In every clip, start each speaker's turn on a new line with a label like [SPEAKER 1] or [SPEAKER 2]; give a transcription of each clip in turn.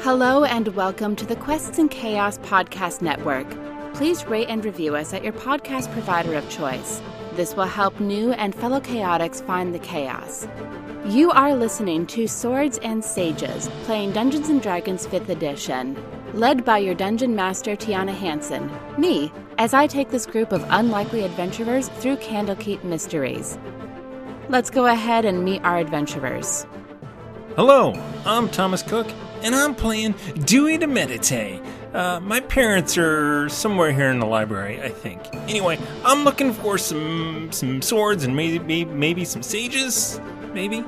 [SPEAKER 1] Hello and welcome to the Quests and Chaos Podcast Network. Please rate and review us at your podcast provider of choice. This will help new and fellow chaotics find the chaos. You are listening to Swords and Sages, playing Dungeons and Dragons 5th Edition, led by your dungeon master Tiana Hansen, me, as I take this group of unlikely adventurers through Candlekeep mysteries. Let's go ahead and meet our adventurers.
[SPEAKER 2] Hello, I'm Thomas Cook, and I'm playing Dewey to Meditate. Uh, my parents are somewhere here in the library, I think. Anyway, I'm looking for some some swords and maybe maybe some sages, maybe.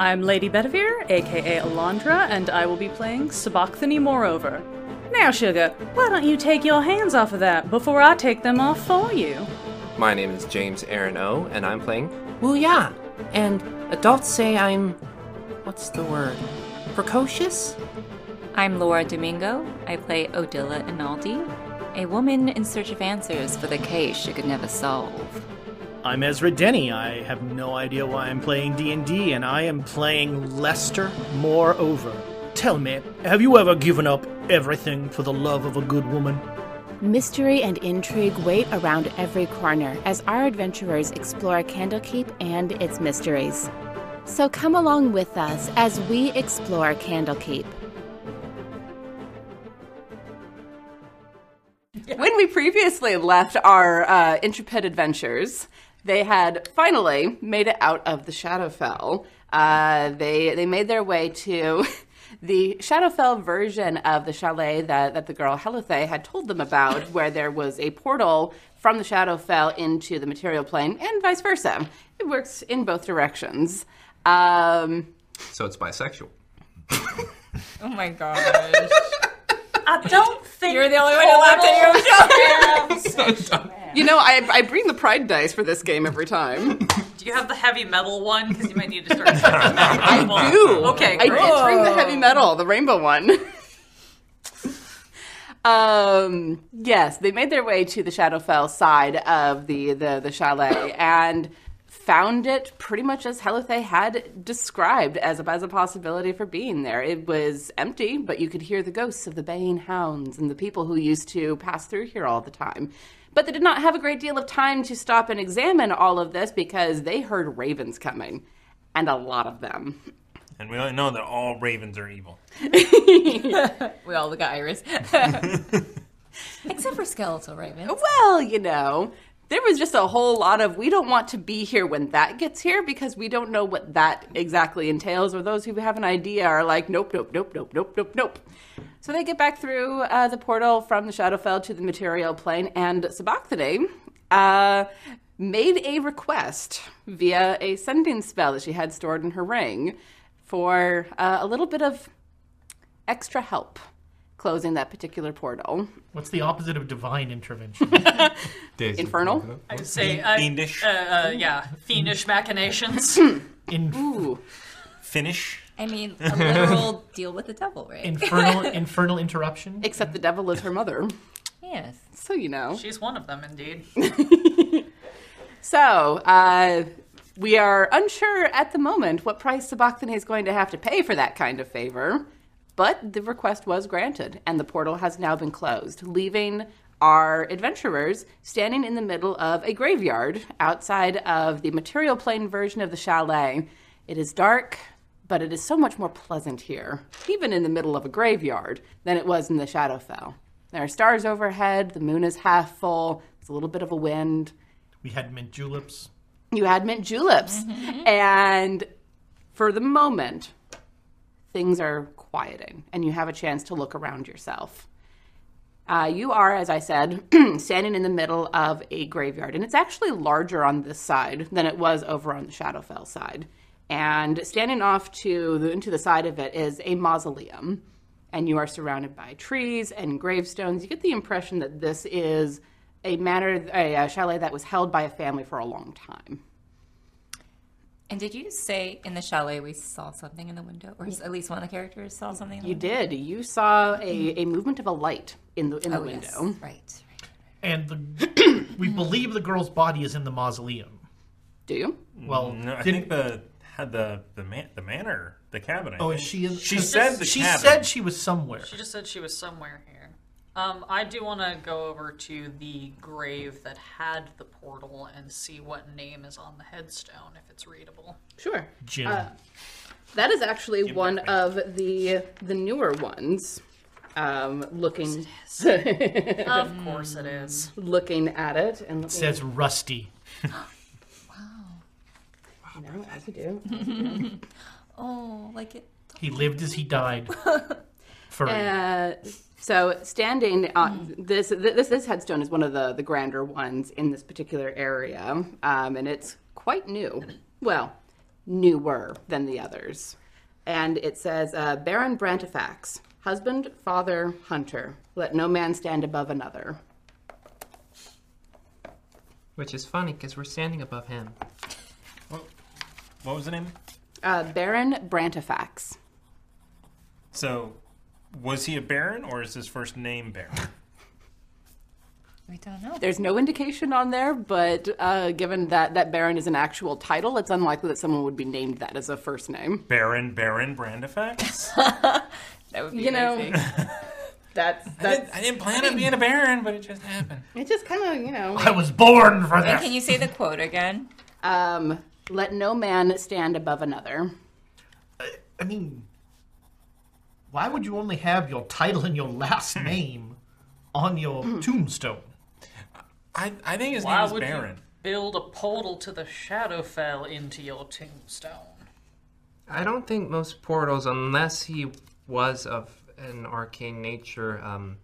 [SPEAKER 3] I'm Lady Bedivere, aka Alondra, and I will be playing Sabachthani Moreover. Now, Sugar, why don't you take your hands off of that before I take them off for you?
[SPEAKER 4] My name is James Aaron O, and I'm playing Wu Ya. And adults say I'm. What's the word? Precocious?
[SPEAKER 5] I'm Laura Domingo. I play Odila Inaldi, a woman in search of answers for the case she could never solve.
[SPEAKER 6] I'm Ezra Denny. I have no idea why I'm playing D&D, and I am playing Lester moreover. Tell me, have you ever given up everything for the love of a good woman?
[SPEAKER 1] Mystery and intrigue wait around every corner as our adventurers explore Candlekeep and its mysteries. So come along with us as we explore Candlekeep.
[SPEAKER 7] When we previously left our uh, intrepid adventures, they had finally made it out of the Shadowfell. Uh, they they made their way to the Shadowfell version of the chalet that, that the girl Helithe had told them about, where there was a portal from the Shadowfell into the material plane, and vice versa. It works in both directions. Um,
[SPEAKER 4] So it's bisexual.
[SPEAKER 5] Oh my gosh.
[SPEAKER 3] I don't think
[SPEAKER 5] You're the only one who laughed at your joke.
[SPEAKER 7] you know, I, I bring the pride dice for this game every time.
[SPEAKER 8] Do you have the heavy metal one? Because you might need to start. I
[SPEAKER 7] Ooh,
[SPEAKER 8] Okay,
[SPEAKER 7] I
[SPEAKER 8] great.
[SPEAKER 7] did bring the heavy metal, the rainbow one. um, yes, they made their way to the Shadowfell side of the the, the chalet and found it pretty much as Helithe had described as a, as a possibility for being there. It was empty, but you could hear the ghosts of the baying hounds and the people who used to pass through here all the time. But they did not have a great deal of time to stop and examine all of this because they heard ravens coming, and a lot of them.
[SPEAKER 2] And we only know that all ravens are evil.
[SPEAKER 5] We all look at Iris. Except for Skeletal Raven.
[SPEAKER 7] Well, you know, there was just a whole lot of we don't want to be here when that gets here because we don't know what that exactly entails, or those who have an idea are like, nope, nope, nope, nope, nope, nope, nope. So they get back through uh, the portal from the Shadowfell to the material plane, and Sabachthani uh, made a request via a sending spell that she had stored in her ring for uh, a little bit of extra help closing that particular portal.
[SPEAKER 6] What's the opposite of divine intervention?
[SPEAKER 7] Infernal?
[SPEAKER 8] would say uh,
[SPEAKER 2] Fiendish.
[SPEAKER 8] Uh, uh, yeah, fiendish machinations.
[SPEAKER 6] In-
[SPEAKER 7] Ooh.
[SPEAKER 2] Finish.
[SPEAKER 5] I mean, a literal deal with the devil, right?
[SPEAKER 6] infernal infernal interruption?
[SPEAKER 7] Except the devil is her mother.
[SPEAKER 5] yes.
[SPEAKER 7] So you know.
[SPEAKER 8] She's one of them, indeed.
[SPEAKER 7] So uh, we are unsure at the moment what price Sabachthani is going to have to pay for that kind of favor, but the request was granted, and the portal has now been closed, leaving our adventurers standing in the middle of a graveyard outside of the material plane version of the chalet. It is dark, but it is so much more pleasant here, even in the middle of a graveyard, than it was in the Shadowfell. There are stars overhead, the moon is half full, there's a little bit of a wind
[SPEAKER 6] We had mint juleps.
[SPEAKER 7] you had mint juleps. And for the moment, things are quieting and you have a chance to look around yourself. Uh, you are, as I said, standing in the middle of a graveyard, and it's actually larger on this side than it was over on the Shadowfell side. And standing off to the, to the side of it is a mausoleum, and you are surrounded by trees and gravestones. You get the impression that this is a manor, a, uh chalet that was held by a family for a long time.
[SPEAKER 5] And did you say in the chalet we saw something in the window, or at least one of the characters saw something? in the
[SPEAKER 7] You did. You saw a, a movement of a light in the in the
[SPEAKER 5] window?
[SPEAKER 7] window.
[SPEAKER 5] Yes. Right, right.
[SPEAKER 6] And the, we believe the girl's body is in the mausoleum.
[SPEAKER 7] Do you?
[SPEAKER 6] Well,
[SPEAKER 2] Mm, No, I
[SPEAKER 6] didn't.
[SPEAKER 2] think the had the the man, the manor, the cabin. I
[SPEAKER 6] Oh,
[SPEAKER 2] think.
[SPEAKER 6] is she in?
[SPEAKER 2] She said the
[SPEAKER 6] she
[SPEAKER 2] cabin.
[SPEAKER 6] said she was somewhere.
[SPEAKER 3] She just said she was somewhere here. Um, I do want to go over to the grave that had the portal and see what name is on the headstone, if it's readable.
[SPEAKER 7] Sure.
[SPEAKER 6] Jim.
[SPEAKER 3] Uh,
[SPEAKER 7] That is actually one of the the newer ones. Um, looking
[SPEAKER 3] Of course it is.
[SPEAKER 7] looking at it and let me-
[SPEAKER 6] says Rusty.
[SPEAKER 7] you know, as you do.
[SPEAKER 5] Oh, like it.
[SPEAKER 6] He lived as he died. Furry.
[SPEAKER 7] Uh, so standing on this, th- this this headstone is one of the the grander ones in this particular area, um, and it's quite new. Well, newer than the others, and it says uh, Baron Brantifax, husband, father, hunter. Let no man stand above another.
[SPEAKER 9] Which is funny because we're standing above him.
[SPEAKER 2] What was the name?
[SPEAKER 7] Uh, Baron Brantifax.
[SPEAKER 2] So, was he a baron, or is his first name Baron?
[SPEAKER 5] We don't know.
[SPEAKER 7] There's no indication on there, but uh, given that that Baron is an actual title, it's unlikely that someone would be named that as a first name.
[SPEAKER 2] Baron Baron Brandifax.
[SPEAKER 5] That would be
[SPEAKER 7] You know,
[SPEAKER 5] amazing.
[SPEAKER 7] that's
[SPEAKER 2] I
[SPEAKER 7] that's
[SPEAKER 2] didn't, I didn't plan on being a baron, but it just happened.
[SPEAKER 7] It just kind of, you know.
[SPEAKER 6] I was born for
[SPEAKER 5] And
[SPEAKER 6] that.
[SPEAKER 5] can you say the quote again?
[SPEAKER 7] Um, let no man stand above another.
[SPEAKER 6] I mean, why would you only have your title and your last name on your
[SPEAKER 5] Hmm.
[SPEAKER 6] tombstone?
[SPEAKER 2] I, I think his
[SPEAKER 3] Why
[SPEAKER 2] name is
[SPEAKER 3] would you-
[SPEAKER 2] Baron.
[SPEAKER 3] Build a portal to the Shadowfell into your tombstone.
[SPEAKER 9] I don't think most portals, unless he was of an arcane nature, um,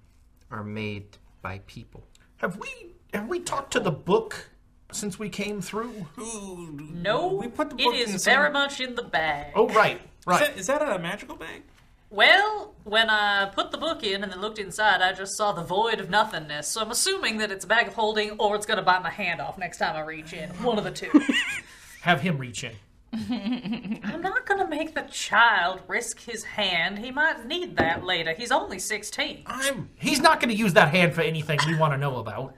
[SPEAKER 9] are made by people.
[SPEAKER 6] Have we have we talked to the book since we came through?
[SPEAKER 3] No,
[SPEAKER 2] We put the
[SPEAKER 3] it
[SPEAKER 2] book
[SPEAKER 3] is
[SPEAKER 2] in some-
[SPEAKER 3] very much in the bag.
[SPEAKER 6] Oh right,
[SPEAKER 2] Is,
[SPEAKER 6] right.
[SPEAKER 2] that, is that a magical bag?
[SPEAKER 3] Well, when I put the book in and then looked inside, I just saw the void of nothingness. So I'm assuming that it's a bag of holding, or it's gonna bite my hand off next time I reach in. One of the two.
[SPEAKER 6] Have him reach in.
[SPEAKER 3] I'm not gonna make the child risk his hand. He might need that later. He's only 16.
[SPEAKER 2] I'm
[SPEAKER 6] He's not going to use that hand for anything we want to know about.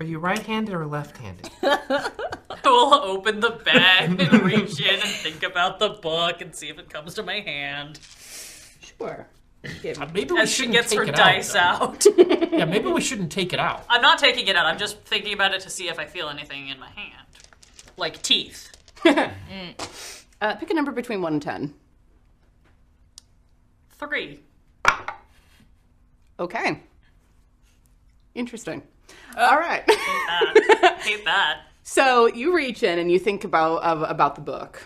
[SPEAKER 9] Are you right-handed or left-handed?
[SPEAKER 3] I will open the bag and reach in and think about the book and see if it comes to my hand.
[SPEAKER 7] Sure.
[SPEAKER 6] Maybe we
[SPEAKER 3] As she
[SPEAKER 6] shouldn't
[SPEAKER 3] gets
[SPEAKER 6] take
[SPEAKER 3] her
[SPEAKER 6] it
[SPEAKER 3] dice out.
[SPEAKER 6] though. Yeah, maybe we shouldn't take it out.
[SPEAKER 3] I'm not taking it out. I'm just thinking about it to see if I feel anything in my hand. Like teeth.
[SPEAKER 7] Uh, pick a number between 1 and 10.
[SPEAKER 3] Three.
[SPEAKER 7] Okay. Interesting. All right.
[SPEAKER 3] Hate Oh, that.
[SPEAKER 7] so you reach in and you think about of, about the book.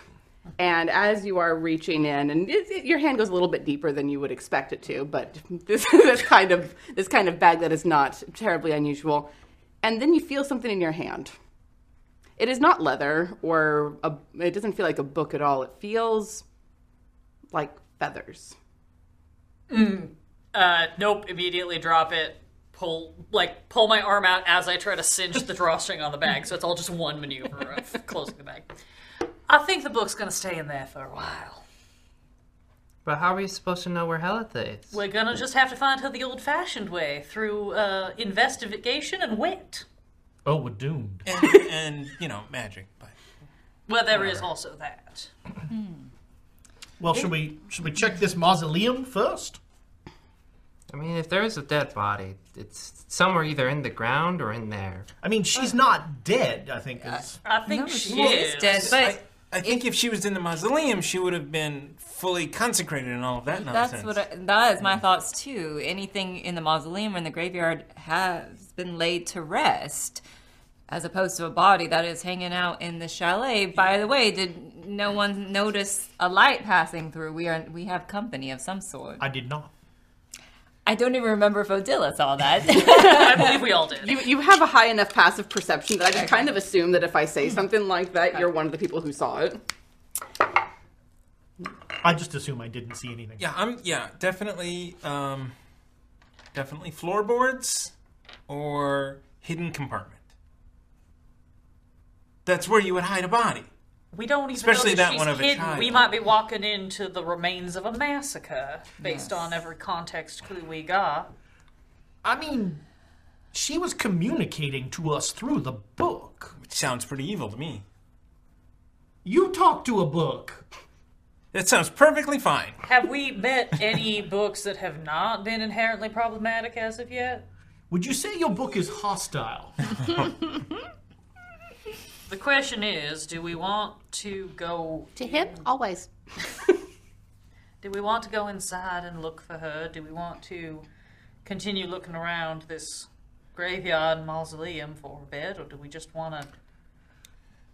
[SPEAKER 7] And as you are reaching in, and it, it- your hand goes a little bit deeper than you would expect it to, but this, this kind of this kind of bag that is not terribly unusual. And then you feel something in your hand. It is not leather or a, it doesn't feel like a book at all. It feels like feathers.
[SPEAKER 3] Uh, nope. Immediately drop it. Pull, like, pull my arm out as I try to cinch the drawstring on the bag. So it's all just one maneuver of closing the bag. I think the book's gonna stay in there for a while.
[SPEAKER 9] But how are we supposed to know where Helitha is?
[SPEAKER 3] We're gonna just have to find her the old-fashioned way through uh, investigation and wit.
[SPEAKER 6] Oh, we're doomed.
[SPEAKER 2] and, and you know magic, but
[SPEAKER 3] Well, there is also that.
[SPEAKER 6] Well, should we should we check this mausoleum first?
[SPEAKER 9] I mean, if there is a dead body, it's somewhere either in the ground or in there.
[SPEAKER 6] I mean,
[SPEAKER 5] Uh,
[SPEAKER 6] she's not dead. I think is
[SPEAKER 3] I think she is.
[SPEAKER 5] dead,
[SPEAKER 2] I,
[SPEAKER 5] but
[SPEAKER 2] I think if she was in the mausoleum, she would have been fully consecrated and all of that
[SPEAKER 5] that's
[SPEAKER 2] nonsense.
[SPEAKER 5] what I, that is my thoughts too. Anything in the mausoleum or in the graveyard has been laid to rest, as opposed to a body that is hanging out in the chalet. By the way, did no one notice a light passing through? We are we have company of some sort.
[SPEAKER 6] I did not.
[SPEAKER 5] I don't even remember if Odila saw that.
[SPEAKER 3] I believe we all did.
[SPEAKER 7] You, you have a high enough passive perception that I just kind of assume that if I say something like that, you're one of the people who saw it.
[SPEAKER 10] I just assume I didn't see anything.
[SPEAKER 2] Yeah, I'm. Yeah, definitely. Um, definitely floorboards or hidden compartment. That's where you would hide a body.
[SPEAKER 3] We don't even
[SPEAKER 2] Especially
[SPEAKER 3] know
[SPEAKER 2] that
[SPEAKER 3] she's
[SPEAKER 2] one of a
[SPEAKER 3] hidden.
[SPEAKER 2] child.
[SPEAKER 3] We might be walking into the remains of a massacre based on every context clue we got.
[SPEAKER 10] I mean, she was communicating to us through the book.
[SPEAKER 2] Which sounds pretty evil to me.
[SPEAKER 10] You talk to a book.
[SPEAKER 2] That sounds perfectly fine.
[SPEAKER 3] Have we met any books that have not been inherently problematic as of yet?
[SPEAKER 10] Would you say your book is hostile?
[SPEAKER 3] The question is, do we want to go
[SPEAKER 7] To him, always.
[SPEAKER 3] Do we want to go inside and look for her? Do we want to continue looking around this graveyard and mausoleum for a bit, or do we just want to?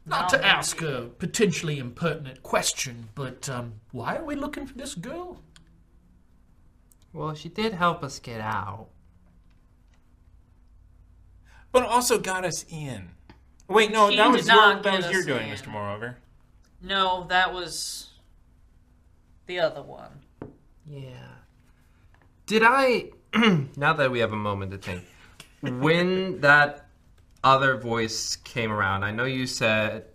[SPEAKER 10] Not to ask a potentially impertinent question, but um, why are we looking for this girl?
[SPEAKER 9] Well, she did help us get out.
[SPEAKER 2] But also got us in. Wait, no,
[SPEAKER 3] She
[SPEAKER 2] that
[SPEAKER 3] did
[SPEAKER 2] was
[SPEAKER 3] not
[SPEAKER 2] your, that
[SPEAKER 3] get
[SPEAKER 2] was your
[SPEAKER 3] us
[SPEAKER 2] doing,
[SPEAKER 3] in.
[SPEAKER 2] Mr. Morover.
[SPEAKER 3] No, that was the other one.
[SPEAKER 9] Yeah. Did I? now that we have a moment to think, when that other voice came around, I know you said,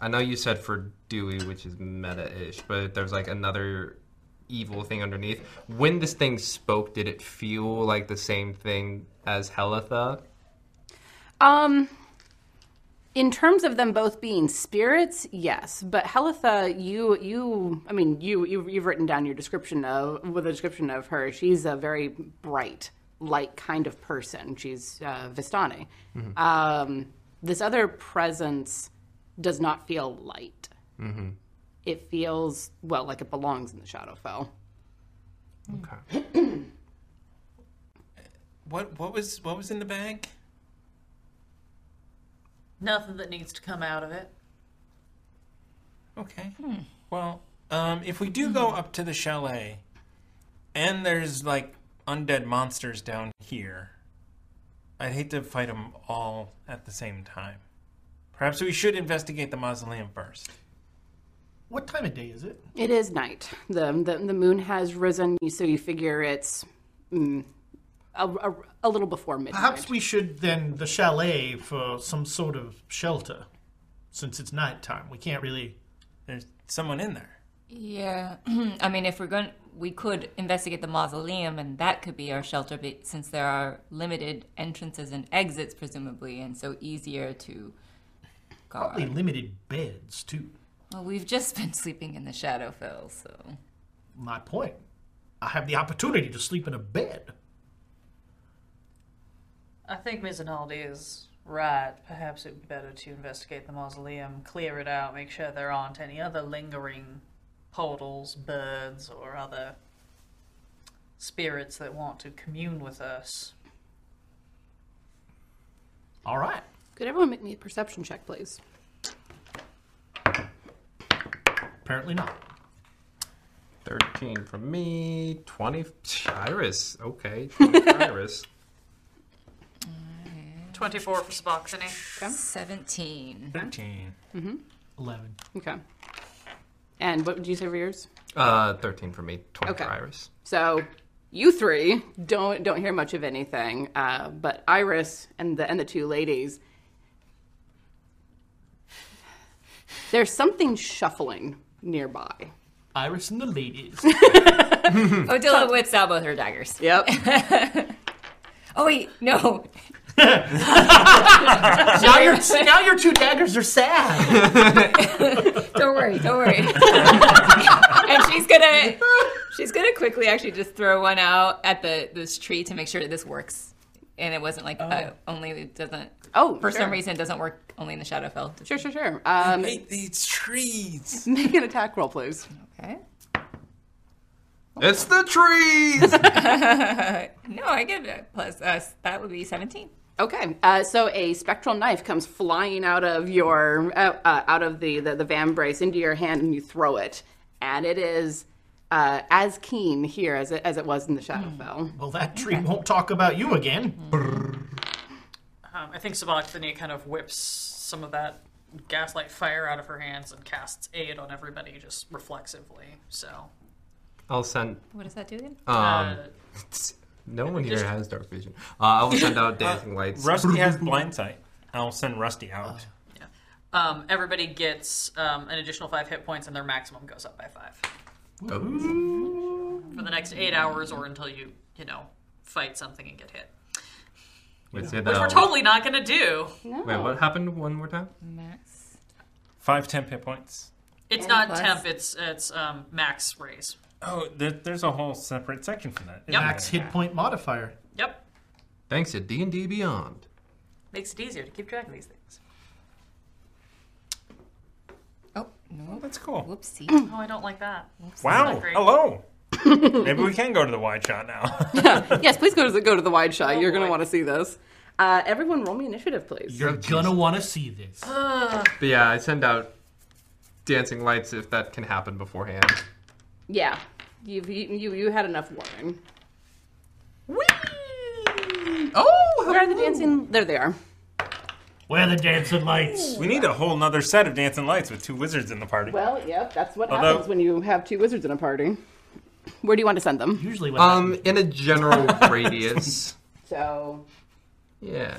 [SPEAKER 9] I know you said for Dewey, which is meta-ish, but there's like another evil thing underneath. When this thing spoke, did it feel like the same thing as Helitha?
[SPEAKER 7] Um, in terms of them both being spirits, yes. But Helitha, you, you, I mean, you, you've, you've written down your description of with a description of her. She's a very bright, light kind of person. She's uh, Vistani. Um, this other presence does not feel light. It feels well like it belongs in the Shadowfell.
[SPEAKER 9] Okay.
[SPEAKER 2] What what was what was in the bag?
[SPEAKER 3] Nothing that needs to come out of it.
[SPEAKER 2] Okay.
[SPEAKER 3] Hmm.
[SPEAKER 2] Well, um, if we do go up to the chalet, and there's like undead monsters down here, I'd hate to fight them all at the same time. Perhaps we should investigate the mausoleum first.
[SPEAKER 10] What time of day is it?
[SPEAKER 7] It is night. The, the the moon has risen, so you figure it's mm, a, a, a little before midnight.
[SPEAKER 10] Perhaps we should then the chalet for some sort of shelter, since it's nighttime. We can't really.
[SPEAKER 2] There's someone in there.
[SPEAKER 5] Yeah, I mean, if we're going, we could investigate the mausoleum, and that could be our shelter, be- since there are limited entrances and exits, presumably, and so easier to
[SPEAKER 10] Probably
[SPEAKER 5] guard.
[SPEAKER 10] limited beds too.
[SPEAKER 5] Well, we've just been sleeping in the Shadowfell, so
[SPEAKER 10] My point. I have the opportunity to sleep in a bed.
[SPEAKER 3] I think Mizanaldi is right. Perhaps it would be better to investigate the mausoleum, clear it out, make sure there aren't any other lingering portals, birds, or other spirits that want to commune with us.
[SPEAKER 10] All right.
[SPEAKER 7] Could everyone make me a perception check, please?
[SPEAKER 10] Apparently not.
[SPEAKER 9] Thirteen from me. Twenty, Iris. Okay, 20 for Iris.
[SPEAKER 3] 24 for Suboxone.
[SPEAKER 5] seventeen.
[SPEAKER 2] Thirteen.
[SPEAKER 10] Eleven.
[SPEAKER 7] Okay. And what would you say for yours?
[SPEAKER 9] Uh, thirteen for me. Twenty for
[SPEAKER 7] Okay.
[SPEAKER 9] Iris.
[SPEAKER 7] So you three don't don't hear much of anything, uh, but Iris and the and the two ladies. There's something shuffling nearby.
[SPEAKER 10] Iris and the ladies.
[SPEAKER 5] Odila whips out both her daggers.
[SPEAKER 7] Yep.
[SPEAKER 5] Oh wait, no,
[SPEAKER 10] now, your, now your two daggers are sad.
[SPEAKER 5] Don't worry, don't worry. and she's gonna she's gonna quickly actually just throw one out at the this tree to make sure that this works. And it wasn't like uh, only it doesn't
[SPEAKER 7] Oh,
[SPEAKER 5] for
[SPEAKER 7] sure.
[SPEAKER 5] some reason it doesn't work only in the Shadowfell.
[SPEAKER 7] Sure, sure, sure. Um,
[SPEAKER 2] Hate these trees.
[SPEAKER 7] make an attack roll, please.
[SPEAKER 5] Okay.
[SPEAKER 9] It's the trees.
[SPEAKER 5] No, I give it plus us. That would be seventeen.
[SPEAKER 7] Okay, uh, so a spectral knife comes flying out of your uh, uh, out of the, the the van brace into your hand, and you throw it, and it is uh, as keen here as it as it was in the Shadowfell.
[SPEAKER 10] well, that tree won't talk about you again.
[SPEAKER 3] Um, I think Suboxone kind of whips some of that gaslight fire out of her hands and casts aid on everybody just reflexively. So
[SPEAKER 9] I'll send.
[SPEAKER 5] What does that do again?
[SPEAKER 9] Um,
[SPEAKER 3] Uh,
[SPEAKER 9] no one here has dark vision. Uh, I will send out dancing lights.
[SPEAKER 2] Rusty has blind sight. I'll send Rusty out.
[SPEAKER 3] um, everybody gets um, an additional five hit points, and their maximum goes up by five
[SPEAKER 9] Oh.
[SPEAKER 3] for the next eight hours, or until you you know fight something and get hit,
[SPEAKER 9] Wait, say
[SPEAKER 3] which
[SPEAKER 9] that
[SPEAKER 3] we're
[SPEAKER 9] out.
[SPEAKER 3] totally not gonna do.
[SPEAKER 9] Wait, what happened one more time?
[SPEAKER 5] Max.
[SPEAKER 2] Five temp hit points.
[SPEAKER 3] It's
[SPEAKER 5] Any
[SPEAKER 3] not
[SPEAKER 5] plus?
[SPEAKER 3] temp. It's it's um, max raise.
[SPEAKER 2] Oh, there, there's a whole separate section for that. isn't there?
[SPEAKER 3] Yep.
[SPEAKER 11] Max hit point modifier.
[SPEAKER 3] Yep,
[SPEAKER 9] Thanks to D and D Beyond.
[SPEAKER 3] makes it easier to keep track of these things.
[SPEAKER 5] Oh no.
[SPEAKER 2] That's cool.
[SPEAKER 5] Whoopsie.
[SPEAKER 3] Oh, I don't like that.
[SPEAKER 2] Wow.
[SPEAKER 3] great.
[SPEAKER 2] Hello. Maybe we can go to the wide shot now.
[SPEAKER 7] yes, please go to the, go to the wide shot. You're going to want to see this. Uh, everyone, roll me initiative, please.
[SPEAKER 11] You're gonna want to see this.
[SPEAKER 9] But yeah, I send out dancing lights if that can happen beforehand.
[SPEAKER 7] Yeah, you've, you you you had enough warning.
[SPEAKER 9] Oh,
[SPEAKER 7] Where are the dancing? There they are.
[SPEAKER 11] Where the dancing lights?
[SPEAKER 2] we need a whole nother set of dancing lights with two wizards in the party.
[SPEAKER 7] Well, yep, that's what
[SPEAKER 2] Although-
[SPEAKER 7] happens when you have two wizards in a party. Where do you want to send them?
[SPEAKER 11] Usually what
[SPEAKER 9] um, in a general radius.
[SPEAKER 7] So
[SPEAKER 9] Yeah.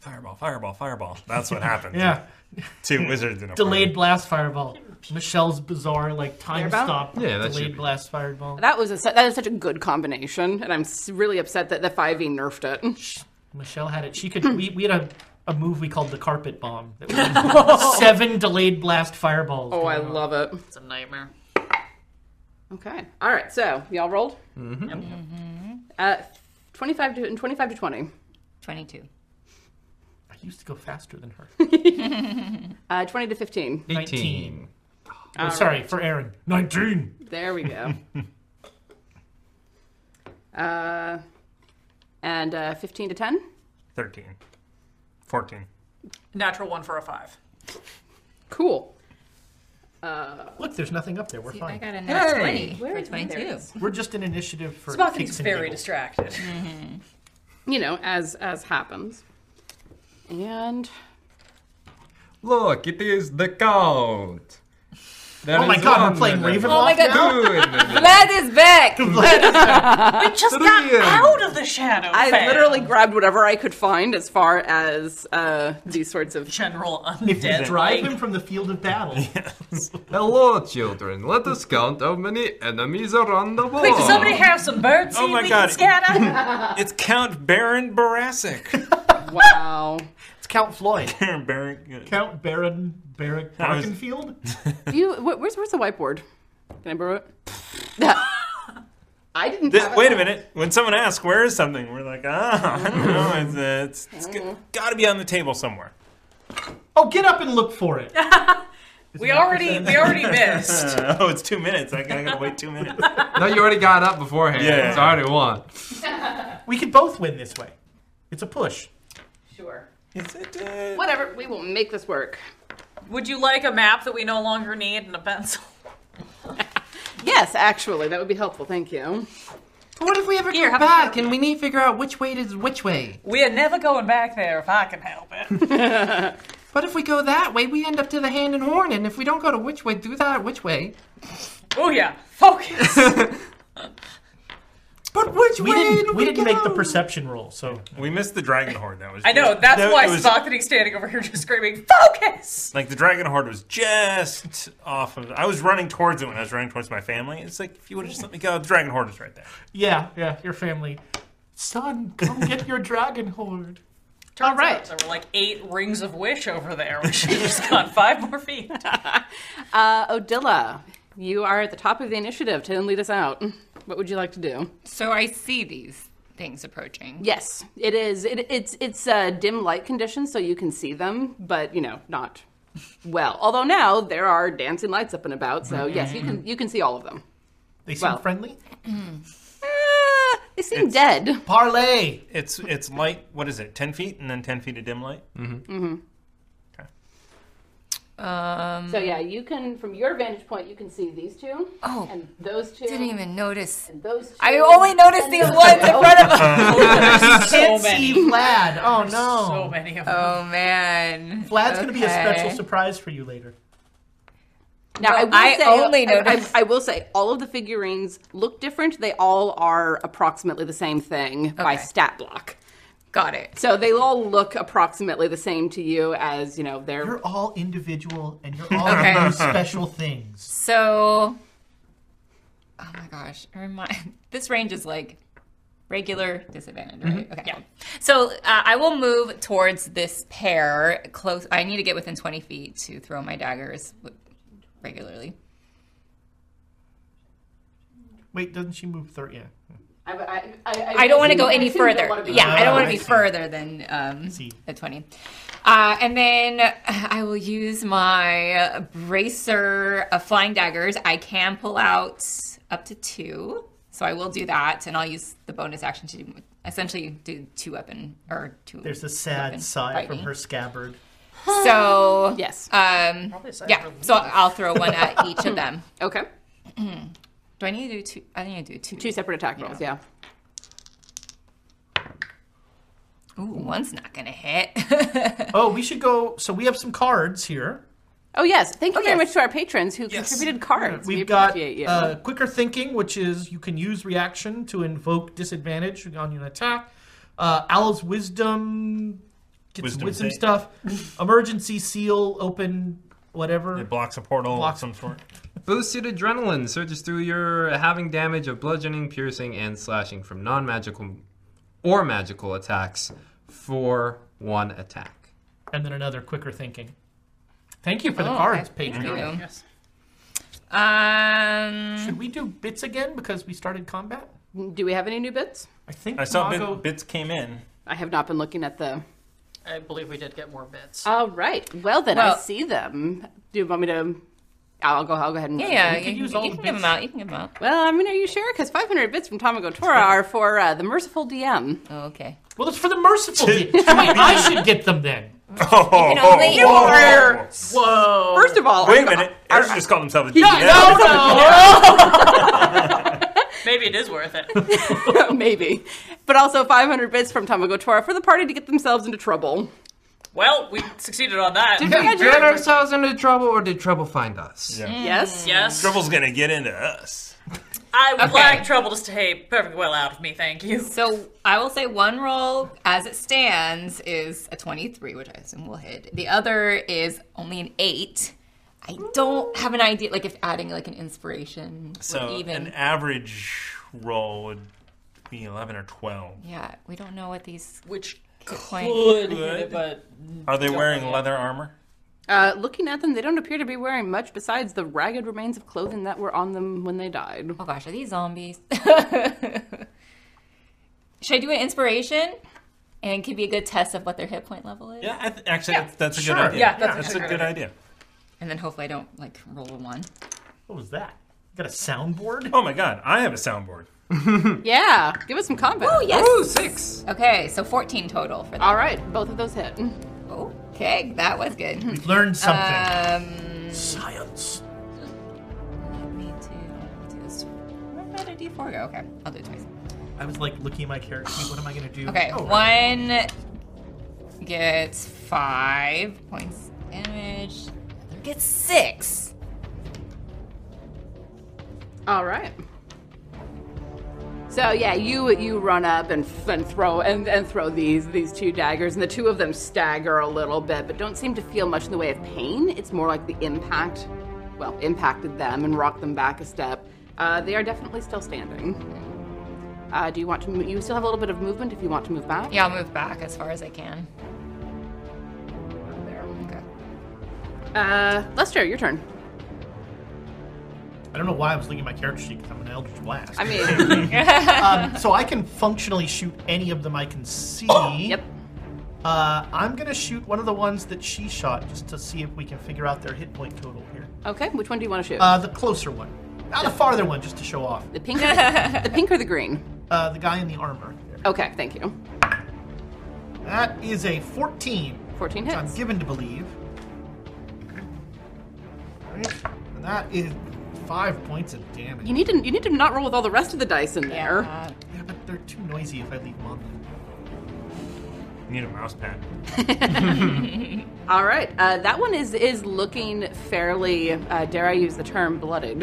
[SPEAKER 2] Fireball, fireball, fireball. That's what happens.
[SPEAKER 6] Yeah.
[SPEAKER 2] Two wizards in a
[SPEAKER 6] Delayed
[SPEAKER 2] party.
[SPEAKER 6] blast fireball. Michelle's bizarre like time
[SPEAKER 7] Thereabout?
[SPEAKER 6] stop.
[SPEAKER 9] Yeah, that should
[SPEAKER 6] delayed
[SPEAKER 9] be-
[SPEAKER 6] blast fireball.
[SPEAKER 7] that was a, su- that is such a good combination, and I'm s- really upset that the five E nerfed it.
[SPEAKER 6] Michelle had it. She could. We, we had a, a move we called the carpet bomb. That was seven delayed blast fireballs.
[SPEAKER 7] Oh, I
[SPEAKER 6] going on.
[SPEAKER 7] love it.
[SPEAKER 3] It's a nightmare.
[SPEAKER 7] Okay, all right. So y'all rolled. Uh, twenty-five to twenty-five to twenty.
[SPEAKER 5] Twenty-two.
[SPEAKER 6] I used to go faster than her.
[SPEAKER 7] Uh, twenty to fifteen.
[SPEAKER 6] 19. Oh, sorry for Aaron. Nineteen.
[SPEAKER 7] There we go. uh, and uh, fifteen to ten.
[SPEAKER 2] 13. 14.
[SPEAKER 3] Natural one for a five.
[SPEAKER 7] Cool.
[SPEAKER 6] Look, there's nothing up there. We're
[SPEAKER 5] I
[SPEAKER 6] fine.
[SPEAKER 5] got a nat twenty
[SPEAKER 7] Where-
[SPEAKER 5] for twenty-two.
[SPEAKER 6] We're just an initiative for.
[SPEAKER 3] Spocking's
[SPEAKER 6] kicks and
[SPEAKER 3] very
[SPEAKER 6] giggles.
[SPEAKER 3] distracted.
[SPEAKER 7] You know, as as happens. And
[SPEAKER 9] Look, it is the count. That
[SPEAKER 6] Oh my
[SPEAKER 9] is
[SPEAKER 6] god,
[SPEAKER 9] one
[SPEAKER 6] we're playing
[SPEAKER 9] that I-
[SPEAKER 6] Ravenloft
[SPEAKER 5] Oh my God.
[SPEAKER 6] now.
[SPEAKER 9] Dude.
[SPEAKER 5] Vlad is back.
[SPEAKER 3] we just got
[SPEAKER 9] Brilliant.
[SPEAKER 3] out of the shadow.
[SPEAKER 7] I
[SPEAKER 3] phase.
[SPEAKER 7] literally grabbed whatever I could find as far as uh, these sorts of.
[SPEAKER 3] general
[SPEAKER 6] If
[SPEAKER 3] undead.
[SPEAKER 6] we drive
[SPEAKER 3] like-
[SPEAKER 6] him from the field of battle,
[SPEAKER 9] Hello, children. Let us count how many enemies are on the wall.
[SPEAKER 3] Wait, does somebody have some birds?
[SPEAKER 2] Oh my
[SPEAKER 3] we
[SPEAKER 2] God.
[SPEAKER 3] Can scatter?
[SPEAKER 2] It's Count Baron Barasic.
[SPEAKER 7] Wow.
[SPEAKER 6] it's Count Floyd,
[SPEAKER 2] Baron Baron.
[SPEAKER 6] Count Baron Baron
[SPEAKER 2] That was-
[SPEAKER 6] Barkenfield.
[SPEAKER 7] Do you, wh- where's where's the whiteboard? Can I borrow it? I didn't.
[SPEAKER 2] This,
[SPEAKER 7] have it.
[SPEAKER 2] wait a minute. When someone asks, where is something? We're like, ah, I don't know.
[SPEAKER 6] Mm-hmm.
[SPEAKER 2] It's, uh, it's, it's
[SPEAKER 3] Mm-hmm.
[SPEAKER 2] got to be on the table somewhere.
[SPEAKER 6] Oh, get up and look for it.
[SPEAKER 3] we already we already missed.
[SPEAKER 2] Uh, oh, it's two minutes. I gotta, I gotta wait two minutes.
[SPEAKER 9] No, you already got up beforehand.
[SPEAKER 2] Yeah.
[SPEAKER 9] It's already one.
[SPEAKER 6] We could both win this way. It's a push.
[SPEAKER 7] Sure.
[SPEAKER 2] Is it? Uh,
[SPEAKER 7] Whatever. We will make this work.
[SPEAKER 3] Would you like a map that we no longer need and a pencil?
[SPEAKER 7] Yes, actually, that would be helpful. Thank you.
[SPEAKER 9] What if we ever
[SPEAKER 3] Here,
[SPEAKER 9] go
[SPEAKER 3] have a
[SPEAKER 9] back and we need to figure out which way is which way?
[SPEAKER 3] We are never going back there if I can help it.
[SPEAKER 9] But if we go that way, we end up to the hand and horn, and if we don't go to which way, do that which way.
[SPEAKER 3] oh yeah, focus.
[SPEAKER 9] But which
[SPEAKER 6] We
[SPEAKER 9] way
[SPEAKER 6] didn't.
[SPEAKER 9] do we,
[SPEAKER 6] We, didn't make the
[SPEAKER 9] go?
[SPEAKER 6] perception roll, so
[SPEAKER 2] we missed the dragon horde. That was.
[SPEAKER 3] I know that's
[SPEAKER 2] that,
[SPEAKER 3] why
[SPEAKER 2] it was,
[SPEAKER 3] Spocking's standing over here just screaming, "Focus!"
[SPEAKER 2] Like the dragon horde was just off of. I was running towards it when I was running towards my family. It's like if you would have just let me go, the dragon horde is right there.
[SPEAKER 6] yeah, yeah. Your family, son, come get your dragon horde.
[SPEAKER 3] Turns
[SPEAKER 7] All right.
[SPEAKER 3] out there were like eight rings of wish over there. We should have just gone five more feet.
[SPEAKER 7] Uh, Odila, you are at the top of the initiative to lead us out. What would you like to do?
[SPEAKER 5] So I see these things approaching.
[SPEAKER 7] Yes, it is. It, it's it's uh, dim light conditions, so you can see them, but you know not well. Although now there are dancing lights up and about, so
[SPEAKER 2] Mm-hmm.
[SPEAKER 7] yes, you can you can see all of them.
[SPEAKER 6] They seem
[SPEAKER 7] Well.
[SPEAKER 6] friendly.
[SPEAKER 7] Uh, they seem dead.
[SPEAKER 6] Parlay.
[SPEAKER 2] It's it's light. What is it? Ten feet and then ten feet of dim light.
[SPEAKER 5] Uh, Um,
[SPEAKER 7] So yeah, you can from your vantage point you can see these two.
[SPEAKER 5] Oh.
[SPEAKER 7] and those two.
[SPEAKER 5] Didn't even notice.
[SPEAKER 7] And those two.
[SPEAKER 5] I only noticed these ones in front of us.
[SPEAKER 6] Can't see Vlad. Oh no.
[SPEAKER 3] So many of them.
[SPEAKER 5] oh man,
[SPEAKER 6] Vlad's going to be a special
[SPEAKER 5] Okay.
[SPEAKER 6] surprise for you later.
[SPEAKER 7] Now I will
[SPEAKER 5] I
[SPEAKER 7] say,
[SPEAKER 5] only
[SPEAKER 7] I- I-
[SPEAKER 5] noticed-
[SPEAKER 7] I, will say all of the figurines look different. They all are approximately the same thing by
[SPEAKER 5] Okay.
[SPEAKER 7] stat block.
[SPEAKER 5] Got it.
[SPEAKER 7] So they all look approximately the same to you as you know they're
[SPEAKER 6] You're all individual and you're all
[SPEAKER 5] Okay.
[SPEAKER 6] doing special things.
[SPEAKER 5] So, oh my gosh, remind this range is like regular disadvantage, right? Okay. Yeah. So uh, I will move towards this pair close. I need to get within twenty feet to throw my daggers w- regularly.
[SPEAKER 6] Wait, doesn't she move thirty? Yeah.
[SPEAKER 7] I, I,
[SPEAKER 5] I don't want to go any
[SPEAKER 7] assume you don't
[SPEAKER 5] further.
[SPEAKER 7] wanna be-
[SPEAKER 5] yeah, I don't want
[SPEAKER 6] Ah,
[SPEAKER 5] to
[SPEAKER 6] I
[SPEAKER 5] be
[SPEAKER 6] see.
[SPEAKER 5] further than um,
[SPEAKER 6] See.
[SPEAKER 5] a 20. Uh, and then I will use my bracer of flying daggers. I can pull out up to two, so I will do that, and I'll use the bonus action to do, essentially do two weapon or two.
[SPEAKER 6] There's a sad
[SPEAKER 5] weapon
[SPEAKER 6] sigh from
[SPEAKER 5] fighting.
[SPEAKER 6] her scabbard.
[SPEAKER 5] So
[SPEAKER 7] Yes.
[SPEAKER 5] um,
[SPEAKER 3] Probably a sigh of
[SPEAKER 5] yeah.
[SPEAKER 3] relief.
[SPEAKER 5] So I'll throw one at each of them.
[SPEAKER 7] okay.
[SPEAKER 5] Do I need to do two? I need to do two.
[SPEAKER 7] Two separate attack rolls. Yeah.
[SPEAKER 5] Ooh, one's not gonna hit.
[SPEAKER 6] Oh, we should go. So we have some cards here.
[SPEAKER 7] Oh yes. Thank you very
[SPEAKER 5] yes.
[SPEAKER 7] much to our patrons who contributed cards.
[SPEAKER 6] We've
[SPEAKER 7] we
[SPEAKER 6] got
[SPEAKER 7] appreciate you.
[SPEAKER 6] uh, quicker thinking, which is you can use reaction to invoke disadvantage on an attack. Uh, Owl's wisdom, get some
[SPEAKER 12] Wisdom
[SPEAKER 6] wisdom
[SPEAKER 12] save.
[SPEAKER 6] stuff. Emergency seal, open whatever.
[SPEAKER 12] It blocks a portal
[SPEAKER 6] Hmm. Blocks-
[SPEAKER 12] of some sort.
[SPEAKER 9] Boosted adrenaline surges through your having damage of bludgeoning, piercing, and slashing from non magical or magical attacks for one attack.
[SPEAKER 6] and then another quicker thinking. Thank you for the
[SPEAKER 5] Oh,
[SPEAKER 6] cards,
[SPEAKER 5] okay. Thank
[SPEAKER 6] Patreon.
[SPEAKER 5] you.
[SPEAKER 3] Yes.
[SPEAKER 5] Um,
[SPEAKER 6] Should we do bits again because we started combat?
[SPEAKER 7] Do we have any new bits?
[SPEAKER 6] I think
[SPEAKER 12] I saw
[SPEAKER 6] Mago-
[SPEAKER 12] bit, bits came in.
[SPEAKER 7] I have not been looking at the.
[SPEAKER 3] I believe we did get more bits.
[SPEAKER 7] All right. Well then, I
[SPEAKER 5] Well-
[SPEAKER 7] see them. Do you want me to? I'll go. I'll go ahead and.
[SPEAKER 5] yeah, yeah,
[SPEAKER 6] could
[SPEAKER 5] you,
[SPEAKER 6] use
[SPEAKER 5] you
[SPEAKER 6] all
[SPEAKER 5] can
[SPEAKER 6] the
[SPEAKER 5] give them
[SPEAKER 6] bits.
[SPEAKER 5] out. You can give them out.
[SPEAKER 7] Well, I mean, are you sure? Because 500 bits from Tamago Tora are for uh, the merciful DM.
[SPEAKER 5] Oh, okay.
[SPEAKER 6] Well, it's for the merciful. Wait, I should get them then.
[SPEAKER 12] Oh,
[SPEAKER 5] can only order-
[SPEAKER 3] Whoa!
[SPEAKER 7] First of all,
[SPEAKER 12] Wait a minute. Aaron just called himself a DM.
[SPEAKER 3] Maybe it is worth it.
[SPEAKER 7] maybe, but also 500 bits from Tamago Tora for the party to get themselves into trouble.
[SPEAKER 3] well, we succeeded on that.
[SPEAKER 9] Did we get ourselves into trouble or did trouble find us?
[SPEAKER 12] Yeah.
[SPEAKER 7] Yes.
[SPEAKER 3] Yes.
[SPEAKER 12] Trouble's gonna get into us.
[SPEAKER 3] I would
[SPEAKER 5] Okay.
[SPEAKER 3] like trouble to stay perfectly well out of me, thank you.
[SPEAKER 5] So I will say one roll as it stands is a 23, which I assume will hit. The other is only an 8. I don't have an idea, like if adding like an inspiration
[SPEAKER 12] So
[SPEAKER 5] would even.
[SPEAKER 12] an average roll would be eleven or twelve.
[SPEAKER 5] yeah, we don't know what these
[SPEAKER 3] Which
[SPEAKER 5] hit points.
[SPEAKER 3] could, hit it, but
[SPEAKER 12] Are they wearing leather armor?
[SPEAKER 7] Uh, looking at them, they don't appear to be wearing much besides the ragged remains of clothing that were on them when they died.
[SPEAKER 5] Oh gosh, are these zombies? Should I do an inspiration? And it could be a good test of what their hit point level is.
[SPEAKER 12] Yeah, I th- actually, that's, that's a
[SPEAKER 6] sure.
[SPEAKER 12] good idea.
[SPEAKER 3] Yeah, that's
[SPEAKER 12] a good idea.
[SPEAKER 5] And then hopefully I don't like roll a one.
[SPEAKER 6] What was that? Got a soundboard?
[SPEAKER 12] Oh my god, I have a soundboard.
[SPEAKER 7] Yeah, give us some combat.
[SPEAKER 5] Oh yes.
[SPEAKER 9] Ooh, six.
[SPEAKER 5] Okay, so 14 total
[SPEAKER 12] Ah.
[SPEAKER 5] for that.
[SPEAKER 7] All right, both of those hit.
[SPEAKER 5] Okay, that was good. Hmm.
[SPEAKER 6] Learn something.
[SPEAKER 5] Um,
[SPEAKER 6] Science.
[SPEAKER 5] let me do, do this. Where did a D4 go? Okay, I'll do it twice.
[SPEAKER 6] I was like looking at my character sheet. What am I gonna do?
[SPEAKER 5] Okay,
[SPEAKER 6] Oh,
[SPEAKER 5] one gets five points damage. Other gets six.
[SPEAKER 7] All right. So yeah, you you run up and, and throw and, and throw these these two daggers, and the two of them stagger a little bit, but don't seem to feel much in the way of pain. It's more like the impact, well, impacted them and rocked them back a step. Uh, they are definitely still standing. Uh, do you want to? mo- You still have a little bit of movement if you want to move back.
[SPEAKER 5] Yeah, I'll move back as far as I can. There. Okay.
[SPEAKER 7] Uh, Lester, your turn.
[SPEAKER 6] I don't know why I was looking at my character sheet because I'm an Eldritch Blast.
[SPEAKER 7] I mean,
[SPEAKER 6] um, so I can functionally shoot any of them I can see.
[SPEAKER 7] yep.
[SPEAKER 6] Uh, I'm gonna shoot one of the ones that she shot just to see if we can figure out their hit point total here.
[SPEAKER 7] Okay, which one do you want to shoot?
[SPEAKER 6] Uh, the closer one, not the farther one, just to show off.
[SPEAKER 7] the pink, or the, the pink or the green?
[SPEAKER 6] Uh, the guy in the armor.
[SPEAKER 7] Okay, thank you.
[SPEAKER 6] That is a 14.
[SPEAKER 7] Fourteen
[SPEAKER 6] which I'm
[SPEAKER 7] hits.
[SPEAKER 6] given to believe. right? And that is five points of damage.
[SPEAKER 7] You need to you need to not roll with all the rest of the dice in there.
[SPEAKER 6] Yeah, but they're too noisy if I leave them on.
[SPEAKER 12] Need a mouse pad.
[SPEAKER 7] All right, uh, that one is is looking fairly. Uh, dare I use the term blooded?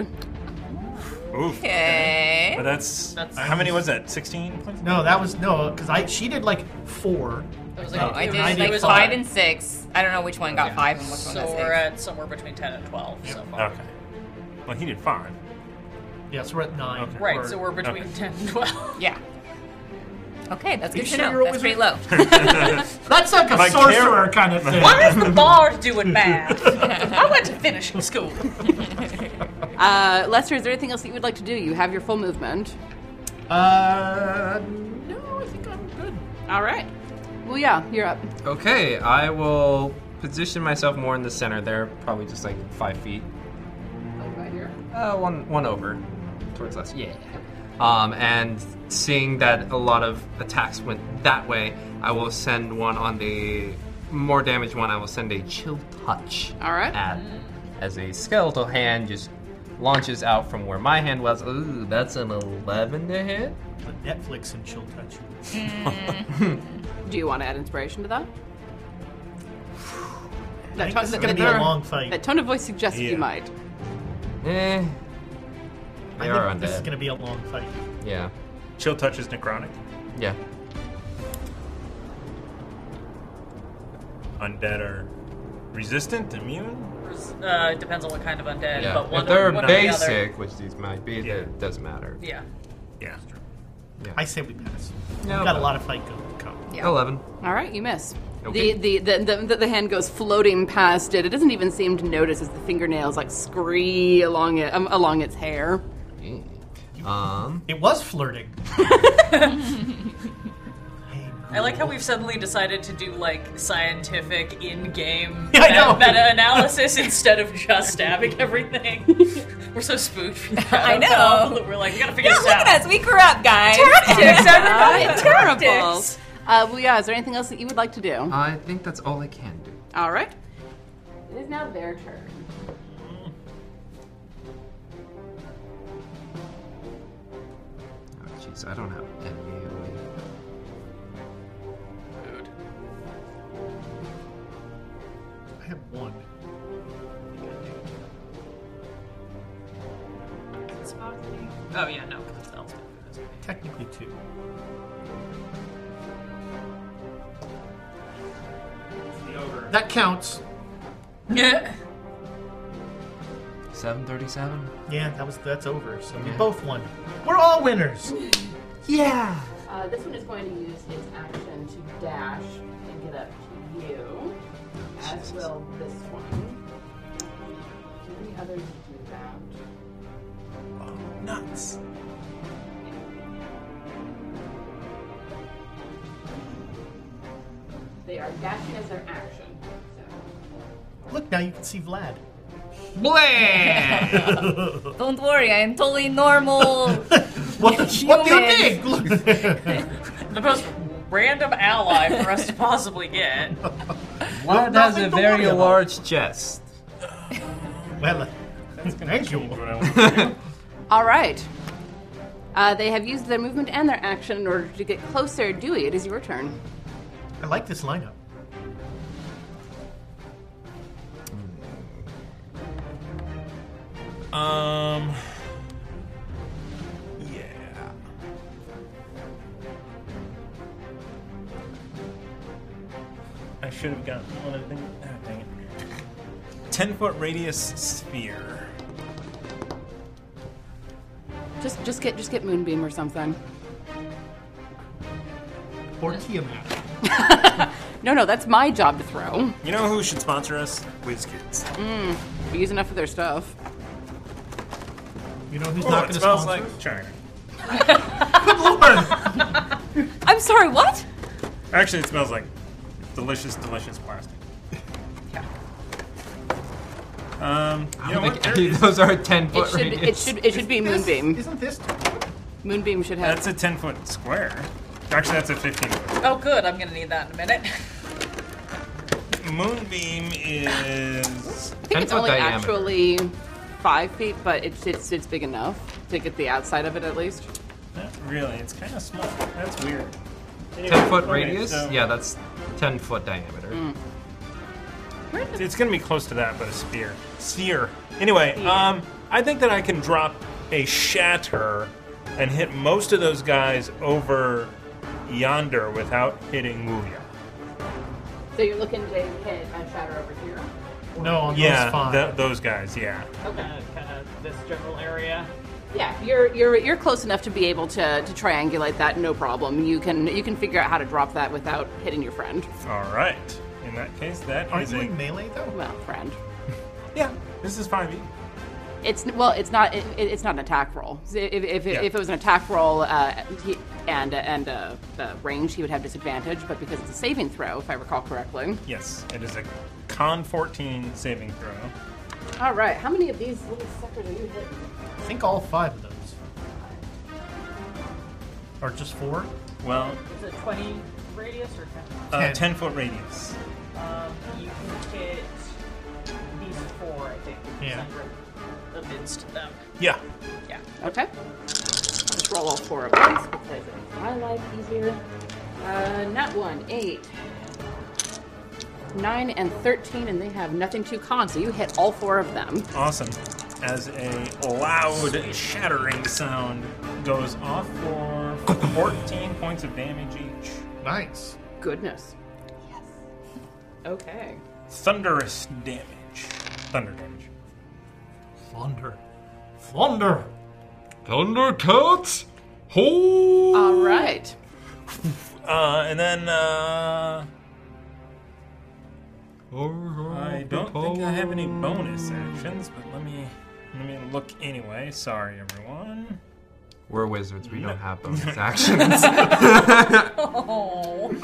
[SPEAKER 12] Oof.
[SPEAKER 5] Okay.
[SPEAKER 12] But that's, how many was that? Sixteen points.
[SPEAKER 6] No, that was no, because I she did like four. Uh,
[SPEAKER 3] It was
[SPEAKER 5] No, Oh, I
[SPEAKER 3] it
[SPEAKER 5] did
[SPEAKER 3] was- it
[SPEAKER 5] like
[SPEAKER 3] was
[SPEAKER 5] five
[SPEAKER 3] like-
[SPEAKER 5] and six. I don't know which one got five and which one got
[SPEAKER 3] So
[SPEAKER 5] six.
[SPEAKER 3] we're at somewhere between 10 and 12 so far.
[SPEAKER 12] Okay. Well, he did five.
[SPEAKER 6] Yeah, so we're at nine.
[SPEAKER 12] Okay.
[SPEAKER 3] Right,
[SPEAKER 6] We're-
[SPEAKER 3] so we're between
[SPEAKER 12] okay.
[SPEAKER 3] 10 and 12.
[SPEAKER 5] Yeah. Okay, that's good
[SPEAKER 6] you
[SPEAKER 5] to
[SPEAKER 6] sure
[SPEAKER 5] know.
[SPEAKER 6] you're
[SPEAKER 5] That's
[SPEAKER 6] always
[SPEAKER 5] pretty
[SPEAKER 6] right?
[SPEAKER 5] low.
[SPEAKER 6] that's like a
[SPEAKER 12] My
[SPEAKER 6] sorcerer
[SPEAKER 12] character-
[SPEAKER 6] kind of thing.
[SPEAKER 3] Why is the bard doing math? I went to finishing school.
[SPEAKER 7] Uh, Lester, is there anything else that you would like to do? You have your full movement.
[SPEAKER 6] Uh, no, I think I'm good.
[SPEAKER 7] All right. Well, yeah, you're up.
[SPEAKER 9] Okay, I will position myself more in the center there, probably just like five feet.
[SPEAKER 7] Right here.
[SPEAKER 9] Uh, one, one over towards us. Yeah. Um, and seeing that a lot of attacks went that way, I will send one on the more damaged one. I will send a chill touch.
[SPEAKER 7] All right.
[SPEAKER 9] At, as a skeletal hand just launches out from where my hand was. Ooh, that's an eleven to hit.
[SPEAKER 6] The Netflix and chill touch.
[SPEAKER 7] Do you want to add inspiration to that?
[SPEAKER 6] I
[SPEAKER 7] That
[SPEAKER 6] think this is going to be
[SPEAKER 7] there-
[SPEAKER 6] a long fight.
[SPEAKER 7] That tone of voice suggests that
[SPEAKER 12] Yeah.
[SPEAKER 7] you might.
[SPEAKER 9] Eh.
[SPEAKER 6] I
[SPEAKER 9] They
[SPEAKER 6] think
[SPEAKER 9] are
[SPEAKER 6] this is
[SPEAKER 9] undead.
[SPEAKER 6] going to be a long fight.
[SPEAKER 9] Yeah.
[SPEAKER 12] Chill touch is necrotic.
[SPEAKER 9] Yeah.
[SPEAKER 12] Undead are resistant, immune.
[SPEAKER 3] Uh, it depends on what kind of undead,
[SPEAKER 9] Yeah.
[SPEAKER 3] but one
[SPEAKER 9] if they're
[SPEAKER 3] one or the other.
[SPEAKER 9] basic, which these might be,
[SPEAKER 12] Yeah.
[SPEAKER 9] then it doesn't matter.
[SPEAKER 3] Yeah.
[SPEAKER 12] Yeah.
[SPEAKER 6] I say we pass.
[SPEAKER 9] No,
[SPEAKER 6] We've got a
[SPEAKER 9] but-
[SPEAKER 6] lot of fight going. Come.
[SPEAKER 9] Eleven.
[SPEAKER 7] All right, you miss.
[SPEAKER 9] Okay.
[SPEAKER 7] The, the, the, the, the the hand goes floating past it. It doesn't even seem to notice as the fingernails like scree along it um, along its hair.
[SPEAKER 9] Um.
[SPEAKER 6] It was flirting.
[SPEAKER 3] I like how we've suddenly decided to do like scientific in-game
[SPEAKER 6] Yeah, I know.
[SPEAKER 3] meta-analysis instead of just stabbing everything. we're so spooked.
[SPEAKER 5] I know.
[SPEAKER 3] We're like, we gotta figure
[SPEAKER 5] Yeah,
[SPEAKER 3] this
[SPEAKER 5] look
[SPEAKER 3] out.
[SPEAKER 5] at us. We grew up, guys.
[SPEAKER 7] It's terrible. Uh, well, yeah. Is there anything else that you would like to do?
[SPEAKER 9] I think that's all I can do.
[SPEAKER 7] All right. It is now their turn.
[SPEAKER 9] Oh, jeez, I don't have any. of
[SPEAKER 6] I have one.
[SPEAKER 3] Oh yeah, no, because it's Elspeth.
[SPEAKER 6] Technically two. That counts.
[SPEAKER 3] Yeah.
[SPEAKER 9] it. Seven thirty-seven.
[SPEAKER 6] Yeah, that was that's over. So we
[SPEAKER 9] Yeah.
[SPEAKER 6] both won. We're all winners.
[SPEAKER 9] Yeah.
[SPEAKER 7] Uh, this one is going to use its action to dash and get up to you, as will this one. Do the others do that?
[SPEAKER 12] Nuts.
[SPEAKER 7] They are dashing as their action. So.
[SPEAKER 6] Look, now you can see Vlad.
[SPEAKER 5] Don't worry, I am totally normal.
[SPEAKER 6] What, what do you
[SPEAKER 5] Human.
[SPEAKER 6] think? Look.
[SPEAKER 3] The most random ally for us to possibly get.
[SPEAKER 9] What
[SPEAKER 6] has a very
[SPEAKER 9] large chest?
[SPEAKER 6] well, thank you.
[SPEAKER 7] All right. Uh, they have used their movement and their action in order to get closer. Dewey, it is your turn.
[SPEAKER 6] I like this lineup.
[SPEAKER 12] Um. Yeah. I should have gotten one of the things. Oh, dang it. 10 foot radius sphere.
[SPEAKER 7] Just, just get, just get Moonbeam or something.
[SPEAKER 6] Or Tiamat.
[SPEAKER 7] No, no, that's my job to throw.
[SPEAKER 12] You know who should sponsor us? WizKids.
[SPEAKER 7] We use enough of their stuff.
[SPEAKER 6] You know who's
[SPEAKER 12] Oh,
[SPEAKER 6] not
[SPEAKER 12] it
[SPEAKER 6] going to
[SPEAKER 12] smells
[SPEAKER 6] sponsor?
[SPEAKER 12] like china.
[SPEAKER 5] I'm sorry, what?
[SPEAKER 12] Actually, it smells like delicious, delicious plastic. Yeah. Um, you know what? There-
[SPEAKER 9] those are ten
[SPEAKER 7] It
[SPEAKER 9] foot
[SPEAKER 7] should, it
[SPEAKER 9] radius.
[SPEAKER 7] should, it should be
[SPEAKER 6] This-
[SPEAKER 7] Moonbeam.
[SPEAKER 6] Isn't this?
[SPEAKER 7] Moonbeam should have.
[SPEAKER 12] That's a 10 foot square. Actually, that's a 15 foot.
[SPEAKER 3] Oh, good. I'm gonna need that in a minute.
[SPEAKER 2] Moonbeam is.
[SPEAKER 7] I think it's only actually five feet, but it's, it's it's big enough to get the outside of it at least.
[SPEAKER 2] Not really. It's kind of small. That's weird. Anyway,
[SPEAKER 9] Ten foot
[SPEAKER 2] okay,
[SPEAKER 9] radius.
[SPEAKER 2] so-
[SPEAKER 9] Yeah, that's ten foot diameter.
[SPEAKER 2] It's gonna be close to that, but a spear. Sphere. Anyway, um, I think that I can drop a shatter and hit most of those guys over yonder without hitting Muvia.
[SPEAKER 7] So you're looking to hit a shatter over here.
[SPEAKER 6] No, on
[SPEAKER 2] yeah,
[SPEAKER 6] those five.
[SPEAKER 2] tho- those guys. Yeah.
[SPEAKER 7] Okay.
[SPEAKER 13] kind of this general area.
[SPEAKER 7] Yeah, you're you're you're close enough to be able to to triangulate that, no problem. You can you can figure out how to drop that without hitting your friend.
[SPEAKER 2] All right. In that case, that is
[SPEAKER 6] Aren't
[SPEAKER 2] a-
[SPEAKER 6] you in melee though?
[SPEAKER 7] Well, friend.
[SPEAKER 2] yeah. This is five e.
[SPEAKER 7] It's well, it's not it, it- it's not an attack roll. If if, if,
[SPEAKER 2] Yeah.
[SPEAKER 7] if it was an attack roll uh, he, and and uh, the range, he would have disadvantage. But because it's a saving throw, if I recall correctly.
[SPEAKER 2] Yes, it is a con fourteen saving throw.
[SPEAKER 7] All right. How many of these little suckers are you hitting?
[SPEAKER 6] I think all five of those. Or just four?
[SPEAKER 2] Well,
[SPEAKER 13] Is it 20 radius or 10?
[SPEAKER 2] uh,
[SPEAKER 6] Ten.
[SPEAKER 2] ten foot radius.
[SPEAKER 13] Um, you can hit these four, I think. if you
[SPEAKER 6] Yeah.
[SPEAKER 13] center Amidst them.
[SPEAKER 2] Yeah.
[SPEAKER 13] Yeah.
[SPEAKER 7] Okay. Just roll all four of these because it makes my life easier. Uh, not one, eight, nine, and thirteen, and they have nothing to con, so you hit all four of them.
[SPEAKER 2] Awesome. As a loud shattering sound goes off for 14 points of damage each.
[SPEAKER 6] Nice.
[SPEAKER 7] Goodness. Yes. Okay.
[SPEAKER 2] Thunderous damage. Thunder damage.
[SPEAKER 6] Thunder. Thunder!
[SPEAKER 9] Thundercats. Ho!
[SPEAKER 7] All right.
[SPEAKER 2] Uh, and then uh, I
[SPEAKER 9] I
[SPEAKER 2] don't think I have any bonus actions, but let me let me look anyway. Sorry, everyone.
[SPEAKER 9] We're wizards. We don't have bonus actions.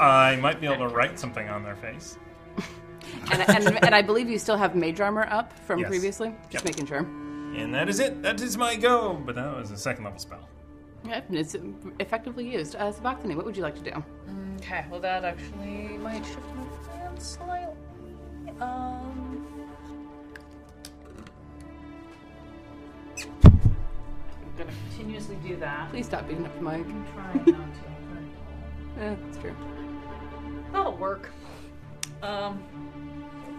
[SPEAKER 2] I might be able to write something on their face.
[SPEAKER 7] And, and, and I believe you still have mage armor up from
[SPEAKER 2] Yes.
[SPEAKER 7] previously.
[SPEAKER 2] Yep.
[SPEAKER 7] Just making sure.
[SPEAKER 2] And that is it. That is my go. But that was a second level spell.
[SPEAKER 7] Yep, and it's effectively used. Uh, Suboxone, what would you like to do?
[SPEAKER 3] Okay, well that actually might shift my plan slightly. Um,
[SPEAKER 13] I'm going to continuously do that.
[SPEAKER 7] Please stop beating up the mic.
[SPEAKER 13] I'm trying not to.
[SPEAKER 7] Eh, that's true.
[SPEAKER 3] that'll work. Um,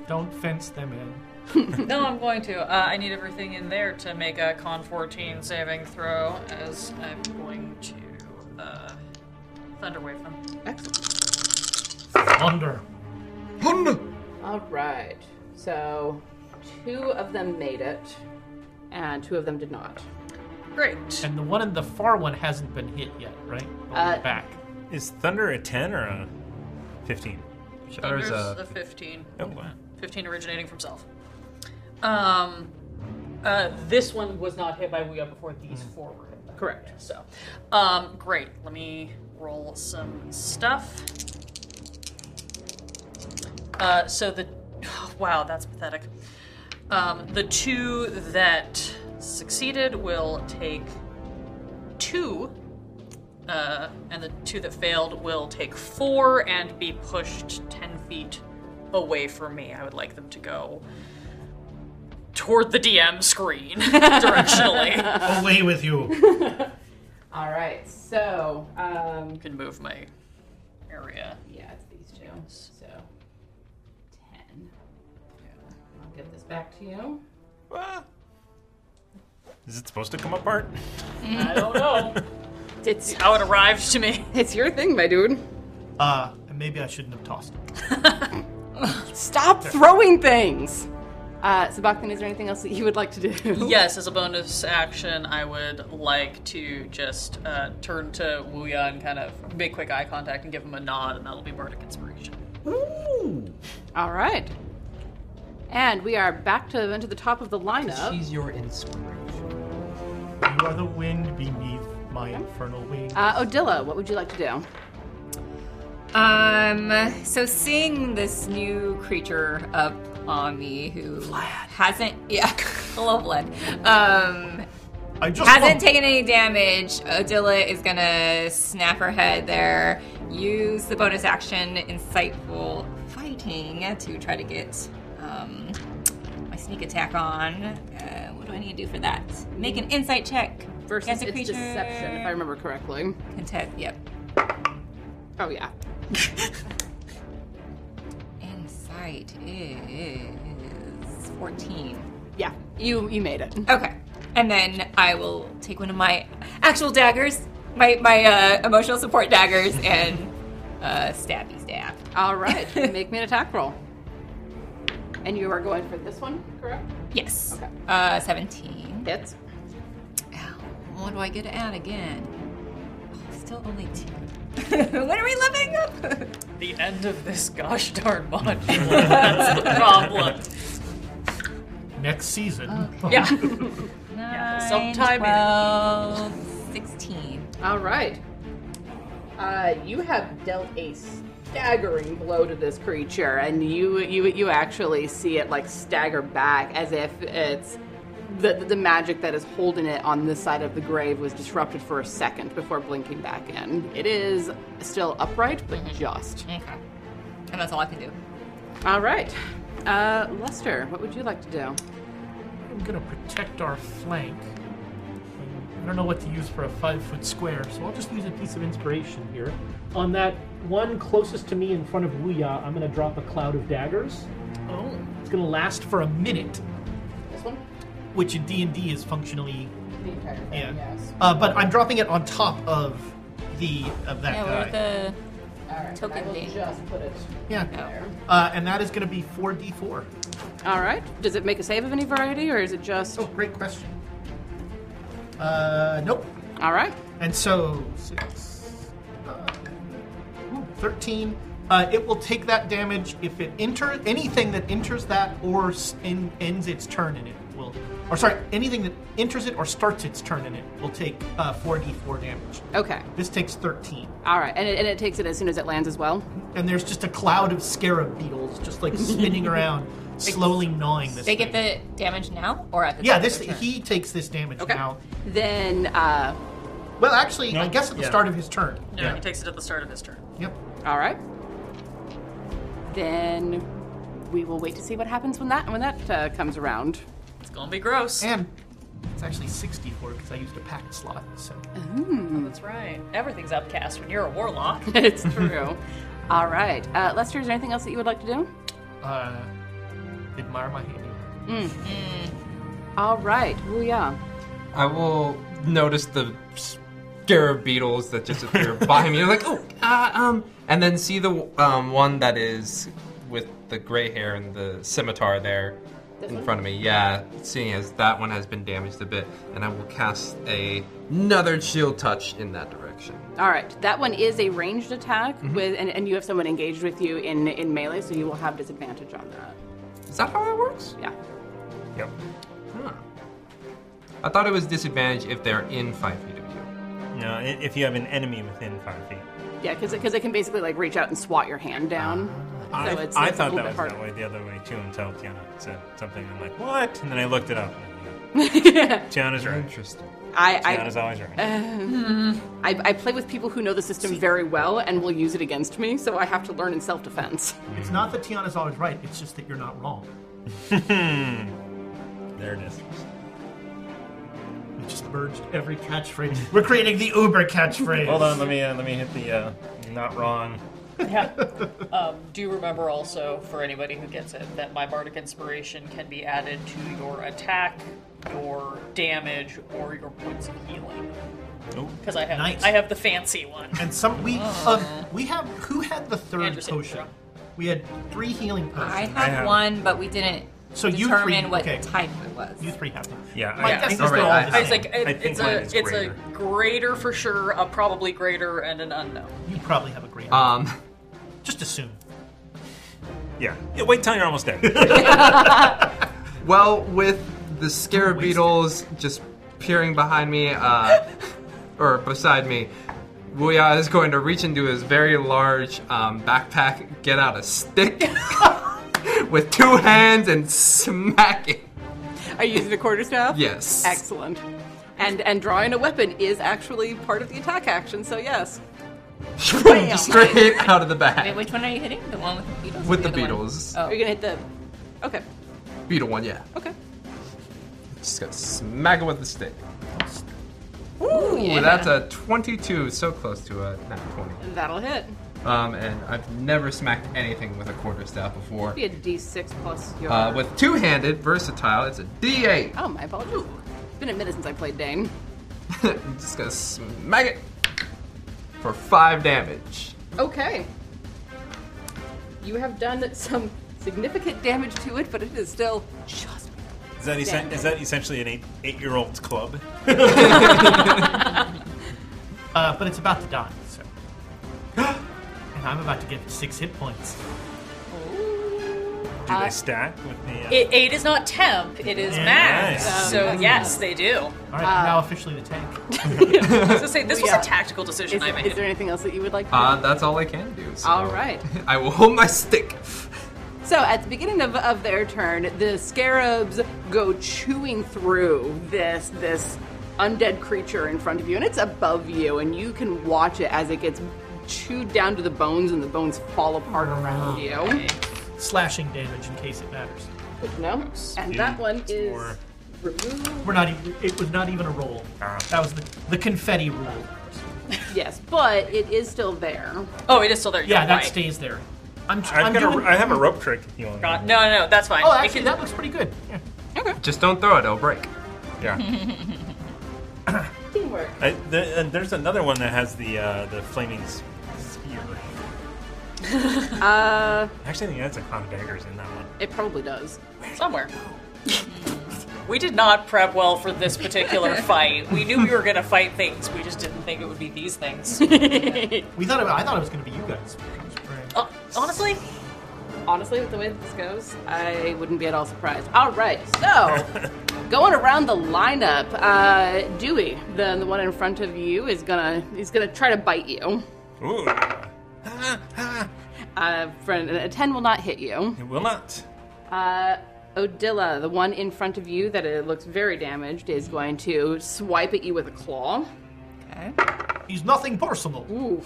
[SPEAKER 6] Don't fence them in.
[SPEAKER 3] no, I'm going to. Uh, I need everything in there to make a con 14 saving throw, as I'm going to uh, thunderwave them.
[SPEAKER 6] Thunder.
[SPEAKER 7] All right. So, two of them made it, and two of them did not.
[SPEAKER 3] Great.
[SPEAKER 6] And the one in the far one hasn't been hit yet, right? The one in the
[SPEAKER 7] Uh,
[SPEAKER 6] back.
[SPEAKER 2] Is thunder a 10 or a 15?
[SPEAKER 3] Thunder's
[SPEAKER 9] Shutter's a
[SPEAKER 3] a 15.
[SPEAKER 2] Oh, wow.
[SPEAKER 3] 15 originating from self. Um,
[SPEAKER 13] Uh, this one was not hit by Ouya before these four were hit. by
[SPEAKER 7] Correct.
[SPEAKER 13] Ouya, so,
[SPEAKER 3] um, great. Let me roll some stuff. Uh, so the wow, that's pathetic. Um, the two that succeeded will take two, uh, and the two that failed will take four and be pushed ten feet away from me. I would like them to go toward the DM screen directionally.
[SPEAKER 6] Away with you.
[SPEAKER 7] All right. So, um,
[SPEAKER 3] can move my area.
[SPEAKER 7] yeah, it's these two. So, ten. I'll give this back to you.
[SPEAKER 2] Ah. Is it supposed to come apart?
[SPEAKER 13] I don't know.
[SPEAKER 7] It's
[SPEAKER 3] How it arrived to me.
[SPEAKER 7] it's your thing, my dude.
[SPEAKER 6] Uh, and maybe I shouldn't have tossed it.
[SPEAKER 7] Stop throwing things. Uh, Sabachthani, is there anything else that you would like to do?
[SPEAKER 3] Yes, as a bonus action, I would like to just uh, turn to Wuya and kind of make quick eye contact and give him a nod, and that'll be Bardic Inspiration.
[SPEAKER 7] All right. And we are back to into the top of the lineup.
[SPEAKER 9] She's your inspiration.
[SPEAKER 6] You are the wind beneath my infernal wings.
[SPEAKER 7] Uh, Odila, what would you like to do?
[SPEAKER 5] Um, so seeing this new creature up on me who hasn't, yeah, hello Vlad, um,
[SPEAKER 6] I just
[SPEAKER 5] hasn't
[SPEAKER 6] love-
[SPEAKER 5] taken any damage, Odila is gonna snap her head there, use the bonus action, insightful fight shooting to try to get um, my sneak attack on. Uh, what do I need to do for that? Make an insight check.
[SPEAKER 7] Versus
[SPEAKER 5] Against a
[SPEAKER 7] its
[SPEAKER 5] creature.
[SPEAKER 7] deception, if I remember correctly.
[SPEAKER 5] Contest, yep.
[SPEAKER 7] Oh yeah.
[SPEAKER 5] Insight is 14.
[SPEAKER 7] Yeah, you you made it.
[SPEAKER 5] Okay. And then I will take one of my actual daggers, my, my uh, emotional support daggers, and uh, stabby stab.
[SPEAKER 7] All right, make me an attack roll. And you are going for this one, correct?
[SPEAKER 5] Yes. Uh, 17.
[SPEAKER 7] Hits.
[SPEAKER 5] What do I get to add again? Oh, Still only two. when are we leveling up?
[SPEAKER 3] The end of this gosh darn module. That's the problem.
[SPEAKER 6] Next season.
[SPEAKER 7] Uh,
[SPEAKER 3] Yeah.
[SPEAKER 5] Nine,
[SPEAKER 3] sometime in-
[SPEAKER 5] 12, 16.
[SPEAKER 7] All right. Uh, you have dealt a staggering blow to this creature, and you you you actually see it like stagger back as if it's the the magic that is holding it on this side of the grave was disrupted for a second before blinking back in. It is still upright, but just.
[SPEAKER 5] Okay. And that's all I can do.
[SPEAKER 7] All right. Uh, Lester, what would you like to do?
[SPEAKER 6] I'm gonna protect our flank. I don't know what to use for a five foot square, so I'll just use a piece of inspiration here. On that one closest to me in front of Wuya, I'm gonna drop a cloud of daggers.
[SPEAKER 10] Oh.
[SPEAKER 6] It's gonna last for a minute,
[SPEAKER 7] This one?
[SPEAKER 6] which in D and D is functionally.
[SPEAKER 7] The entire thing,
[SPEAKER 6] Yeah. Uh, but I'm dropping it on top of the of that
[SPEAKER 5] yeah,
[SPEAKER 6] guy.
[SPEAKER 5] we're at
[SPEAKER 7] All right.
[SPEAKER 5] the token thing.
[SPEAKER 7] just put it
[SPEAKER 6] Yeah.
[SPEAKER 7] there.
[SPEAKER 6] Uh, and that is going to be 4d4.
[SPEAKER 7] All right. Does it make a save of any variety, or is it just?
[SPEAKER 6] Oh, great question. Uh, nope.
[SPEAKER 7] All right.
[SPEAKER 6] And so, six, uh, ooh, 13. Uh, it will take that damage if it enters anything that enters that or s- en- ends its turn in it will, or sorry, anything that enters it or starts its turn in it will take uh, 4d4 damage.
[SPEAKER 7] Okay.
[SPEAKER 6] This takes 13.
[SPEAKER 7] All right, and it, and it takes it as soon as it lands as well.
[SPEAKER 6] And there's just a cloud of scarab beetles just like spinning around, slowly gnawing this.
[SPEAKER 5] They get
[SPEAKER 6] thing.
[SPEAKER 5] the damage now or at the
[SPEAKER 6] Yeah,
[SPEAKER 5] top
[SPEAKER 6] this
[SPEAKER 5] of their turn?
[SPEAKER 6] he takes this damage
[SPEAKER 7] Okay.
[SPEAKER 6] now.
[SPEAKER 7] Then, uh,
[SPEAKER 6] Well, actually, I guess at the
[SPEAKER 9] Yeah.
[SPEAKER 6] start of his turn.
[SPEAKER 3] No, he takes it at the start of his turn.
[SPEAKER 6] Yep.
[SPEAKER 7] all right. Then we will wait to see what happens when that when that uh, comes around.
[SPEAKER 3] It's gonna be gross.
[SPEAKER 6] And it's actually 64 because I used a packed slot. So
[SPEAKER 3] That's right. Everything's upcast when you're a warlock.
[SPEAKER 7] it's true. all right, uh, Lester, is there anything else that you would like to do?
[SPEAKER 6] uh, admire my handiwork.
[SPEAKER 7] All right, well, yeah.
[SPEAKER 9] I will notice the scarab beetles that just appear by me. I'm like, oh, uh, um, and then see the um, one that is with the gray hair and the scimitar there in front of me. Yeah, seeing as that one has been damaged a bit, and I will cast a, another shield touch in that direction.
[SPEAKER 7] All right, that one is a ranged attack with, and, and you have someone engaged with you in in melee, so you will have disadvantage on that.
[SPEAKER 9] Is that how that works?
[SPEAKER 7] Yeah.
[SPEAKER 12] Yep.
[SPEAKER 9] Huh. I thought it was disadvantage if they're in five feet of you.
[SPEAKER 12] No, i- if you have an enemy within five feet.
[SPEAKER 7] Yeah, because it can basically like reach out and swat your hand down.
[SPEAKER 12] I,
[SPEAKER 7] so it's,
[SPEAKER 12] I
[SPEAKER 7] it's a
[SPEAKER 12] thought that
[SPEAKER 7] little bit
[SPEAKER 12] was
[SPEAKER 7] harder.
[SPEAKER 12] that way the other way too until Tiana said something. I'm like, what? And then I looked it up. Tiana's right.
[SPEAKER 9] Interesting.
[SPEAKER 7] I,
[SPEAKER 12] Tiana's always right.
[SPEAKER 7] I, I, I play with people who know the system very well and will use it against me, so I have to learn in self defense.
[SPEAKER 6] It's not that Tiana's always right, it's just that you're not wrong.
[SPEAKER 12] There it is.
[SPEAKER 6] We just merged every catchphrase. We're creating the Uber catchphrase.
[SPEAKER 12] Hold on, let me uh, let me hit the uh, not wrong.
[SPEAKER 3] Um, Do remember also, for anybody who gets it, that my bardic inspiration can be added to your attack, your damage, or your points of healing.
[SPEAKER 12] Ooh.
[SPEAKER 3] Because I have
[SPEAKER 6] Nice.
[SPEAKER 3] I have the fancy one.
[SPEAKER 6] And some we uh, we have who had the third
[SPEAKER 3] Oh. Andrew, save
[SPEAKER 6] potion?
[SPEAKER 3] throw.
[SPEAKER 6] We had three healing potions.
[SPEAKER 5] I
[SPEAKER 12] I have-
[SPEAKER 5] have one, but we didn't
[SPEAKER 6] So you
[SPEAKER 5] determine
[SPEAKER 6] three-
[SPEAKER 5] what
[SPEAKER 6] okay.
[SPEAKER 5] type it was.
[SPEAKER 6] You three have them.
[SPEAKER 12] Yeah,
[SPEAKER 6] My
[SPEAKER 12] I
[SPEAKER 6] guess
[SPEAKER 12] think
[SPEAKER 6] is they're
[SPEAKER 9] Alright,
[SPEAKER 6] all
[SPEAKER 9] I-
[SPEAKER 6] the
[SPEAKER 9] I
[SPEAKER 6] same.
[SPEAKER 3] It's like
[SPEAKER 12] I
[SPEAKER 3] it,
[SPEAKER 12] think
[SPEAKER 3] it's
[SPEAKER 12] mine
[SPEAKER 3] a
[SPEAKER 12] is
[SPEAKER 3] it's
[SPEAKER 12] greater.
[SPEAKER 3] a greater for sure, a probably greater, and an unknown.
[SPEAKER 6] you probably have a great.
[SPEAKER 12] Uh.
[SPEAKER 9] Um,
[SPEAKER 6] just assume.
[SPEAKER 12] yeah. yeah. Wait till you're almost there.
[SPEAKER 9] Well, with the scarab beetles just peering behind me, uh, or beside me, Wuya is going to reach into his very large um, backpack, get out a stick with two hands, and smack it.
[SPEAKER 7] Are you using a quarterstaff?
[SPEAKER 9] Yes.
[SPEAKER 7] Excellent. And and drawing a weapon is actually part of the attack action, so yes.
[SPEAKER 5] Bam.
[SPEAKER 9] Straight out of the
[SPEAKER 5] Wait,
[SPEAKER 9] back.
[SPEAKER 5] which one are you hitting? The one with the Beatles?
[SPEAKER 9] With
[SPEAKER 5] or
[SPEAKER 9] the
[SPEAKER 5] other one?
[SPEAKER 9] Beatles.
[SPEAKER 5] Oh.
[SPEAKER 7] Are you gonna hit the? Okay.
[SPEAKER 9] Beetle one, yeah.
[SPEAKER 7] Okay.
[SPEAKER 9] Just gonna smack it with the stick.
[SPEAKER 7] Ooh,
[SPEAKER 9] Ooh, that's a 22, so close to a nat 20.
[SPEAKER 7] That'll hit.
[SPEAKER 9] Um, and I've never smacked anything with a quarter staff before.
[SPEAKER 7] Be a D6 plus your.
[SPEAKER 9] Uh, with two-handed, versatile, it's a D8.
[SPEAKER 7] oh, my apologies. It's been a minute since I played Dane.
[SPEAKER 9] I'm just gonna smack it for five damage.
[SPEAKER 7] Okay. You have done some significant damage to it, but it is still just.
[SPEAKER 12] Is that,
[SPEAKER 7] Damn
[SPEAKER 12] esen-
[SPEAKER 7] it.
[SPEAKER 12] is that essentially an eight, eight-year-old's club?
[SPEAKER 6] Uh, but it's about to die, so. and I'm about to get six hit points.
[SPEAKER 12] Do they stack with the? Uh,
[SPEAKER 3] It, eight is not temp, it is
[SPEAKER 6] Yeah,
[SPEAKER 3] max.
[SPEAKER 12] nice.
[SPEAKER 3] So, yes, they do. Oh,
[SPEAKER 6] All right, I'm now officially the tank.
[SPEAKER 3] I was going to say, this was
[SPEAKER 7] Yeah.
[SPEAKER 3] a tactical decision
[SPEAKER 7] Is,
[SPEAKER 3] I made.
[SPEAKER 7] is there anything else that you would like? to do?
[SPEAKER 9] Uh, that's all I can do. So
[SPEAKER 7] All right.
[SPEAKER 9] I will hold my stick.
[SPEAKER 7] So at the beginning of, of their turn, the scarabs go chewing through this this undead creature in front of you, and it's above you, and you can watch it as it gets chewed down to the bones, and the bones fall apart around you.
[SPEAKER 6] Slashing damage in case it matters.
[SPEAKER 7] No, and that one is
[SPEAKER 12] or-
[SPEAKER 7] removed.
[SPEAKER 6] We're not even, it was not even a roll.
[SPEAKER 12] Uh-huh.
[SPEAKER 6] That was the, the confetti rule.
[SPEAKER 7] Yes, but it is still there.
[SPEAKER 3] oh, it is still there.
[SPEAKER 6] Yeah,
[SPEAKER 3] You're
[SPEAKER 6] that
[SPEAKER 3] right.
[SPEAKER 6] stays there. I'm,
[SPEAKER 12] I've
[SPEAKER 6] I'm
[SPEAKER 12] got a-
[SPEAKER 6] doing-
[SPEAKER 12] I have a rope trick if you want.
[SPEAKER 3] God, no, no, no, that's fine.
[SPEAKER 6] Oh,
[SPEAKER 3] It
[SPEAKER 6] actually,
[SPEAKER 3] can-
[SPEAKER 6] that looks pretty good. Yeah.
[SPEAKER 9] Just don't throw it; it'll break.
[SPEAKER 12] Yeah.
[SPEAKER 7] Teamwork.
[SPEAKER 12] I, the, and there's another one that has the uh, the flaming s- spear.
[SPEAKER 7] Uh,
[SPEAKER 12] Actually, I think that's a con daggers in that one.
[SPEAKER 7] it probably does.
[SPEAKER 3] somewhere. we did not prep well for this particular fight. We knew we were going to fight things. We just didn't think it would be these things.
[SPEAKER 6] We thought it, I thought it was going to be you guys.
[SPEAKER 3] Uh, honestly,
[SPEAKER 7] Honestly, with the way that this goes, I wouldn't be at all surprised. All right, so going around the lineup, uh, Dewey, the the one in front of you, is gonna he's gonna try to bite you.
[SPEAKER 12] Ooh,
[SPEAKER 7] Uh, friend, a ten will not hit you.
[SPEAKER 12] it will not.
[SPEAKER 7] Uh, Odila, the one in front of you that it looks very damaged, is going to swipe at you with a claw.
[SPEAKER 5] Okay.
[SPEAKER 6] He's nothing personal.
[SPEAKER 7] Ooh,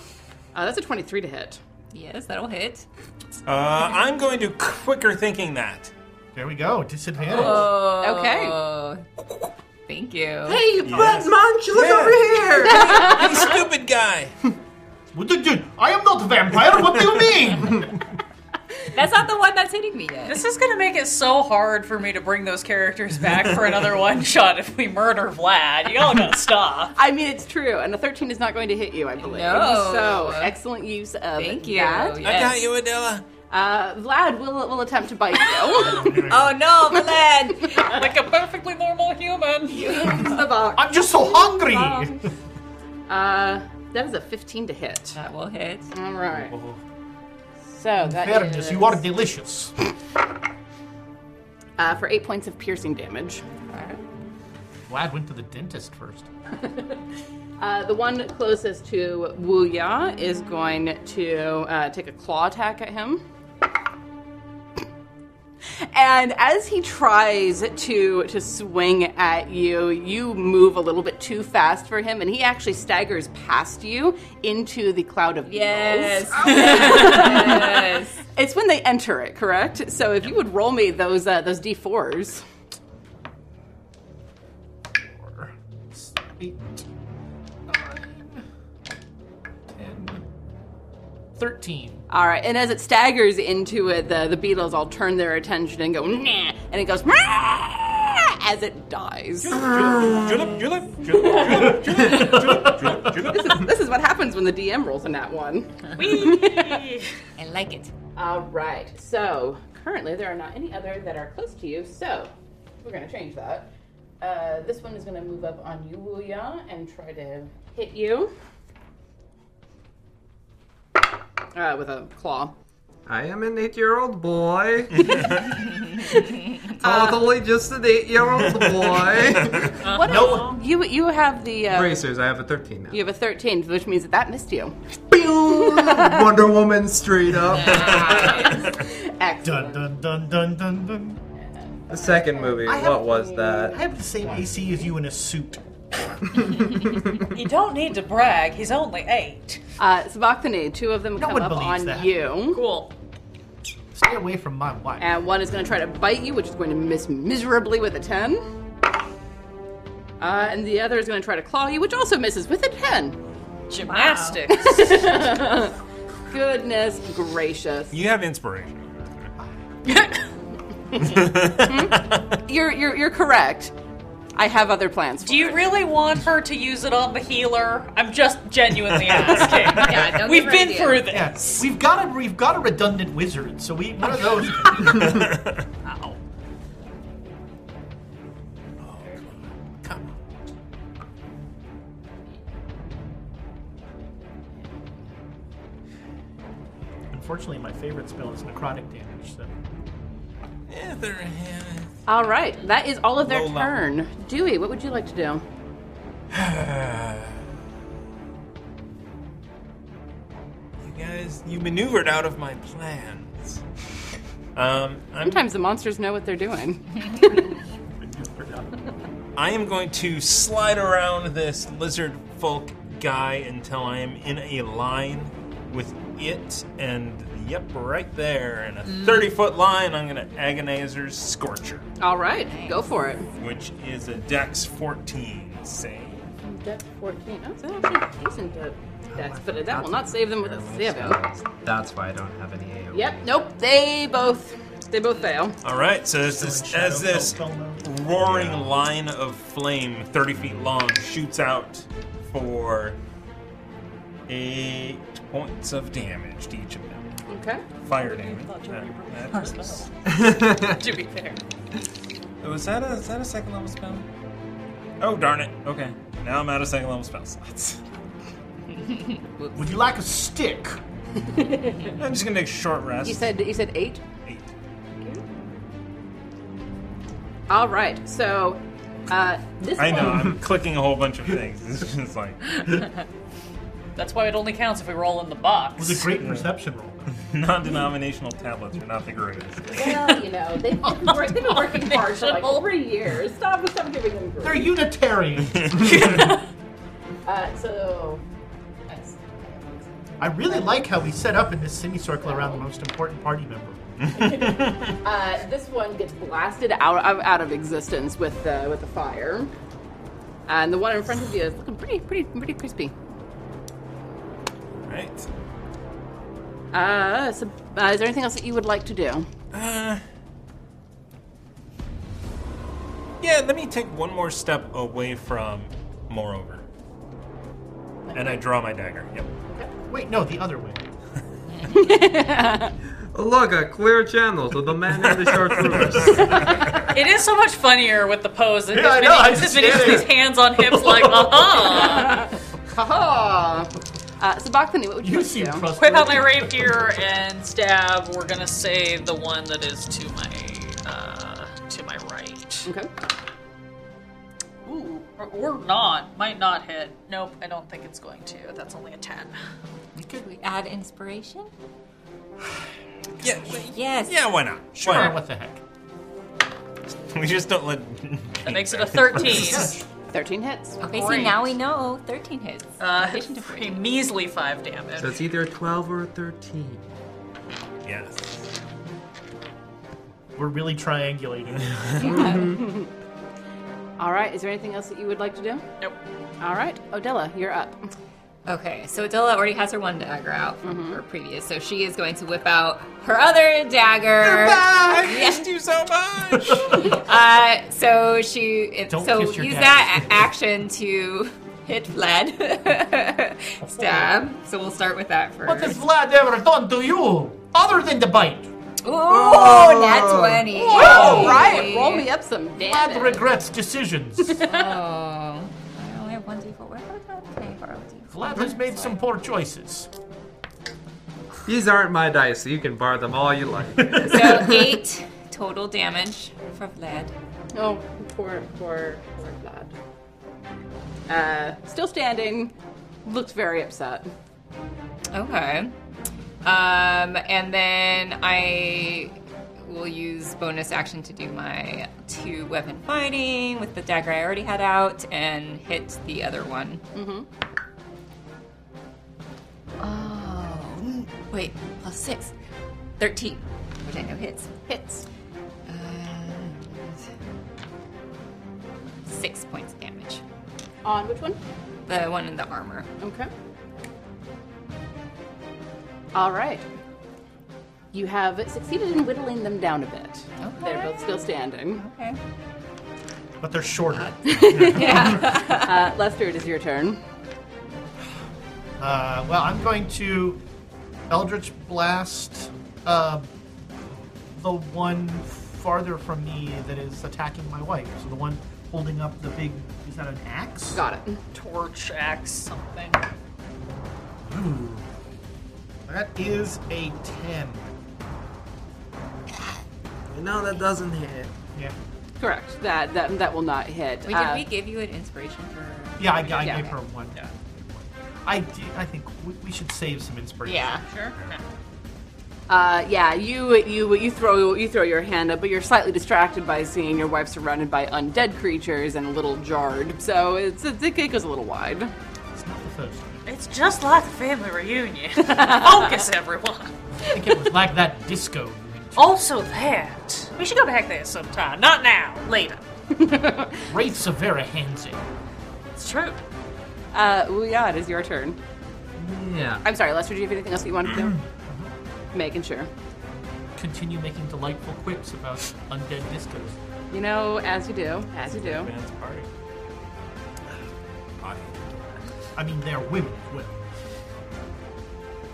[SPEAKER 7] uh, that's a twenty-three to hit.
[SPEAKER 5] Yes, that'll hit.
[SPEAKER 12] Uh, I'm going to quicker thinking that.
[SPEAKER 6] There we go. Disadvantage.
[SPEAKER 7] Okay.
[SPEAKER 5] Oh, thank you.
[SPEAKER 9] Hey, butt munch, look over here!
[SPEAKER 12] Hey, stupid guy.
[SPEAKER 6] What the- dude, I am not a vampire. What do you mean?
[SPEAKER 5] That's not the one that's hitting me yet.
[SPEAKER 3] this is going to make it so hard for me to bring those characters back for another one shot if we murder Vlad. Y'all got to stop.
[SPEAKER 7] I mean, it's true, and the 13 is not going to hit you, I believe.
[SPEAKER 5] No.
[SPEAKER 7] So, excellent use of
[SPEAKER 5] Thank you.
[SPEAKER 7] that.
[SPEAKER 5] Yes.
[SPEAKER 12] Adela.
[SPEAKER 7] Uh, Vlad will, will attempt to bite you.
[SPEAKER 5] Oh no, Vlad!
[SPEAKER 3] Like a perfectly normal human.
[SPEAKER 7] The box.
[SPEAKER 6] I'm just so hungry.
[SPEAKER 7] Uh, that is a 15 to hit.
[SPEAKER 5] that will hit.
[SPEAKER 7] All right. So, that
[SPEAKER 6] Fairness,
[SPEAKER 7] is
[SPEAKER 6] you are delicious.
[SPEAKER 7] uh, for 8 points of piercing damage.
[SPEAKER 6] Glad went to the dentist first.
[SPEAKER 7] Uh, the one closest to Wu Ya is going to uh, take a claw attack at him. And as he tries to to swing at you, you move a little bit too fast for him, and he actually staggers past you into the cloud of beetles.
[SPEAKER 5] Yes. yes.
[SPEAKER 7] It's when they enter it, correct? So if you would roll me those uh, those d fours,
[SPEAKER 6] Eight, nine, ten, thirteen.
[SPEAKER 7] all right. And as it staggers into it, the the beetles all turn their attention and go nah, and it goes "Meow," as it dies.
[SPEAKER 12] Julep, julep, julep, julep, julep, julep, julep, julep.
[SPEAKER 7] this is what happens when the DM rolls in that one.
[SPEAKER 5] I like it.
[SPEAKER 7] All right. So currently there are not any other that are close to you. So we're gonna change that. Uh, this one is gonna move up on you, Wuya, and try to hit you uh, with a claw.
[SPEAKER 9] I am an eight-year-old boy. totally just an eight-year-old boy.
[SPEAKER 7] What? No. You you have the uh,
[SPEAKER 9] Bracers, I have a 13 now.
[SPEAKER 7] you have a thirteen, which means that that missed you.
[SPEAKER 9] Wonder Woman straight up.
[SPEAKER 6] Dun
[SPEAKER 7] Excellent.
[SPEAKER 6] dun dun dun dun dun.
[SPEAKER 9] the second movie,
[SPEAKER 6] I have-
[SPEAKER 9] what was
[SPEAKER 6] I
[SPEAKER 9] that?
[SPEAKER 6] have the same AC as you in a suit.
[SPEAKER 3] you don't need to brag. He's only eight.
[SPEAKER 7] Uh, Sabachthani, two of them come
[SPEAKER 6] one
[SPEAKER 7] up
[SPEAKER 6] believes
[SPEAKER 7] on
[SPEAKER 6] that.
[SPEAKER 7] you.
[SPEAKER 3] Cool.
[SPEAKER 6] Stay away from my wife.
[SPEAKER 7] And one is going to try to bite you, which is going to miss miserably with a 10. Uh, and the other is going to try to claw you, which also misses with a 10.
[SPEAKER 3] Gymnastics.
[SPEAKER 7] Goodness gracious.
[SPEAKER 12] You have inspiration.
[SPEAKER 7] You're, you're, you're correct. I have other plans.
[SPEAKER 3] Do you really want her to use it on the healer? I'm just genuinely asking.
[SPEAKER 5] Yeah, don't
[SPEAKER 3] We've
[SPEAKER 5] give her
[SPEAKER 3] been
[SPEAKER 5] ideas.
[SPEAKER 3] through this.
[SPEAKER 6] Yeah, we've got a we've got a redundant wizard, so we one of those. Oh, Unfortunately, my favorite spell is necrotic damage. So
[SPEAKER 2] Yeah, there- yeah.
[SPEAKER 7] All right, that is all of their
[SPEAKER 2] Low level.
[SPEAKER 7] turn. Dewey, what would you like to do?
[SPEAKER 2] You guys, you maneuvered out of my plans. Um, I'm,
[SPEAKER 7] Sometimes the monsters know what they're doing.
[SPEAKER 2] I am going to slide around this lizard folk guy until I am in a line with it, and yep, right there in a 30 foot line. I'm going to Agonizer's Scorcher,
[SPEAKER 7] All right, go for it.
[SPEAKER 2] which is a Dex 14 save.
[SPEAKER 7] Dex 14. Oh, that's actually decent to dex, but that will not save them with a seven.
[SPEAKER 9] That's why I don't have any AoE.
[SPEAKER 7] Yep, nope, they both they both fail.
[SPEAKER 2] All right, so as this,
[SPEAKER 6] Shadow
[SPEAKER 2] as this
[SPEAKER 6] Spell mode.
[SPEAKER 2] roaring line of flame, 30 feet long, shoots out for eight points of damage to each of them.
[SPEAKER 7] Okay.
[SPEAKER 2] Fire damage. That- that hurts.
[SPEAKER 3] to be fair.
[SPEAKER 2] Oh, is that a is that a second level spell? Oh darn it! Okay, now I'm out of second level spell slots.
[SPEAKER 6] Would you like a stick?
[SPEAKER 2] I'm just gonna take a short rest.
[SPEAKER 7] You said you said eight?
[SPEAKER 2] eight.
[SPEAKER 7] All right, so uh, this
[SPEAKER 2] I know.
[SPEAKER 7] one-
[SPEAKER 2] I'm clicking a whole bunch of things. It's just like
[SPEAKER 3] That's why it only counts if we roll in the box.
[SPEAKER 6] It was a great perception roll.
[SPEAKER 2] non-denominational tablets are not the greatest.
[SPEAKER 7] Well, you know, they've been, wor- they've been
[SPEAKER 2] Oh
[SPEAKER 7] working hard for like three years. Stop, stop giving them grief.
[SPEAKER 6] They're Unitarian.
[SPEAKER 7] Uh, so,
[SPEAKER 6] I really like how we set up in this semicircle around the most important party member.
[SPEAKER 7] uh, this one gets blasted out of out of existence with the with the fire, and the one in front of you is looking pretty pretty pretty crispy.
[SPEAKER 2] Right.
[SPEAKER 7] Uh, so, uh, is there anything else that you would like to do?
[SPEAKER 2] Uh. Yeah, let me take one more step away from moreover. And I draw my dagger. Yep.
[SPEAKER 6] Wait, no, the other way.
[SPEAKER 9] Oh, Look, a clear channel to the man in the chartreuse.
[SPEAKER 3] It is so much funnier with the pose. that
[SPEAKER 6] I
[SPEAKER 3] his
[SPEAKER 6] know, I
[SPEAKER 3] mini- his
[SPEAKER 6] just
[SPEAKER 3] mini-
[SPEAKER 6] did
[SPEAKER 3] these
[SPEAKER 6] it.
[SPEAKER 3] hands on hips, like, uh-huh.
[SPEAKER 7] Haha. Uh, Sabachthani, what would you,
[SPEAKER 6] You
[SPEAKER 7] like to
[SPEAKER 6] seem
[SPEAKER 7] do?
[SPEAKER 6] trustworthy.
[SPEAKER 3] Whip out my rapier and stab. We're gonna say the one that is to my uh, to my right.
[SPEAKER 7] Okay.
[SPEAKER 3] Ooh, or, or not. Might not hit. Nope, I don't think it's going to. That's only a 10.
[SPEAKER 5] Could we add inspiration?
[SPEAKER 2] Yeah.
[SPEAKER 5] Yes.
[SPEAKER 2] Yeah, why not?
[SPEAKER 6] Sure,
[SPEAKER 2] Why
[SPEAKER 6] what the heck?
[SPEAKER 2] not? We just don't let
[SPEAKER 3] That makes it a 13.
[SPEAKER 7] 13 hits.
[SPEAKER 5] Okay,
[SPEAKER 3] Great.
[SPEAKER 5] see, now we know 13 hits.
[SPEAKER 3] Uh,
[SPEAKER 5] in addition to 14.
[SPEAKER 3] a measly 5 damage.
[SPEAKER 9] so it's either a 12 or a 13.
[SPEAKER 2] Yes.
[SPEAKER 6] We're really triangulating.
[SPEAKER 7] All right, is there anything else that you would like to do?
[SPEAKER 3] Nope.
[SPEAKER 7] All right, Odella, you're up.
[SPEAKER 5] Okay, so Adela already has her one dagger out from her previous, so she is going to whip out her other dagger.
[SPEAKER 2] I missed you so much.
[SPEAKER 5] Uh, so she it-
[SPEAKER 6] Don't
[SPEAKER 5] so
[SPEAKER 6] kiss your
[SPEAKER 5] use
[SPEAKER 6] dad.
[SPEAKER 5] that a- action to hit Vlad stab. So we'll start with that first.
[SPEAKER 6] what has Vlad ever done to you? Other than the bite.
[SPEAKER 5] Ooh, nat twenty.
[SPEAKER 7] Oh. All right, roll me up some damage.
[SPEAKER 6] Vlad regrets decisions.
[SPEAKER 5] Oh, I only have one d four. Where was that? Okay, four
[SPEAKER 6] Vlad has made some poor choices.
[SPEAKER 9] These aren't my dice, so you can bar them all you like.
[SPEAKER 5] So eight total damage for Vlad.
[SPEAKER 7] Oh, poor, poor, poor Vlad. Uh, still standing, looks very upset.
[SPEAKER 5] Okay. Um, and then I will use bonus action to do my two weapon fighting with the dagger I already had out and hit the other one.
[SPEAKER 7] Mm-hmm.
[SPEAKER 5] Oh, wait, plus six. 13, which I know hits. Uh,
[SPEAKER 7] Hits.
[SPEAKER 5] Six points of damage.
[SPEAKER 7] On which one?
[SPEAKER 5] The one in the armor.
[SPEAKER 7] Okay. All right. You have succeeded in whittling them down a bit. They're both still standing.
[SPEAKER 5] Okay.
[SPEAKER 6] But they're shorter.
[SPEAKER 7] yeah. uh, Lester, it is your turn.
[SPEAKER 6] Uh, well, I'm going to Eldritch Blast uh, the one farther from me that is attacking my wife. So the one holding up the big. Is that an axe?
[SPEAKER 7] Got it.
[SPEAKER 3] Torch, axe, something.
[SPEAKER 6] Ooh. That is a 10.
[SPEAKER 4] No, that doesn't hit.
[SPEAKER 6] Yeah.
[SPEAKER 7] Correct. That that that will not hit.
[SPEAKER 5] Wait,
[SPEAKER 7] Uh,
[SPEAKER 5] did we give you an inspiration for.
[SPEAKER 6] Yeah, I, I
[SPEAKER 5] Yeah.
[SPEAKER 6] gave her one. I, d- I think we, we should save some inspiration.
[SPEAKER 7] Yeah.
[SPEAKER 3] Sure.
[SPEAKER 7] Uh, yeah, you you you throw you throw your hand up, but you're slightly distracted by seeing your wife surrounded by undead creatures and a little jarred. So it's, it's it goes a little wide.
[SPEAKER 6] It's not the first.
[SPEAKER 3] It's just like the family reunion. Focus, everyone.
[SPEAKER 6] I think it was like that disco.
[SPEAKER 3] Also, that. We should go back there sometime. Not now, later.
[SPEAKER 7] Oh.
[SPEAKER 6] Wraiths are very handsy.
[SPEAKER 3] It's true.
[SPEAKER 7] Uh, well, yeah, it is your turn.
[SPEAKER 9] Yeah.
[SPEAKER 7] I'm sorry, Lester. Do you have anything else that you want to do? Making sure.
[SPEAKER 6] Continue making delightful quips about undead discos.
[SPEAKER 7] You know, as you do, as you do.
[SPEAKER 2] Dance party.
[SPEAKER 6] I mean, they're women as well.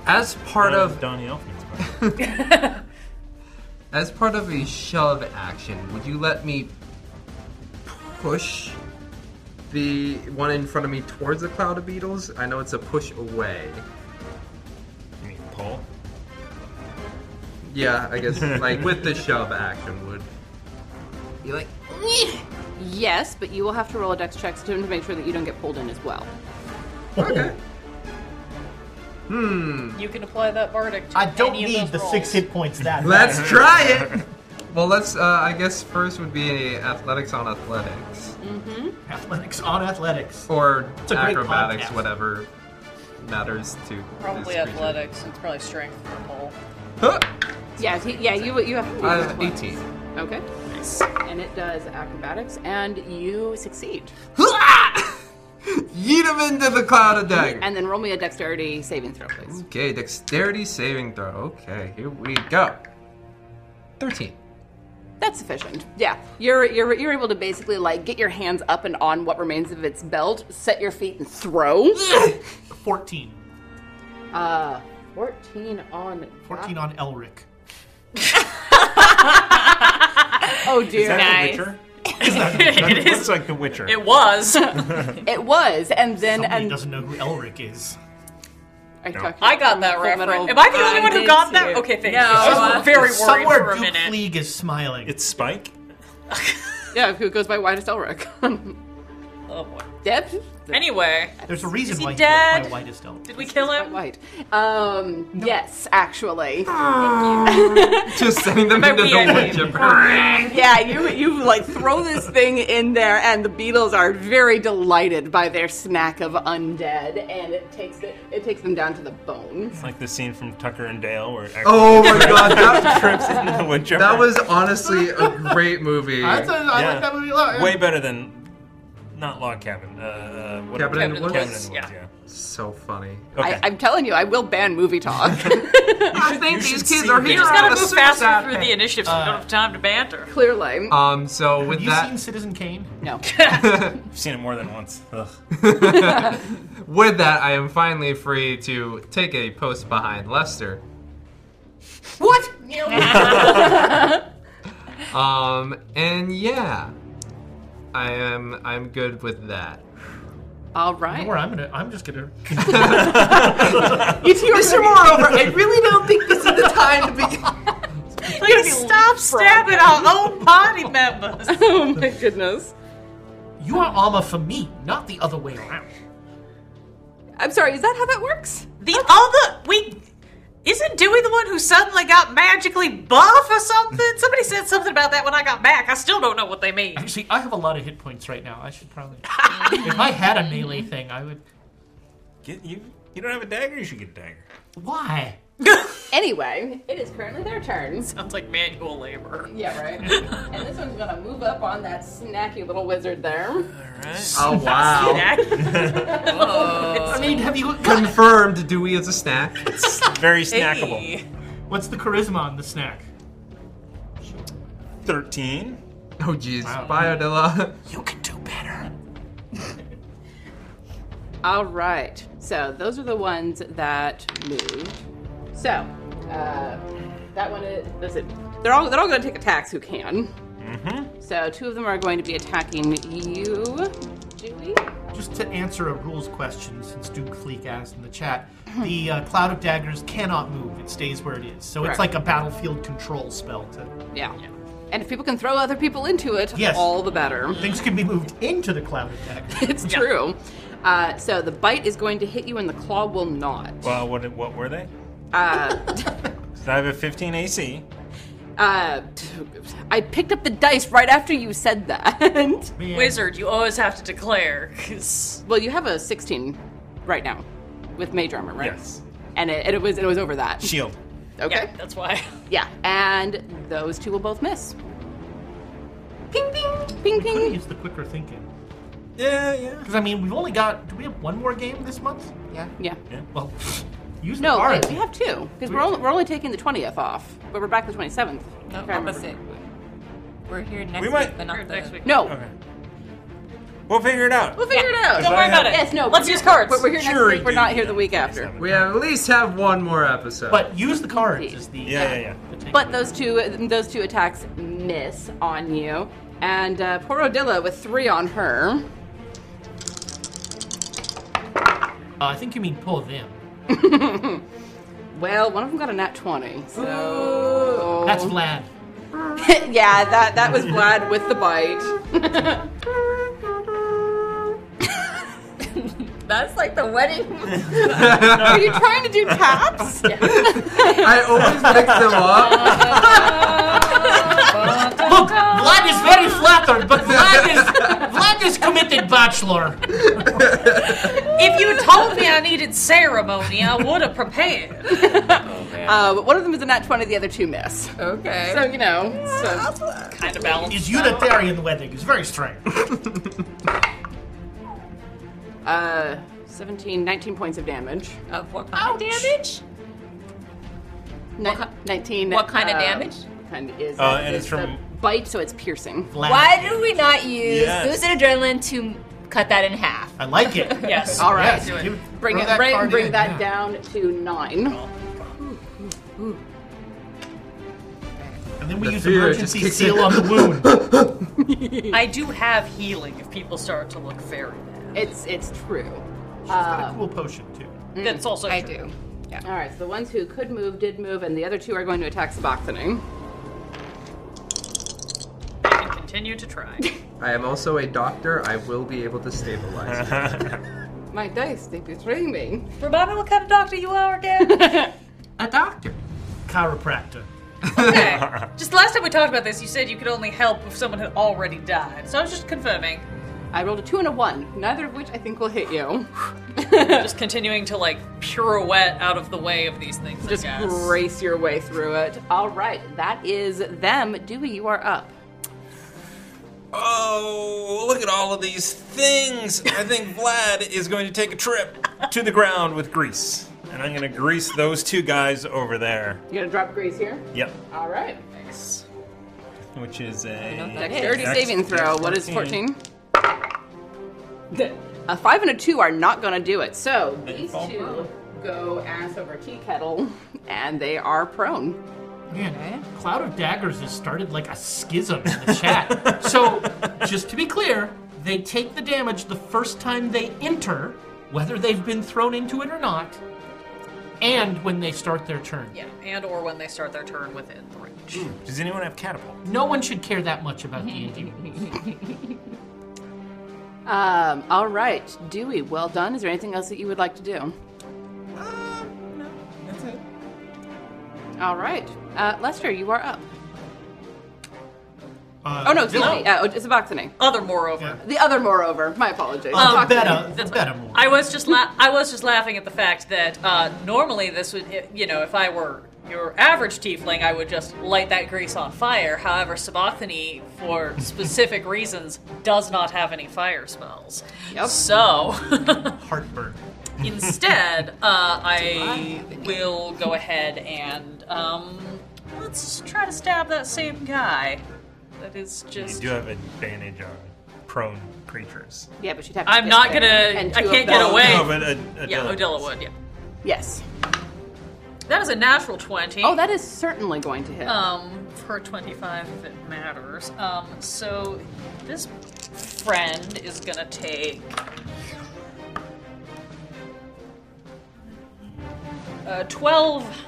[SPEAKER 9] As part
[SPEAKER 2] That
[SPEAKER 9] of
[SPEAKER 2] was Donnie Elfman's part.
[SPEAKER 9] As part of a shove action, would you let me push the one in front of me towards the cloud of beetles? I know it's a push away.
[SPEAKER 2] You mean pull?
[SPEAKER 9] Yeah, I guess like with the shove action would. You like?
[SPEAKER 7] Yes, but you will have to roll a dex check to make sure that you don't get pulled in as well.
[SPEAKER 9] Okay. Hmm.
[SPEAKER 3] You can apply that bardic to
[SPEAKER 6] I don't
[SPEAKER 3] any of
[SPEAKER 6] need
[SPEAKER 3] those
[SPEAKER 6] the
[SPEAKER 3] rolls.
[SPEAKER 6] six hit points that.
[SPEAKER 9] Let's
[SPEAKER 6] bad.
[SPEAKER 9] try it. Well, let's. Uh, I guess first would be athletics on athletics
[SPEAKER 7] Mm-hmm.
[SPEAKER 6] Athletics on athletics.
[SPEAKER 9] or
[SPEAKER 6] It's a great
[SPEAKER 9] acrobatics,
[SPEAKER 6] podcast.
[SPEAKER 9] whatever matters to.
[SPEAKER 3] Probably
[SPEAKER 9] this creature.
[SPEAKER 3] athletics. It's probably strength for a pull.
[SPEAKER 9] Huh!
[SPEAKER 7] Yeah, he- yeah, you you have to. do
[SPEAKER 9] Uh,
[SPEAKER 7] that one.
[SPEAKER 9] Eighteen.
[SPEAKER 7] Okay. And it does acrobatics, and you succeed.
[SPEAKER 9] Yeet him into the cloud of daggers.
[SPEAKER 7] And then roll me a dexterity saving throw, please.
[SPEAKER 9] Okay, dexterity saving throw. Okay, here we go. 13.
[SPEAKER 7] That's sufficient. Yeah, you're you're you're able to basically like get your hands up and on what remains of its belt, set your feet and throw.
[SPEAKER 6] 14.
[SPEAKER 7] Uh, fourteen on.
[SPEAKER 6] 14 on Elric.
[SPEAKER 7] Oh dear.
[SPEAKER 2] Is that The Witcher? That looks like The Witcher.
[SPEAKER 3] It was.
[SPEAKER 7] It was, and then
[SPEAKER 6] Somebody
[SPEAKER 7] and
[SPEAKER 6] doesn't know who Elric is.
[SPEAKER 7] I, talked
[SPEAKER 3] I got that reference. Am I the only one who got that? Okay, thank you. I was very worried
[SPEAKER 6] Somewhere
[SPEAKER 3] for a
[SPEAKER 6] Duke
[SPEAKER 3] minute.
[SPEAKER 6] Fleeg is smiling.
[SPEAKER 2] It's Spike.
[SPEAKER 7] Yeah, who goes by Whitest Elric?
[SPEAKER 3] Oh boy.
[SPEAKER 7] Deb.
[SPEAKER 3] Anyway,
[SPEAKER 6] There's a reason
[SPEAKER 3] he
[SPEAKER 6] why
[SPEAKER 3] dead?
[SPEAKER 6] he goes by Whitest Elric.
[SPEAKER 3] did we kill him?
[SPEAKER 7] White. Um, Yes, actually.
[SPEAKER 9] Just sending them
[SPEAKER 3] Might
[SPEAKER 9] into
[SPEAKER 3] be
[SPEAKER 9] the
[SPEAKER 3] a-
[SPEAKER 9] witcher. burn.
[SPEAKER 7] yeah, you you like throw this thing in there, and the beetles are very delighted by their snack of undead, and it takes it, it takes them down to the bone.
[SPEAKER 2] It's like the scene from Tucker and Dale where it actually
[SPEAKER 9] oh my god, that,
[SPEAKER 2] trips into the Witcher.
[SPEAKER 9] that was honestly a great movie.
[SPEAKER 6] I, thought- I
[SPEAKER 2] Yeah.
[SPEAKER 6] like that movie a lot.
[SPEAKER 2] way better than not Log Cabin. Uh, uh, what
[SPEAKER 9] Cabin in the Woods?
[SPEAKER 2] Cabin in the Woods,
[SPEAKER 3] Yeah.
[SPEAKER 2] yeah.
[SPEAKER 9] so funny.
[SPEAKER 2] Okay.
[SPEAKER 7] I, I'm telling you, I will ban movie talk.
[SPEAKER 9] I think
[SPEAKER 2] you
[SPEAKER 9] these
[SPEAKER 2] should
[SPEAKER 9] kids
[SPEAKER 2] see
[SPEAKER 9] are
[SPEAKER 2] this.
[SPEAKER 9] here.
[SPEAKER 2] Just
[SPEAKER 3] Just
[SPEAKER 9] on
[SPEAKER 3] gotta
[SPEAKER 9] a
[SPEAKER 3] move faster
[SPEAKER 9] suicide
[SPEAKER 3] through the
[SPEAKER 9] pact.
[SPEAKER 3] initiative so we don't have time to banter.
[SPEAKER 7] Clearly,
[SPEAKER 9] Um, so with
[SPEAKER 6] Have you
[SPEAKER 9] that,
[SPEAKER 6] seen Citizen Kane?
[SPEAKER 7] no.
[SPEAKER 2] I've seen it more than once. Ugh.
[SPEAKER 9] with that, I am finally free to take a post behind Lester.
[SPEAKER 7] What?
[SPEAKER 9] Um, and yeah, I am. I'm good with that.
[SPEAKER 7] All
[SPEAKER 6] Or
[SPEAKER 7] right.
[SPEAKER 6] I'm gonna. I'm just gonna.
[SPEAKER 7] You two are
[SPEAKER 9] Mr. Moreover, I really don't think this is the time to be.
[SPEAKER 3] Please stop stabbing our own party members.
[SPEAKER 7] Oh my goodness.
[SPEAKER 6] You are armor for me, not the other way around.
[SPEAKER 7] I'm sorry. Is that how that works?
[SPEAKER 3] The other we
[SPEAKER 13] Isn't Dewey the one who suddenly got magically buff or something? Somebody said something about that when I got back. I still don't know what they mean.
[SPEAKER 14] Actually, I have a lot of hit points right now. I should probably. if I had a melee thing, I would.
[SPEAKER 2] Get you. You don't have a dagger. You should get a dagger.
[SPEAKER 14] Why?
[SPEAKER 7] Anyway, it is currently their turns.
[SPEAKER 3] Sounds like manual labor.
[SPEAKER 7] Yeah, right. and this one's gonna move up on that snacky little wizard there.
[SPEAKER 9] Oh wow!
[SPEAKER 6] I mean, have you
[SPEAKER 9] Confirmed Dewey as a snack. It's
[SPEAKER 2] very
[SPEAKER 6] snackable.
[SPEAKER 14] What's the charisma on the snack?
[SPEAKER 2] Thirteen.
[SPEAKER 9] Oh jeez, bye Odella.
[SPEAKER 14] You can do better.
[SPEAKER 7] All right. So those are the ones that moved. So uh, that one is. That's it. They're all they're all going to take attacks. Who can? Mm-hmm. So two of them are going to be attacking you. Dewey?
[SPEAKER 6] Just to answer a rules question, since Duke Fleek asked in the chat, the uh, cloud of daggers cannot move; it stays where it is. So
[SPEAKER 7] Correct.
[SPEAKER 6] it's like a battlefield control spell. To
[SPEAKER 7] Yeah. And if people can throw other people into it,
[SPEAKER 6] yes,
[SPEAKER 7] all the better.
[SPEAKER 6] Things can be moved into the cloud of daggers.
[SPEAKER 7] it's true. Uh, so the bite is going to hit you, and the claw will not.
[SPEAKER 2] Well, what what were they?
[SPEAKER 7] Uh,
[SPEAKER 2] So I have a 15 AC.
[SPEAKER 7] uh, I picked up the dice right after you said that.
[SPEAKER 3] Wizard, you always have to declare. 'cause-
[SPEAKER 7] Well, you have a 16 right now with mage armor, right?
[SPEAKER 2] Yes.
[SPEAKER 7] And it, and it was it was over that.
[SPEAKER 2] Shield.
[SPEAKER 7] Okay.
[SPEAKER 3] Yeah, that's why.
[SPEAKER 7] Yeah, and those two will both miss. Ping ping ping
[SPEAKER 6] We could use the quicker thinking.
[SPEAKER 2] Yeah, yeah.
[SPEAKER 6] Because I mean, we've only got. Do we have one more game this month?
[SPEAKER 5] Yeah.
[SPEAKER 7] Yeah.
[SPEAKER 6] Well, use
[SPEAKER 7] No,
[SPEAKER 6] the card.
[SPEAKER 7] wait, we have two because we're only, we're only taking the 20th off, but we're back the 27th.
[SPEAKER 2] Oh,
[SPEAKER 5] No,
[SPEAKER 7] if I remember.
[SPEAKER 5] opposite. We're here next
[SPEAKER 2] We
[SPEAKER 5] week,
[SPEAKER 2] might-
[SPEAKER 5] but not the... next week.
[SPEAKER 7] No.
[SPEAKER 2] Okay. We'll figure it out.
[SPEAKER 7] We'll figure it out.
[SPEAKER 2] Don't worry about it.
[SPEAKER 7] Yes, no.
[SPEAKER 3] Let's
[SPEAKER 7] we're-
[SPEAKER 3] use cards.
[SPEAKER 7] We're, we're here
[SPEAKER 2] Sure,
[SPEAKER 7] next week. We're not here
[SPEAKER 2] yeah,
[SPEAKER 7] the week after.
[SPEAKER 9] We at least have one more episode.
[SPEAKER 6] But use the cards is the.
[SPEAKER 2] Yeah, yeah,
[SPEAKER 7] But those two those two attacks miss on you, and uh, poor Odilla with three on her.
[SPEAKER 14] Uh, I think you mean pull them.
[SPEAKER 7] Well, one of them got a nat 20, so.
[SPEAKER 14] That's Vlad.
[SPEAKER 7] yeah, that, that was Vlad with the bite.
[SPEAKER 5] That's like the wedding.
[SPEAKER 7] Are you trying to do taps?
[SPEAKER 9] I always mix them up.
[SPEAKER 14] Look, Vlad is very flattered, but Vlad is Vlad is committed bachelor.
[SPEAKER 3] If you told me I needed ceremony, I would have prepared.
[SPEAKER 7] Uh, but one of them is a nat 20, the other two miss.
[SPEAKER 5] Okay.
[SPEAKER 7] So, you know. So.
[SPEAKER 3] Kind of balance.
[SPEAKER 6] Is unitarian the wedding is very strange.
[SPEAKER 7] Uh, 17, 19 points of damage.
[SPEAKER 5] Of what kind of damage?
[SPEAKER 7] Ni- 19.
[SPEAKER 5] What kind of
[SPEAKER 7] uh,
[SPEAKER 5] damage?
[SPEAKER 7] Kind of is.
[SPEAKER 2] Uh, and
[SPEAKER 7] is
[SPEAKER 2] it's from-
[SPEAKER 7] the bite, so it's piercing.
[SPEAKER 5] Why do we not use
[SPEAKER 2] Yes.
[SPEAKER 5] lucid adrenaline to cut that in half?
[SPEAKER 6] I like it.
[SPEAKER 3] Yes.
[SPEAKER 7] All right.
[SPEAKER 6] Yes, give-
[SPEAKER 7] Bring
[SPEAKER 6] throw
[SPEAKER 7] it,
[SPEAKER 6] that
[SPEAKER 7] bring,
[SPEAKER 6] card
[SPEAKER 7] bring
[SPEAKER 6] in.
[SPEAKER 7] that
[SPEAKER 6] Yeah.
[SPEAKER 7] down to nine.
[SPEAKER 6] And then we
[SPEAKER 9] The
[SPEAKER 6] use
[SPEAKER 9] fear
[SPEAKER 6] emergency
[SPEAKER 9] just kicks
[SPEAKER 6] seal
[SPEAKER 9] in.
[SPEAKER 6] on the wound.
[SPEAKER 3] I do have healing if people start to look very bad.
[SPEAKER 7] It's it's true. Um,
[SPEAKER 6] Got a cool potion too.
[SPEAKER 3] That's also
[SPEAKER 5] Mm. I
[SPEAKER 3] true.
[SPEAKER 5] do.
[SPEAKER 7] All right, so the ones who could move did move, and the other two are going to attack Suboxoning.
[SPEAKER 3] I can continue to try.
[SPEAKER 9] I am also a doctor. I will be able to stabilize. you.
[SPEAKER 7] My dice, they betray me.
[SPEAKER 3] Remind me what kind of doctor you are again.
[SPEAKER 9] a doctor.
[SPEAKER 6] Chiropractor.
[SPEAKER 3] Okay. Just last time we talked about this, you said you could only help if someone had already died. So I was just confirming.
[SPEAKER 7] I rolled a two and a one, neither of which I think will hit you.
[SPEAKER 3] Just continuing to like pirouette out of the way of these things.
[SPEAKER 7] Just
[SPEAKER 3] I guess.
[SPEAKER 7] race your way through it. All right, that is them. Dewey, you are up.
[SPEAKER 2] Oh, look at all of these things. I think Vlad is going to take a trip to the ground with grease. And I'm going to grease those two guys over there.
[SPEAKER 7] You gonna drop Grace here?
[SPEAKER 2] Yep.
[SPEAKER 7] All right.
[SPEAKER 2] Which is a.
[SPEAKER 7] Dexterity
[SPEAKER 2] Dex-
[SPEAKER 7] saving throw.
[SPEAKER 2] Dex
[SPEAKER 7] What is
[SPEAKER 2] 14?
[SPEAKER 7] 14? A five and a two are not gonna do it. So
[SPEAKER 2] They
[SPEAKER 7] these
[SPEAKER 2] fall
[SPEAKER 7] two go ass over tea kettle, and they are prone.
[SPEAKER 14] Man, eh? Cloud of Daggers has started like a schism in the chat. so, just to be clear, they take the damage the first time they enter, whether they've been thrown into it or not, and when they start their turn.
[SPEAKER 3] Yeah, and or when they start their turn within the range.
[SPEAKER 2] Does anyone have catapult?
[SPEAKER 14] No one should care that much about D&D rules.
[SPEAKER 7] Um, all right, Dewey, well done. Is there anything else that you would like to do?
[SPEAKER 2] Uh, no. Um, That's it.
[SPEAKER 7] All right. Uh, Lester, you are up. oh, no, excuse me. Uh, it's Suboxone.
[SPEAKER 3] Other moreover.
[SPEAKER 7] The other moreover. My apologies.
[SPEAKER 3] Um,
[SPEAKER 7] Suboxone.
[SPEAKER 3] That's fine. I was just la- I was just laughing at the fact that uh, normally this would you know if I were your average tiefling I would just light that grease on fire. However, Sabothany, for specific reasons, does not have any fire spells. So
[SPEAKER 6] Heartburn.
[SPEAKER 3] instead, uh, I will go ahead and um, let's try to stab that same guy. That is
[SPEAKER 12] You
[SPEAKER 3] just
[SPEAKER 12] do have advantage on prone creatures.
[SPEAKER 7] Yeah, but you'd have to
[SPEAKER 3] I'm
[SPEAKER 7] get
[SPEAKER 3] not
[SPEAKER 7] there.
[SPEAKER 3] gonna.
[SPEAKER 7] And
[SPEAKER 3] I
[SPEAKER 7] two
[SPEAKER 3] can't
[SPEAKER 7] of
[SPEAKER 3] get
[SPEAKER 7] those.
[SPEAKER 3] away.
[SPEAKER 12] No, but a- a Della
[SPEAKER 3] yeah, Odella would. Yeah,
[SPEAKER 7] Yes.
[SPEAKER 3] that is a natural twenty.
[SPEAKER 7] Oh, that is certainly going to hit.
[SPEAKER 3] Um, for twenty-five, if it matters. Um, so this friend is gonna take. Uh, 12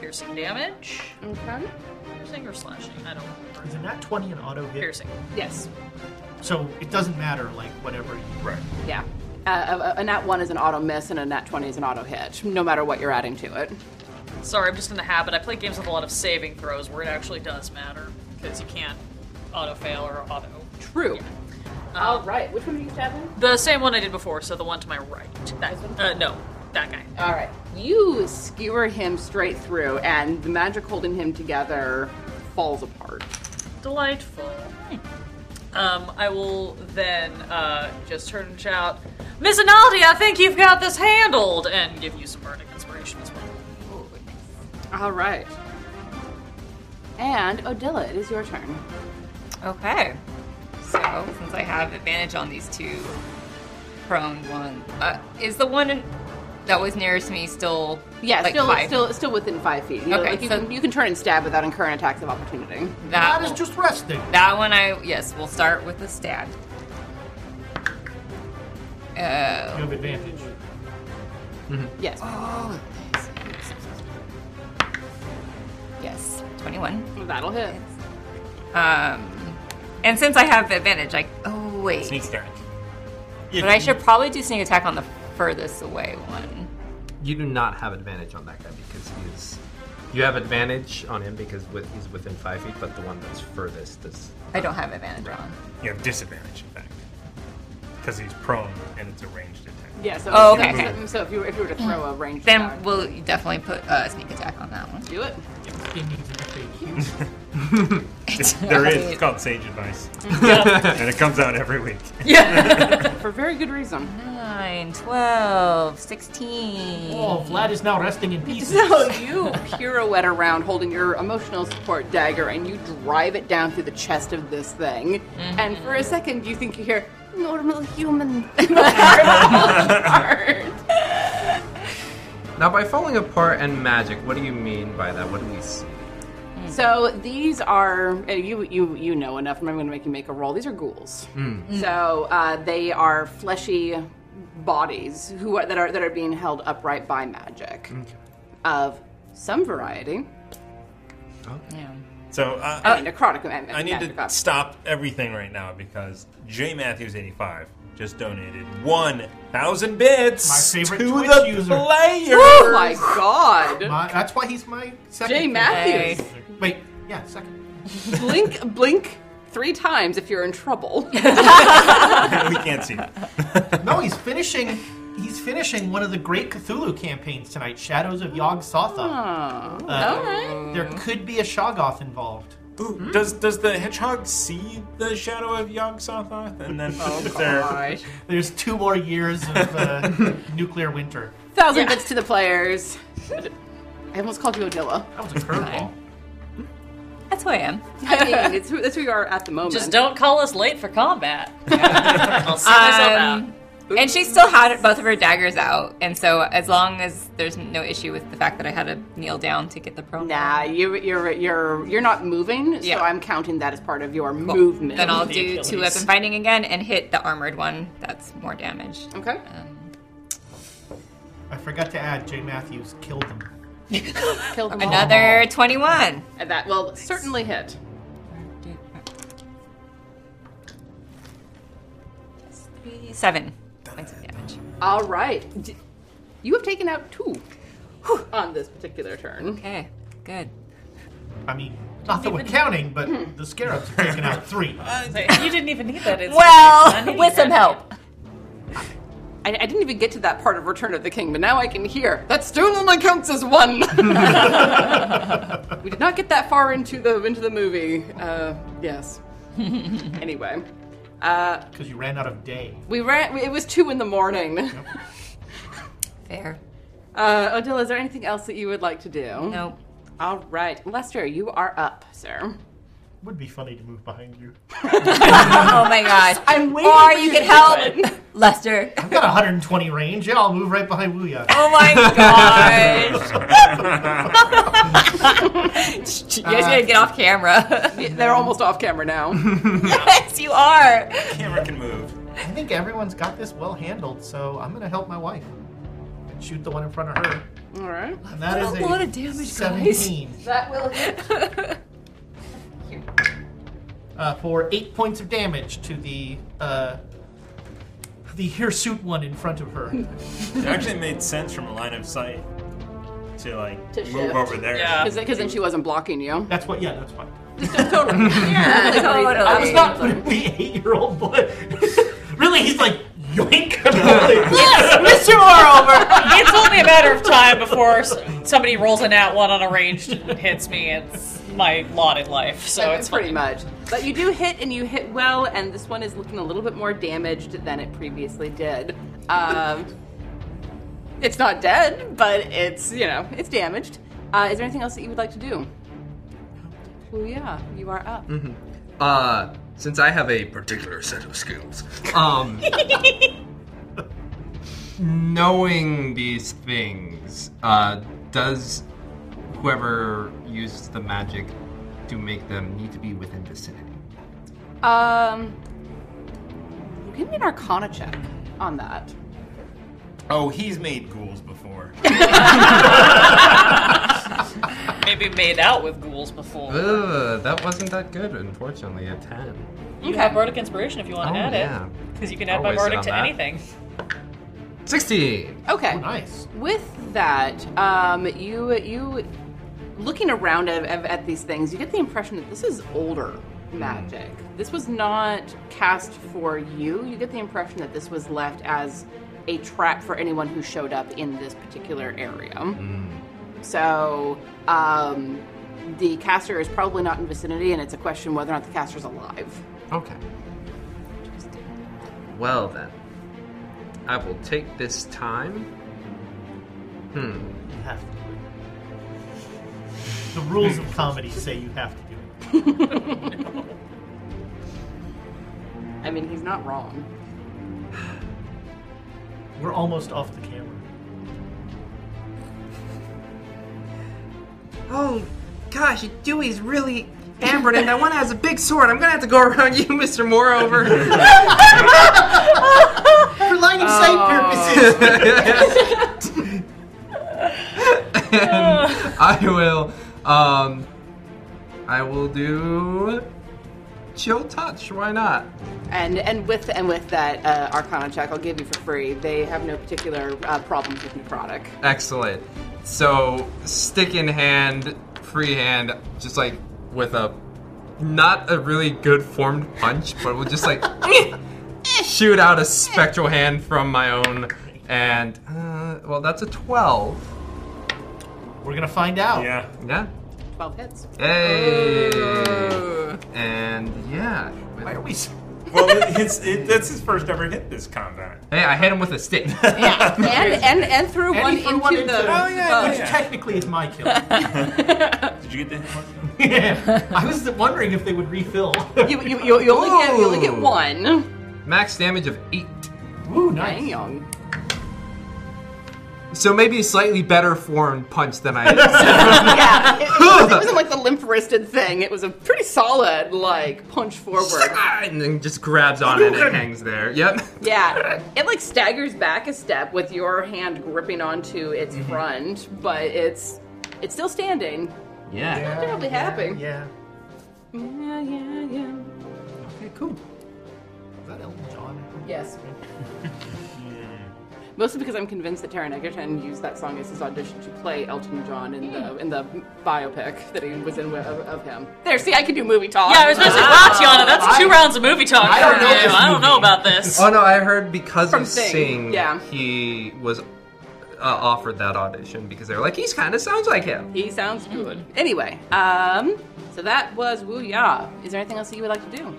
[SPEAKER 3] piercing damage.
[SPEAKER 7] Okay.
[SPEAKER 3] Piercing or slashing? I don't remember.
[SPEAKER 6] Is it not 20 and auto hit?
[SPEAKER 3] Piercing.
[SPEAKER 7] Yes.
[SPEAKER 6] So it doesn't matter, like, whatever you. Right.
[SPEAKER 7] Yeah. Uh, a, a nat 1 is an auto miss and a nat 20 is an auto hit, no matter what you're adding to it.
[SPEAKER 3] Sorry, I'm just in the habit. I play games with a lot of saving throws where it actually does matter because you can't auto fail or auto.
[SPEAKER 7] True. All right. Which one are you stabbing?
[SPEAKER 3] The same one I did before, so the one to my right. That, uh, no, that guy.
[SPEAKER 7] All right. You skewer him straight through, and the magic holding him together falls apart.
[SPEAKER 3] Delightful. Um, I will then uh, just turn and shout, Miss Analdi, I think you've got this handled, and give you some burning inspiration as well.
[SPEAKER 7] All right. And Odila, it is your turn.
[SPEAKER 5] Okay. So, since I have advantage on these two prone one, uh, is the one in- that was nearest me still
[SPEAKER 7] Yeah,
[SPEAKER 5] like
[SPEAKER 7] still,
[SPEAKER 5] five?
[SPEAKER 7] still, still within five feet. You
[SPEAKER 5] Okay,
[SPEAKER 7] like you,
[SPEAKER 5] so-
[SPEAKER 7] can, you can turn and stab without incurring attacks of opportunity.
[SPEAKER 5] That
[SPEAKER 6] is just resting.
[SPEAKER 5] That one, I yes, we'll start with the stab.
[SPEAKER 6] You
[SPEAKER 5] Uh,
[SPEAKER 6] have advantage.
[SPEAKER 7] Yes.
[SPEAKER 5] Oh, yes, twenty-one.
[SPEAKER 7] That'll hit.
[SPEAKER 5] Um, and since I have advantage, I oh wait,
[SPEAKER 2] Sneak attack.
[SPEAKER 5] but I should probably do sneak attack on the furthest away one.
[SPEAKER 9] You do not have advantage on that guy because he is. You have advantage on him because with, he's within five feet, but the one that's furthest is.
[SPEAKER 5] I don't have advantage on.
[SPEAKER 12] You have disadvantage, in fact. Because he's prone and it's a ranged attack.
[SPEAKER 7] Yeah, so,
[SPEAKER 5] Oh,
[SPEAKER 7] so-
[SPEAKER 5] okay.
[SPEAKER 7] so, so if, you were, if you were to throw a range
[SPEAKER 5] Then we'll definitely put uh, sneak attack on that one.
[SPEAKER 7] Do it.
[SPEAKER 12] there is. It's called Sage Advice.
[SPEAKER 5] Yeah.
[SPEAKER 12] and it comes out every week.
[SPEAKER 7] For very good reason.
[SPEAKER 5] 9, 12, 16.
[SPEAKER 6] Oh, Vlad is now resting in peace.
[SPEAKER 7] So you pirouette around holding your emotional support dagger and you drive it down through the chest of this thing. And for a second, you think you hear normal human.
[SPEAKER 9] Now, by falling apart and magic, what do you mean by that? What do we see?
[SPEAKER 7] so these are uh, you you you know enough. and I'm going to make you make a roll. These are ghouls.
[SPEAKER 12] Mm.
[SPEAKER 7] So uh, they are fleshy bodies who are, that are that are being held upright by magic of some variety.
[SPEAKER 5] Yeah.
[SPEAKER 12] So uh,
[SPEAKER 7] I mean, necrotic. uh,
[SPEAKER 12] I need to stop everything right now because J Matthews eighty five just donated one thousand bits
[SPEAKER 6] My favorite
[SPEAKER 12] to
[SPEAKER 6] Twitch
[SPEAKER 12] the
[SPEAKER 6] user.
[SPEAKER 12] player.
[SPEAKER 6] Oh
[SPEAKER 7] my god!
[SPEAKER 6] Uh, that's why he's my second.
[SPEAKER 7] Jay
[SPEAKER 6] favorite
[SPEAKER 7] Matthews.
[SPEAKER 6] user. Wait, yeah, second.
[SPEAKER 7] blink, blink three times if you're in trouble.
[SPEAKER 12] we can't see. Him.
[SPEAKER 6] No, he's finishing. He's finishing one of the great Cthulhu campaigns tonight, Shadows of Yog Sothoth.
[SPEAKER 7] Ah. all right.
[SPEAKER 6] There could be a Shoggoth involved.
[SPEAKER 12] Ooh,
[SPEAKER 7] Hmm?
[SPEAKER 12] Does does the hedgehog see the shadow of Yog Sothoth? And then
[SPEAKER 7] Oh
[SPEAKER 12] if they're-
[SPEAKER 6] There's two more years of uh, nuclear winter.
[SPEAKER 7] Thousand bits to the players. I almost called you Odilla.
[SPEAKER 6] That was a curveball.
[SPEAKER 5] That's who I am.
[SPEAKER 7] I mean, it's who, that's who you are at the moment.
[SPEAKER 3] Just don't call us late for combat. I'll see myself out.
[SPEAKER 5] Um, and she still had both of her daggers out, and so as long as there's no issue with the fact that I had to kneel down to get the pro,
[SPEAKER 7] Nah, you, you're you're you're not moving, so
[SPEAKER 5] Yeah.
[SPEAKER 7] I'm counting that as part of your movement.
[SPEAKER 5] then I'll do two weapon fighting again and hit the armored one. That's more damage.
[SPEAKER 7] Okay.
[SPEAKER 6] I forgot to add, Jay Matthews killed him.
[SPEAKER 7] Kill them all.
[SPEAKER 5] Another twenty-one.
[SPEAKER 7] And that will certainly hit.
[SPEAKER 5] Seven points of damage.
[SPEAKER 7] All right. D- You have taken out two on this particular turn.
[SPEAKER 5] Okay. Good.
[SPEAKER 6] I mean, not that we're counting,
[SPEAKER 7] Hmm.
[SPEAKER 6] but the scarabs have taken out three.
[SPEAKER 15] you didn't even need that.
[SPEAKER 7] Well, with some help. I, I didn't even get to that part of Return of the King, but now I can hear. That stone only counts as one. we did not get that far into the into the movie. Uh, yes. anyway, uh,
[SPEAKER 6] Because you ran out of day.
[SPEAKER 7] we ran. It was two in the morning.
[SPEAKER 5] Fair.
[SPEAKER 7] Uh, Odile, is there anything else that you would like to do? No. All right, Lester, you are up, sir.
[SPEAKER 6] Would be funny to move behind you.
[SPEAKER 5] oh my gosh.
[SPEAKER 7] I'm
[SPEAKER 6] waiting
[SPEAKER 5] Or
[SPEAKER 6] for
[SPEAKER 5] you
[SPEAKER 6] you
[SPEAKER 5] could
[SPEAKER 6] to
[SPEAKER 5] help Lester.
[SPEAKER 6] I've got 120 range. Yeah, I'll move right behind Wuya.
[SPEAKER 5] Oh my
[SPEAKER 6] gosh.
[SPEAKER 5] You guys gotta get off camera.
[SPEAKER 7] They're almost off camera now.
[SPEAKER 5] yes, you are.
[SPEAKER 2] Camera can move.
[SPEAKER 6] I think everyone's got this well handled, so I'm gonna help my wife and shoot the one in front of her.
[SPEAKER 7] All right.
[SPEAKER 6] And that is a, seventeen
[SPEAKER 7] That will hit.
[SPEAKER 6] uh, for eight points of damage to the uh, the hirsute one in front of her.
[SPEAKER 2] It actually made sense from a line of sight to like
[SPEAKER 7] To
[SPEAKER 2] move
[SPEAKER 7] shift.
[SPEAKER 2] over there.
[SPEAKER 7] Because then she wasn't blocking you.
[SPEAKER 6] That's what. Yeah, that's fine.
[SPEAKER 7] totally. Yeah,
[SPEAKER 5] oh,
[SPEAKER 7] totally.
[SPEAKER 6] I was not putting the eight-year-old boy. really, he's like yoink. yes,
[SPEAKER 13] Mr. Moreover, it's only a matter of time before s- somebody rolls an at one on a ranged and hits me. It's my lot in life, so it's
[SPEAKER 7] pretty
[SPEAKER 13] fine.
[SPEAKER 7] much. But you do hit, and you hit well, and this one is looking a little bit more damaged than it previously did. Um, it's not dead, but it's you know it's damaged. Uh, is there anything else that you would like to do? Oh yeah, you are up.
[SPEAKER 9] hmm Uh, since I have a particular set of skills, um, knowing these things, uh, does whoever uses the magic to make them need to be within vicinity?
[SPEAKER 7] um, give me an Arcana check on that.
[SPEAKER 2] Oh, he's made ghouls before.
[SPEAKER 13] Maybe made out with ghouls before.
[SPEAKER 9] Ugh, that wasn't that good, unfortunately. A ten.
[SPEAKER 13] You have bardic inspiration if you want
[SPEAKER 9] Oh,
[SPEAKER 13] to add
[SPEAKER 9] yeah.
[SPEAKER 13] it, because you can add my
[SPEAKER 9] I'll waste it
[SPEAKER 13] bardic
[SPEAKER 9] on
[SPEAKER 13] to
[SPEAKER 9] that.
[SPEAKER 13] anything.
[SPEAKER 9] Sixteen.
[SPEAKER 7] Okay.
[SPEAKER 6] nice.
[SPEAKER 7] With that, um, you you looking around at, at, at these things, you get the impression that this is older magic. This was not cast for you. You get the impression that this was left as a trap for anyone who showed up in this particular area. So um, the caster is probably not in vicinity, and it's a question whether or not the caster's alive.
[SPEAKER 9] Okay. Well then, I will take this time. Hmm.
[SPEAKER 6] You have to do it. The rules of comedy say you have to do it.
[SPEAKER 7] I mean, he's not wrong.
[SPEAKER 6] We're almost off the camera.
[SPEAKER 4] Oh, gosh, Dewey's really ambered, and that one has a big sword. I'm gonna have to go around you, Mr. Moreover.
[SPEAKER 6] For line of sight
[SPEAKER 4] Oh.
[SPEAKER 9] purposes. and I will. Um, I will do chill touch. Why not?
[SPEAKER 7] And and with and with that uh, Arcana check, I'll give you for free. They have no particular uh, problems with necrotic.
[SPEAKER 9] Excellent. So stick in hand, free hand, just like with a not a really good formed punch, but we'll just like eh, shoot out a spectral hand from my own, and uh, well, that's a twelve.
[SPEAKER 6] We're gonna find out.
[SPEAKER 2] Yeah.
[SPEAKER 9] Yeah.
[SPEAKER 7] Twelve hits.
[SPEAKER 9] Hey. And yeah. Why
[SPEAKER 6] are we?
[SPEAKER 2] well, it's, it, that's his first ever hit this combat.
[SPEAKER 9] Hey, I hit him with a stick.
[SPEAKER 7] And and and threw
[SPEAKER 6] And
[SPEAKER 7] one
[SPEAKER 6] he
[SPEAKER 7] into
[SPEAKER 6] threw one
[SPEAKER 7] the.
[SPEAKER 6] into- Oh, yeah,
[SPEAKER 7] boat.
[SPEAKER 6] which technically is my kill.
[SPEAKER 2] Did you get the hit mark?
[SPEAKER 6] yeah. I was wondering if they would refill.
[SPEAKER 7] you, you, you, you only get you only get
[SPEAKER 9] Ooh.
[SPEAKER 7] one.
[SPEAKER 9] Max damage of eight.
[SPEAKER 6] Ooh, nice.
[SPEAKER 7] Dang.
[SPEAKER 9] So maybe a slightly better formed punch than I.
[SPEAKER 7] yeah, it, it wasn't- it wasn't like the limp wristed thing. It was a pretty solid like punch forward.
[SPEAKER 9] and then just grabs on it and hangs there. Yep.
[SPEAKER 7] Yeah, it like staggers back a step with your hand gripping onto its
[SPEAKER 6] Mm-hmm.
[SPEAKER 7] front, but it's it's still standing.
[SPEAKER 9] Yeah.
[SPEAKER 7] It's not terribly happy.
[SPEAKER 6] Yeah.
[SPEAKER 7] Yeah, yeah, yeah.
[SPEAKER 6] Okay, cool. Is that Elton John?
[SPEAKER 7] Yes. Mostly because I'm convinced that Taron Egerton used that song as his audition to play Elton John in the in the biopic that he was in with, of, of him. There, see, I can do movie talk.
[SPEAKER 3] Yeah, I was going to say, wow, Tiana, that's two rounds of movie talk. Ah. I don't know, Uh, I don't know about this.
[SPEAKER 9] Oh no, I heard because
[SPEAKER 3] From
[SPEAKER 9] of
[SPEAKER 3] Sing,
[SPEAKER 9] Sing,
[SPEAKER 3] yeah.
[SPEAKER 9] he was uh, offered that audition because they were like, he's kind of sounds like him.
[SPEAKER 7] He sounds good. Anyway, um, so that was Wu Ya. Is there anything else that you would like to do?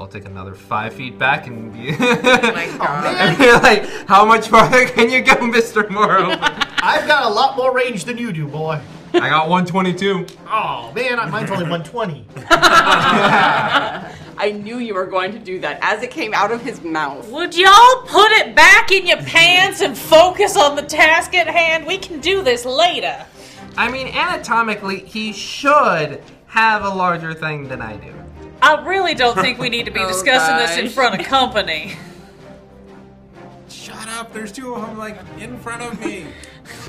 [SPEAKER 9] I'll take another five feet back and be,
[SPEAKER 3] Oh
[SPEAKER 9] and be like, how much farther can you go, Mister Morrow?
[SPEAKER 6] I've got a lot more range than you do, boy.
[SPEAKER 9] I got 122.
[SPEAKER 6] Oh man, I- mine's only 120.
[SPEAKER 7] I knew you were going to do that as it came out of his mouth.
[SPEAKER 13] Would y'all put it back in your pants and focus on the task at hand? We can do this later.
[SPEAKER 9] I mean, anatomically, he should have a larger thing than I do.
[SPEAKER 13] I really don't think we need to be
[SPEAKER 3] Oh,
[SPEAKER 13] discussing this in
[SPEAKER 3] gosh.
[SPEAKER 13] front of company.
[SPEAKER 2] Shut up! There's two of them like in front of me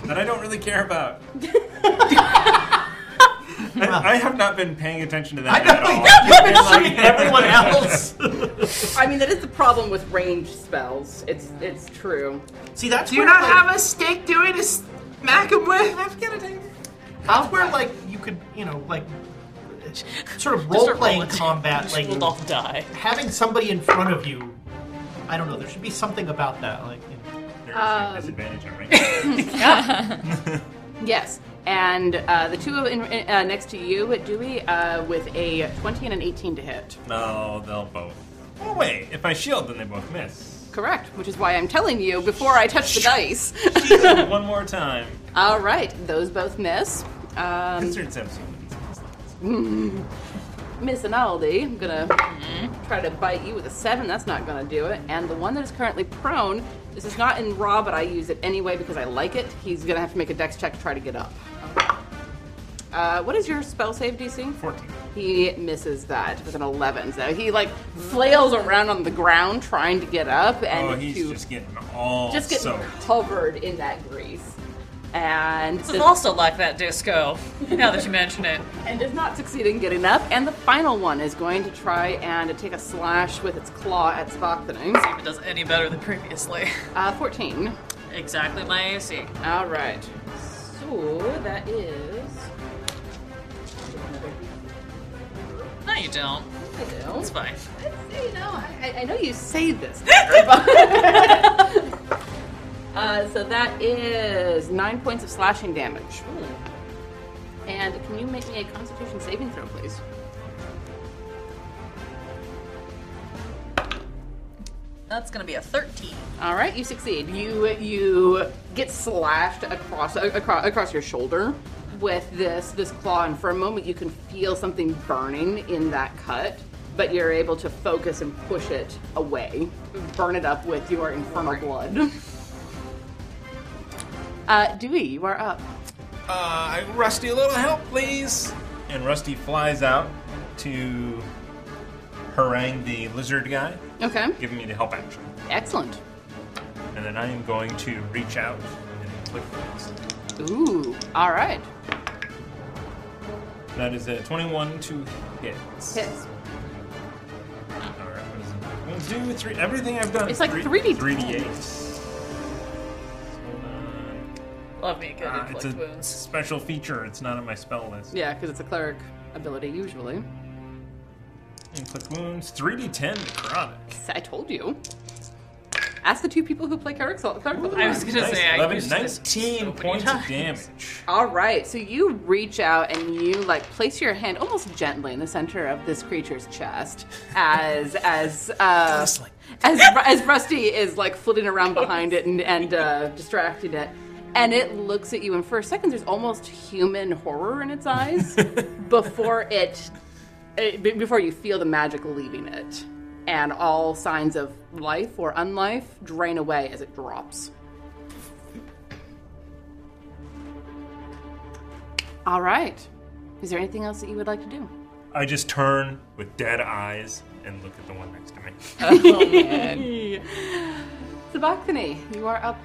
[SPEAKER 2] that I don't really care about. I, I have not been paying attention to that at all.
[SPEAKER 7] I mean, that is the problem with range spells. It's it's true.
[SPEAKER 6] See, that's
[SPEAKER 4] Do you not have
[SPEAKER 7] a stake doing to smack him with? I'm gonna take.
[SPEAKER 6] That's where like you could, you know, like sort of role playing combat, like
[SPEAKER 13] we'll all die.
[SPEAKER 6] Having somebody in front of you, I don't know. There should be something about that, like. You know,
[SPEAKER 7] Um,
[SPEAKER 2] disadvantage on
[SPEAKER 7] Yes, and uh, the two in, uh, next to you, Dewey, uh, with a 20 and an 18 to hit.
[SPEAKER 2] No, they'll both. Oh wait, if I shield, then they both miss.
[SPEAKER 7] Correct, which is why I'm telling you before I touch the dice.
[SPEAKER 2] One more time.
[SPEAKER 7] All right, those both miss. Um,
[SPEAKER 2] Concerned Simpson.
[SPEAKER 7] Mm. Miss Analdi, eh? I'm gonna try to bite you with a seven. That's not gonna do it. And the one that is currently prone, this is not in raw, but I use it anyway because I like it. He's gonna have to make a dex check to try to get up. Uh, what is your spell save DC?
[SPEAKER 6] 14.
[SPEAKER 7] He misses that with an 11. So he like flails around on the ground trying to get up and
[SPEAKER 2] oh, he's
[SPEAKER 7] to-
[SPEAKER 2] just getting all
[SPEAKER 7] just getting
[SPEAKER 2] soaked.
[SPEAKER 7] covered in that grease. And
[SPEAKER 13] This is also like that disco. Now that you mention it,
[SPEAKER 7] and does not succeed in getting up. And the final one is going to try and take a slash with its claw at Svakthening.
[SPEAKER 3] It does any better than previously.
[SPEAKER 7] Uh, 14.
[SPEAKER 3] Exactly my AC.
[SPEAKER 7] All right. So that is.
[SPEAKER 3] No, you don't.
[SPEAKER 7] I don't.
[SPEAKER 3] It's fine.
[SPEAKER 7] You know, I, I- I know you say this. but- uh, so that is nine points of slashing damage. And can you make me a Constitution saving throw, please?
[SPEAKER 3] That's gonna be a 13.
[SPEAKER 7] All right, you succeed. You you get slashed across across, across your shoulder with this this claw, and for a moment you can feel something burning in that cut, but you're able to focus and push it away, burn it up with your infernal blood. Uh, Dewey, you are up.
[SPEAKER 2] Uh, Rusty, a little help, please. And Rusty flies out to harangue the lizard guy,
[SPEAKER 7] Okay,
[SPEAKER 2] giving me the help action.
[SPEAKER 7] excellent.
[SPEAKER 2] And then I am going to reach out and click things.
[SPEAKER 7] Ooh, all right,
[SPEAKER 2] That is a 21 to hit.
[SPEAKER 7] hits.
[SPEAKER 2] Alright, what is it? One, two, three. Everything I've done.
[SPEAKER 7] It's like
[SPEAKER 2] 3D.
[SPEAKER 7] 3D.
[SPEAKER 2] 3D8. Hold on.
[SPEAKER 13] love me a good
[SPEAKER 2] Ah, it's
[SPEAKER 13] inflict
[SPEAKER 2] a
[SPEAKER 13] wounds.
[SPEAKER 2] special feature. It's not on my spell list.
[SPEAKER 7] Yeah, because it's a cleric ability usually.
[SPEAKER 2] Inflict wounds. 3D10 necrotic.
[SPEAKER 7] I told you. Ask the two people who play clerics. all- clerics all the
[SPEAKER 3] I was
[SPEAKER 7] time.
[SPEAKER 3] gonna
[SPEAKER 2] Nice.
[SPEAKER 3] say, I
[SPEAKER 2] 11,
[SPEAKER 3] used this
[SPEAKER 2] 19
[SPEAKER 3] so many
[SPEAKER 2] points
[SPEAKER 3] times.
[SPEAKER 2] of damage.
[SPEAKER 7] All right, so you reach out and you like place your hand almost gently in the center of this creature's chest as as uh, as Ru- as Rusty is like flitting around behind it and and uh, distracting it, and it looks at you. And for a second, there's almost human horror in its eyes before it, it be- before you feel the magic leaving it, and all signs of life or unlife drain away as it drops. All right. Is there anything else that you would like to do?
[SPEAKER 2] I just turn with dead eyes and look at the one next to me.
[SPEAKER 7] Oh, man. Sabachthani, you are up.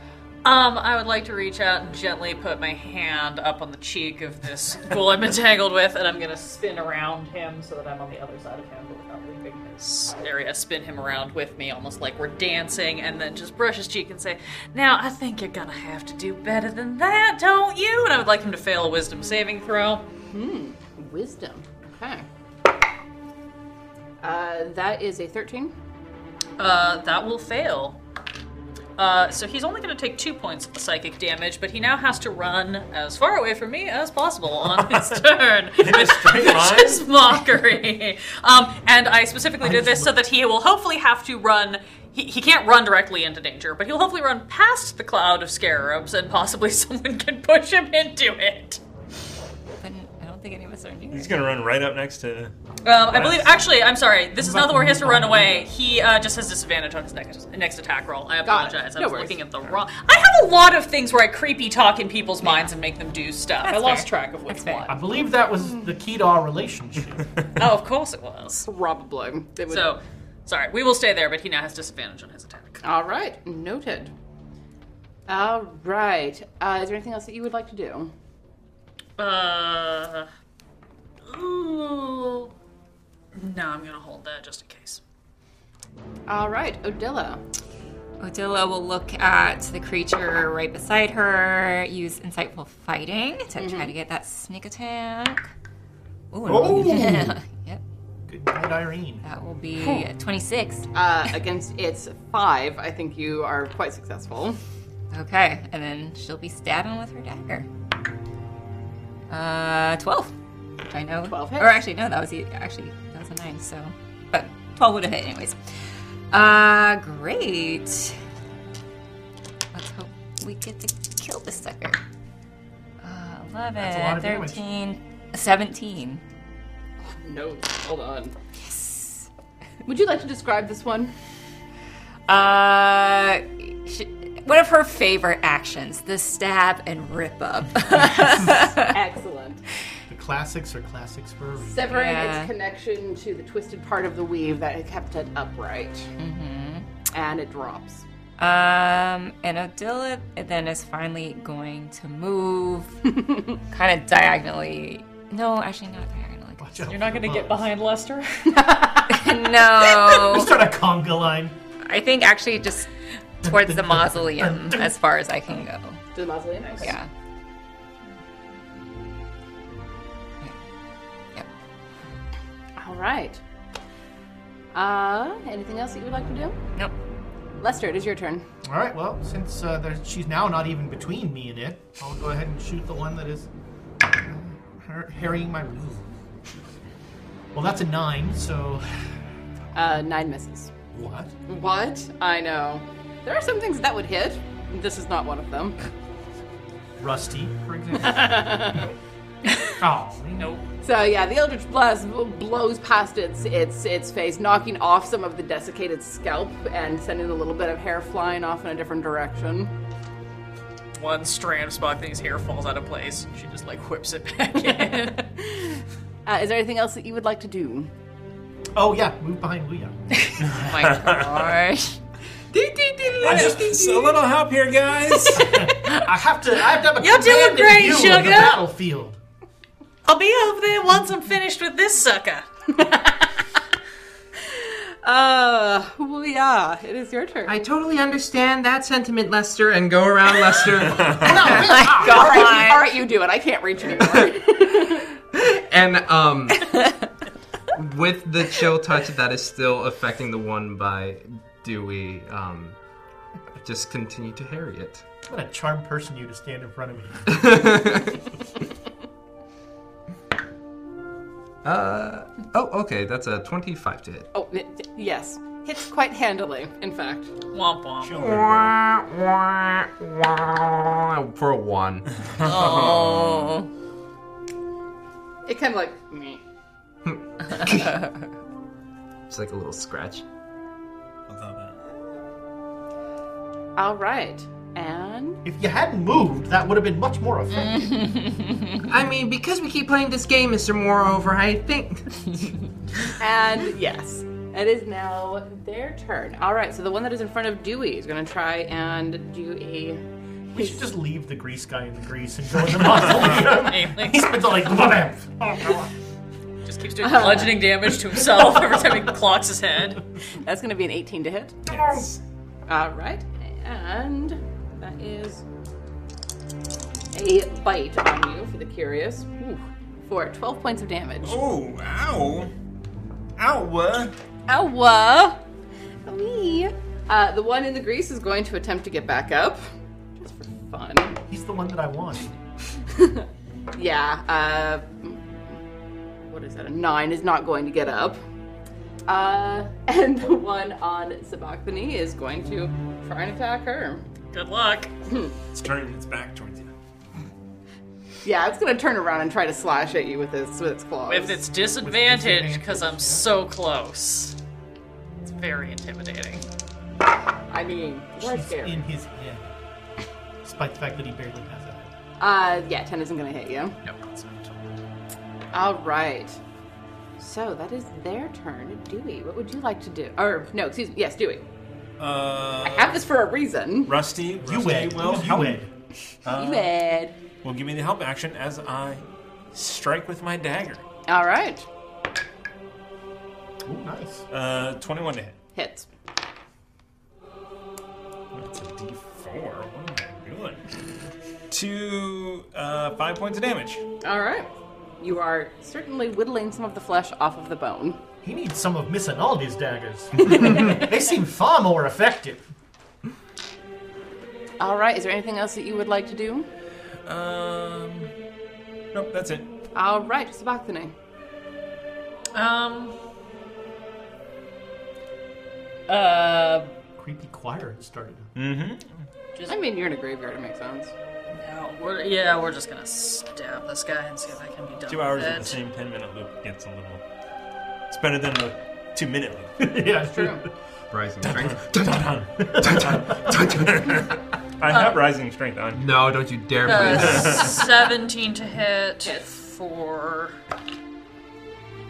[SPEAKER 3] Um, I would like to reach out and gently put my hand up on the cheek of this ghoul I'm entangled with, and I'm gonna spin around him so that I'm on the other side of him, but without leaving his area. Spin him around with me, almost like we're dancing, and then just brush his cheek and say, "Now I think you're gonna have to do better than that, don't you?" And I would like him to fail a wisdom saving throw.
[SPEAKER 7] Hmm. Wisdom. Okay. Uh, that is a 13.
[SPEAKER 3] Uh, that will fail. Uh, so he's only going to take two points of psychic damage, but he now has to run as far away from me as possible on his turn. Which is mockery. Um, and I specifically did this so that he will hopefully have to run. He, he can't run directly into danger, but he'll hopefully run past the cloud of scarabs, and possibly someone can push him into it.
[SPEAKER 5] I don't think any of us are new.
[SPEAKER 12] He's gonna run right up next to.
[SPEAKER 3] Um, I believe, actually, I'm sorry. This is not the where he has to run away. He uh, just has disadvantage on his next, next attack roll. I apologize. I
[SPEAKER 13] No
[SPEAKER 3] was
[SPEAKER 13] worries.
[SPEAKER 3] looking at the wrong. I have a lot of things where I creepy talk in people's minds and make them do stuff. I
[SPEAKER 14] That's
[SPEAKER 3] lost
[SPEAKER 14] fair.
[SPEAKER 3] track of which one.
[SPEAKER 14] I believe that was
[SPEAKER 3] Mm-hmm.
[SPEAKER 14] the key to our relationship.
[SPEAKER 3] oh, of course it was.
[SPEAKER 7] Probably.
[SPEAKER 3] So, sorry. We will stay there, but he now has disadvantage on his attack.
[SPEAKER 7] All right. Noted. All right. Uh, is there anything else that you would like to do?
[SPEAKER 3] Uh. Ooh. No, I'm gonna hold that just in case.
[SPEAKER 7] All right. Odilla.
[SPEAKER 5] Odila will look at the creature right beside her, use insightful fighting to try to get that sneak attack. Ooh,
[SPEAKER 6] Oh!
[SPEAKER 5] yep.
[SPEAKER 6] Good night, Irene.
[SPEAKER 5] That will be 26.
[SPEAKER 7] Uh, against its five, I think you are quite successful.
[SPEAKER 5] Okay, and then she'll be stabbing with her dagger. Uh, 12. Which I know. 12
[SPEAKER 7] hits.
[SPEAKER 5] Or actually, no, that was e- actually, that was a 9, so. But 12 would have hit anyways. Uh, great. Let's hope we get to kill this sucker. Uh, 11,
[SPEAKER 7] That's a lot of damage.
[SPEAKER 5] 13, 17.
[SPEAKER 7] No, hold on. Yes. Would you like to describe this one?
[SPEAKER 5] Uh, sh one of her favorite actions, the stab and rip up.
[SPEAKER 7] Excellent.
[SPEAKER 6] The classics are classics for a reason.
[SPEAKER 7] Severing
[SPEAKER 5] Yeah.
[SPEAKER 7] its connection to the twisted part of the weave that had kept it upright. Mm-hmm. And it drops.
[SPEAKER 5] Um, and Odila then is finally going to move kind of diagonally. No, actually not diagonally.
[SPEAKER 3] You're not gonna get behind Lester?
[SPEAKER 5] no.
[SPEAKER 6] We start a conga line.
[SPEAKER 5] I think actually just towards the mausoleum as far as I can go.
[SPEAKER 7] To the mausoleum?
[SPEAKER 5] Yeah.
[SPEAKER 7] All right. Uh, anything else that you would like to do?
[SPEAKER 5] Nope.
[SPEAKER 7] Lester, it is your turn.
[SPEAKER 6] All right. Well, since uh, there's, she's now not even between me and it, I'll go ahead and shoot the one that is har- harrying my. Well, that's a nine. So
[SPEAKER 7] Uh, nine misses.
[SPEAKER 6] what?
[SPEAKER 7] What? I know. There are some things that would hit. This is not one of them.
[SPEAKER 6] Rusty, for example. oh,
[SPEAKER 3] nope.
[SPEAKER 7] So yeah, the Eldritch Blast bl- blows past its its its face, knocking off some of the desiccated scalp and sending a little bit of hair flying off in a different direction.
[SPEAKER 3] One strand of Spock thing's hair falls out of place, and she just like whips it back.
[SPEAKER 7] Uh, is there anything else that you would like to do?
[SPEAKER 6] Oh yeah, move behind Luya. oh
[SPEAKER 5] my gosh.
[SPEAKER 6] I just a little help here, guys. I have to. I have to have a
[SPEAKER 3] You're doing
[SPEAKER 6] commanding
[SPEAKER 3] great,
[SPEAKER 6] view of
[SPEAKER 3] sugar.
[SPEAKER 6] the battlefield.
[SPEAKER 3] I'll be over there once I'm finished with this sucker.
[SPEAKER 7] Uh, well, yeah, it is your turn.
[SPEAKER 4] I totally understand that sentiment, Lester, and go around, Lester.
[SPEAKER 7] all, right, all right, you do it. I can't reach anymore.
[SPEAKER 9] And um, with the chill touch that is still affecting the one by Dewey, um, just continue to harry it.
[SPEAKER 6] What a charmed person you to stand in front of me.
[SPEAKER 9] Uh, oh, okay, that's a 25 to hit.
[SPEAKER 7] oh, y- y- yes, hits quite handily. In fact,
[SPEAKER 3] womp womp.
[SPEAKER 9] For a one.
[SPEAKER 7] Oh. It kind of like me.
[SPEAKER 9] It's like a little scratch.
[SPEAKER 7] All right, and
[SPEAKER 6] if you hadn't moved, that would have been much more effective.
[SPEAKER 4] I mean, because we keep playing this game, Mr. Moreover, I think.
[SPEAKER 7] and yes, it is now their turn. All right, so the one that is in front of Dewey is going to try and do a
[SPEAKER 6] We should just leave the grease guy in the grease and join the mausoleum. He's been like, "Bam."
[SPEAKER 3] Just keeps doing bludgeoning damage to himself every time he clocks his head.
[SPEAKER 7] That's going to be an 18 to hit. All right. And that is a bite on you for the curious. Ooh, for 12 points of damage.
[SPEAKER 2] Oh, ow. Ow.
[SPEAKER 7] Ow. Wee. Uh, the one in the grease is going to attempt to get back up. Just for fun.
[SPEAKER 6] He's the one that I want.
[SPEAKER 7] Yeah. Uh, what is that? A nine is not going to get up. Uh, and the one on Sabachthani is going to try and attack her.
[SPEAKER 3] Good luck.
[SPEAKER 2] It's turning its back towards you.
[SPEAKER 7] Yeah, it's going to turn around and try to slash at you with its with its claws.
[SPEAKER 3] With its disadvantage, because I'm so close. It's very intimidating.
[SPEAKER 7] I mean, we're
[SPEAKER 6] She's
[SPEAKER 7] scared.
[SPEAKER 6] in his head, despite the fact that he barely has it.
[SPEAKER 7] Uh, yeah, ten isn't going to hit you.
[SPEAKER 3] No, it's not.
[SPEAKER 7] All right. So that is their turn. Dewey, what would you like to do? Or no, excuse me. Yes, Dewey.
[SPEAKER 2] Uh,
[SPEAKER 7] I have this for a reason.
[SPEAKER 2] Rusty, Rusty
[SPEAKER 6] wed.
[SPEAKER 2] will
[SPEAKER 6] You
[SPEAKER 2] help.
[SPEAKER 6] wed.
[SPEAKER 2] Uh,
[SPEAKER 7] You bad.
[SPEAKER 2] Will give me the help action as I strike with my dagger.
[SPEAKER 7] All right.
[SPEAKER 6] Ooh, nice.
[SPEAKER 2] Uh, 21 to hit.
[SPEAKER 7] Hits.
[SPEAKER 2] That's a d4. What am I doing? Two, uh, five points of damage.
[SPEAKER 7] All right. You are certainly whittling some of the flesh off of the bone.
[SPEAKER 6] He needs some of Miss Analdi's daggers. they seem far more effective.
[SPEAKER 7] All right. Is there anything else that you would like to do?
[SPEAKER 2] Um, nope, that's it.
[SPEAKER 7] All right, Sabachthani.
[SPEAKER 3] Um.
[SPEAKER 13] Uh,
[SPEAKER 6] Creepy choir has started.
[SPEAKER 2] Mm.
[SPEAKER 7] I mean, you're in a graveyard. It makes sense.
[SPEAKER 3] No, we're, yeah, we're just gonna stab this guy and see if I can be done.
[SPEAKER 2] Two
[SPEAKER 3] with
[SPEAKER 2] hours
[SPEAKER 3] it.
[SPEAKER 2] of the same 10 minute loop gets a little. It's better than the two minute loop.
[SPEAKER 6] yeah,
[SPEAKER 7] True.
[SPEAKER 9] Rising strength.
[SPEAKER 2] I have rising strength on.
[SPEAKER 9] No, don't you dare please.
[SPEAKER 3] Uh, 17 to hit for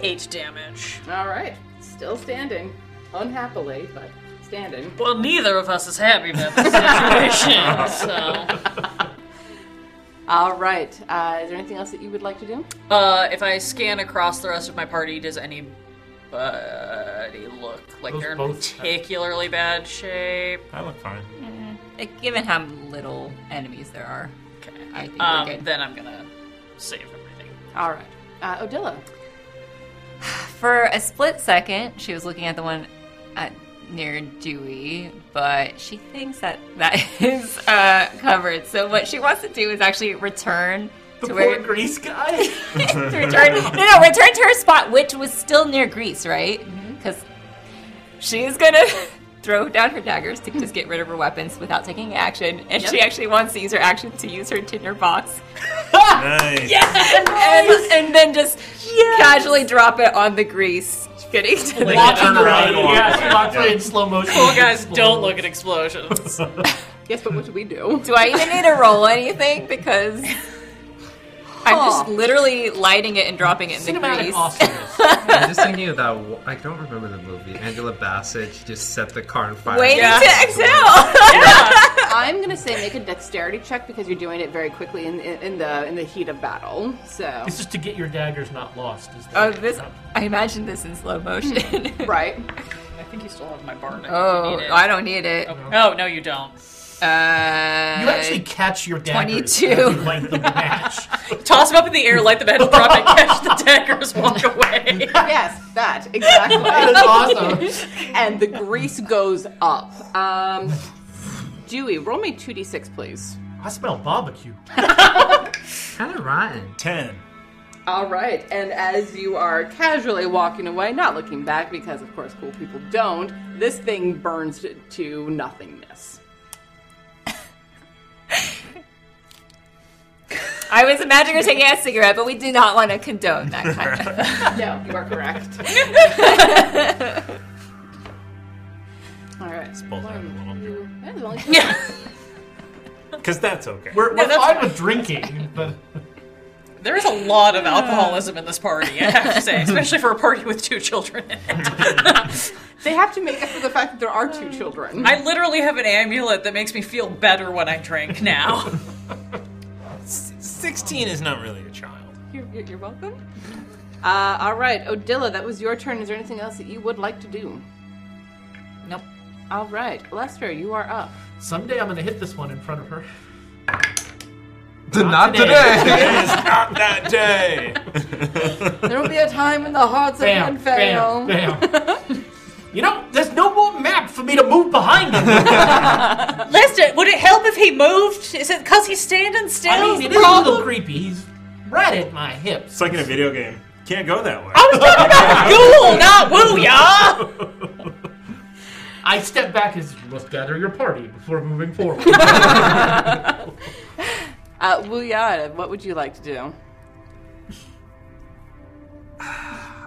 [SPEAKER 3] 8 damage.
[SPEAKER 7] All right. Still standing, unhappily, but standing.
[SPEAKER 3] Well, neither of us is happy about the situation, so.
[SPEAKER 7] All right. Uh, is there anything else that you would like to do?
[SPEAKER 3] Uh, if I scan across the rest of my party, does anybody look like
[SPEAKER 6] Those
[SPEAKER 3] they're in
[SPEAKER 6] both-
[SPEAKER 3] particularly bad shape?
[SPEAKER 2] I look fine.
[SPEAKER 5] Like, given how little enemies there are, I think
[SPEAKER 3] Um,
[SPEAKER 5] we're good.
[SPEAKER 3] then I'm gonna save everything.
[SPEAKER 7] All right. Uh, Odilla.
[SPEAKER 5] For a split second, she was looking at the one at, near Dewey, but she thinks that that is uh, covered. So what she wants to do is actually return to where
[SPEAKER 6] Grease guy?
[SPEAKER 5] to return. No, no, return to her spot, which was still near Greece, right? Because she is gonna throw down her daggers to just get rid of her weapons without taking action, and she actually wants to use her action to use her tinder box
[SPEAKER 2] Nice.
[SPEAKER 5] and, and, and then just casually drop it on the Greece. Kidding.
[SPEAKER 6] turn around and walk
[SPEAKER 14] Yeah,
[SPEAKER 6] away.
[SPEAKER 14] she walks away in slow motion.
[SPEAKER 3] Cool guys, don't look at explosions.
[SPEAKER 7] Yes, but what do we do?
[SPEAKER 5] Do I even need to roll anything? Because I'm just literally lighting it and dropping it in the
[SPEAKER 14] Cinematic
[SPEAKER 5] grease.
[SPEAKER 14] awesomeness.
[SPEAKER 9] I'm just thinking of that. wa- I don't remember the movie. Angela Bassett she just set the car on fire.
[SPEAKER 5] Waiting
[SPEAKER 3] Yeah.
[SPEAKER 5] to exhale.
[SPEAKER 7] I'm going to say make a dexterity check because you're doing it very quickly in, in, in the in the heat of battle. So
[SPEAKER 14] This is to get your daggers not lost. Is the
[SPEAKER 5] oh, this. I imagine this in slow motion.
[SPEAKER 7] right.
[SPEAKER 3] I think you still have my bardic. if you
[SPEAKER 5] oh,
[SPEAKER 3] need it.
[SPEAKER 5] I don't need it.
[SPEAKER 3] Oh, no, you don't.
[SPEAKER 5] Uh,
[SPEAKER 6] You actually catch your daggers.
[SPEAKER 5] 22.
[SPEAKER 6] as you light the match.
[SPEAKER 3] Toss him up in the air, light the match, drop it, catch the daggers, walk away.
[SPEAKER 7] Yes, that exactly.
[SPEAKER 6] That's awesome.
[SPEAKER 7] and the grease goes up. Um, Dewey, roll me two d six, please.
[SPEAKER 6] I smell barbecue.
[SPEAKER 4] Kind of rotten.
[SPEAKER 2] 10.
[SPEAKER 7] All right, and as you are casually walking away, not looking back because, of course, cool people don't, this thing burns to nothingness.
[SPEAKER 5] I was imagining her taking a cigarette, but we do not want to condone that kind of.
[SPEAKER 7] No, you are correct. All right.
[SPEAKER 2] Both have a little bit.
[SPEAKER 7] That is only-
[SPEAKER 2] Because that's okay.
[SPEAKER 6] We're, we're fine with drinking, but
[SPEAKER 3] There is a lot of alcoholism in this party, I have to say, especially for a party with two children in it.
[SPEAKER 7] They have to make up for the fact that there are two children.
[SPEAKER 13] I literally have an amulet that makes me feel better when I drink now.
[SPEAKER 2] 16 is not really a child.
[SPEAKER 7] You're, you're you're welcome. Uh, all right, Odila, that was your turn. Is there anything else that you would like to do?
[SPEAKER 5] Nope.
[SPEAKER 7] All right, Lester, you are up.
[SPEAKER 14] Someday I'm gonna hit this one in front of her. today.
[SPEAKER 9] Not, today.
[SPEAKER 14] It's
[SPEAKER 2] not that day.
[SPEAKER 7] There will be a time when the hearts of
[SPEAKER 14] Bam,
[SPEAKER 7] men fail.
[SPEAKER 14] bam, bam. you know, there's no more map for me to move behind them.
[SPEAKER 13] Lester, would it help if he moved? Is it because he's standing still?
[SPEAKER 14] I mean,
[SPEAKER 13] is
[SPEAKER 14] it
[SPEAKER 13] the
[SPEAKER 14] is a
[SPEAKER 13] problem?
[SPEAKER 14] little creepy. He's right at my hips.
[SPEAKER 2] It's like in a video game. Can't go that way.
[SPEAKER 13] Ghoul, not woo, ya!
[SPEAKER 14] I step back as you must gather your party before moving forward.
[SPEAKER 7] Uh, Wuyada, what would you like to do?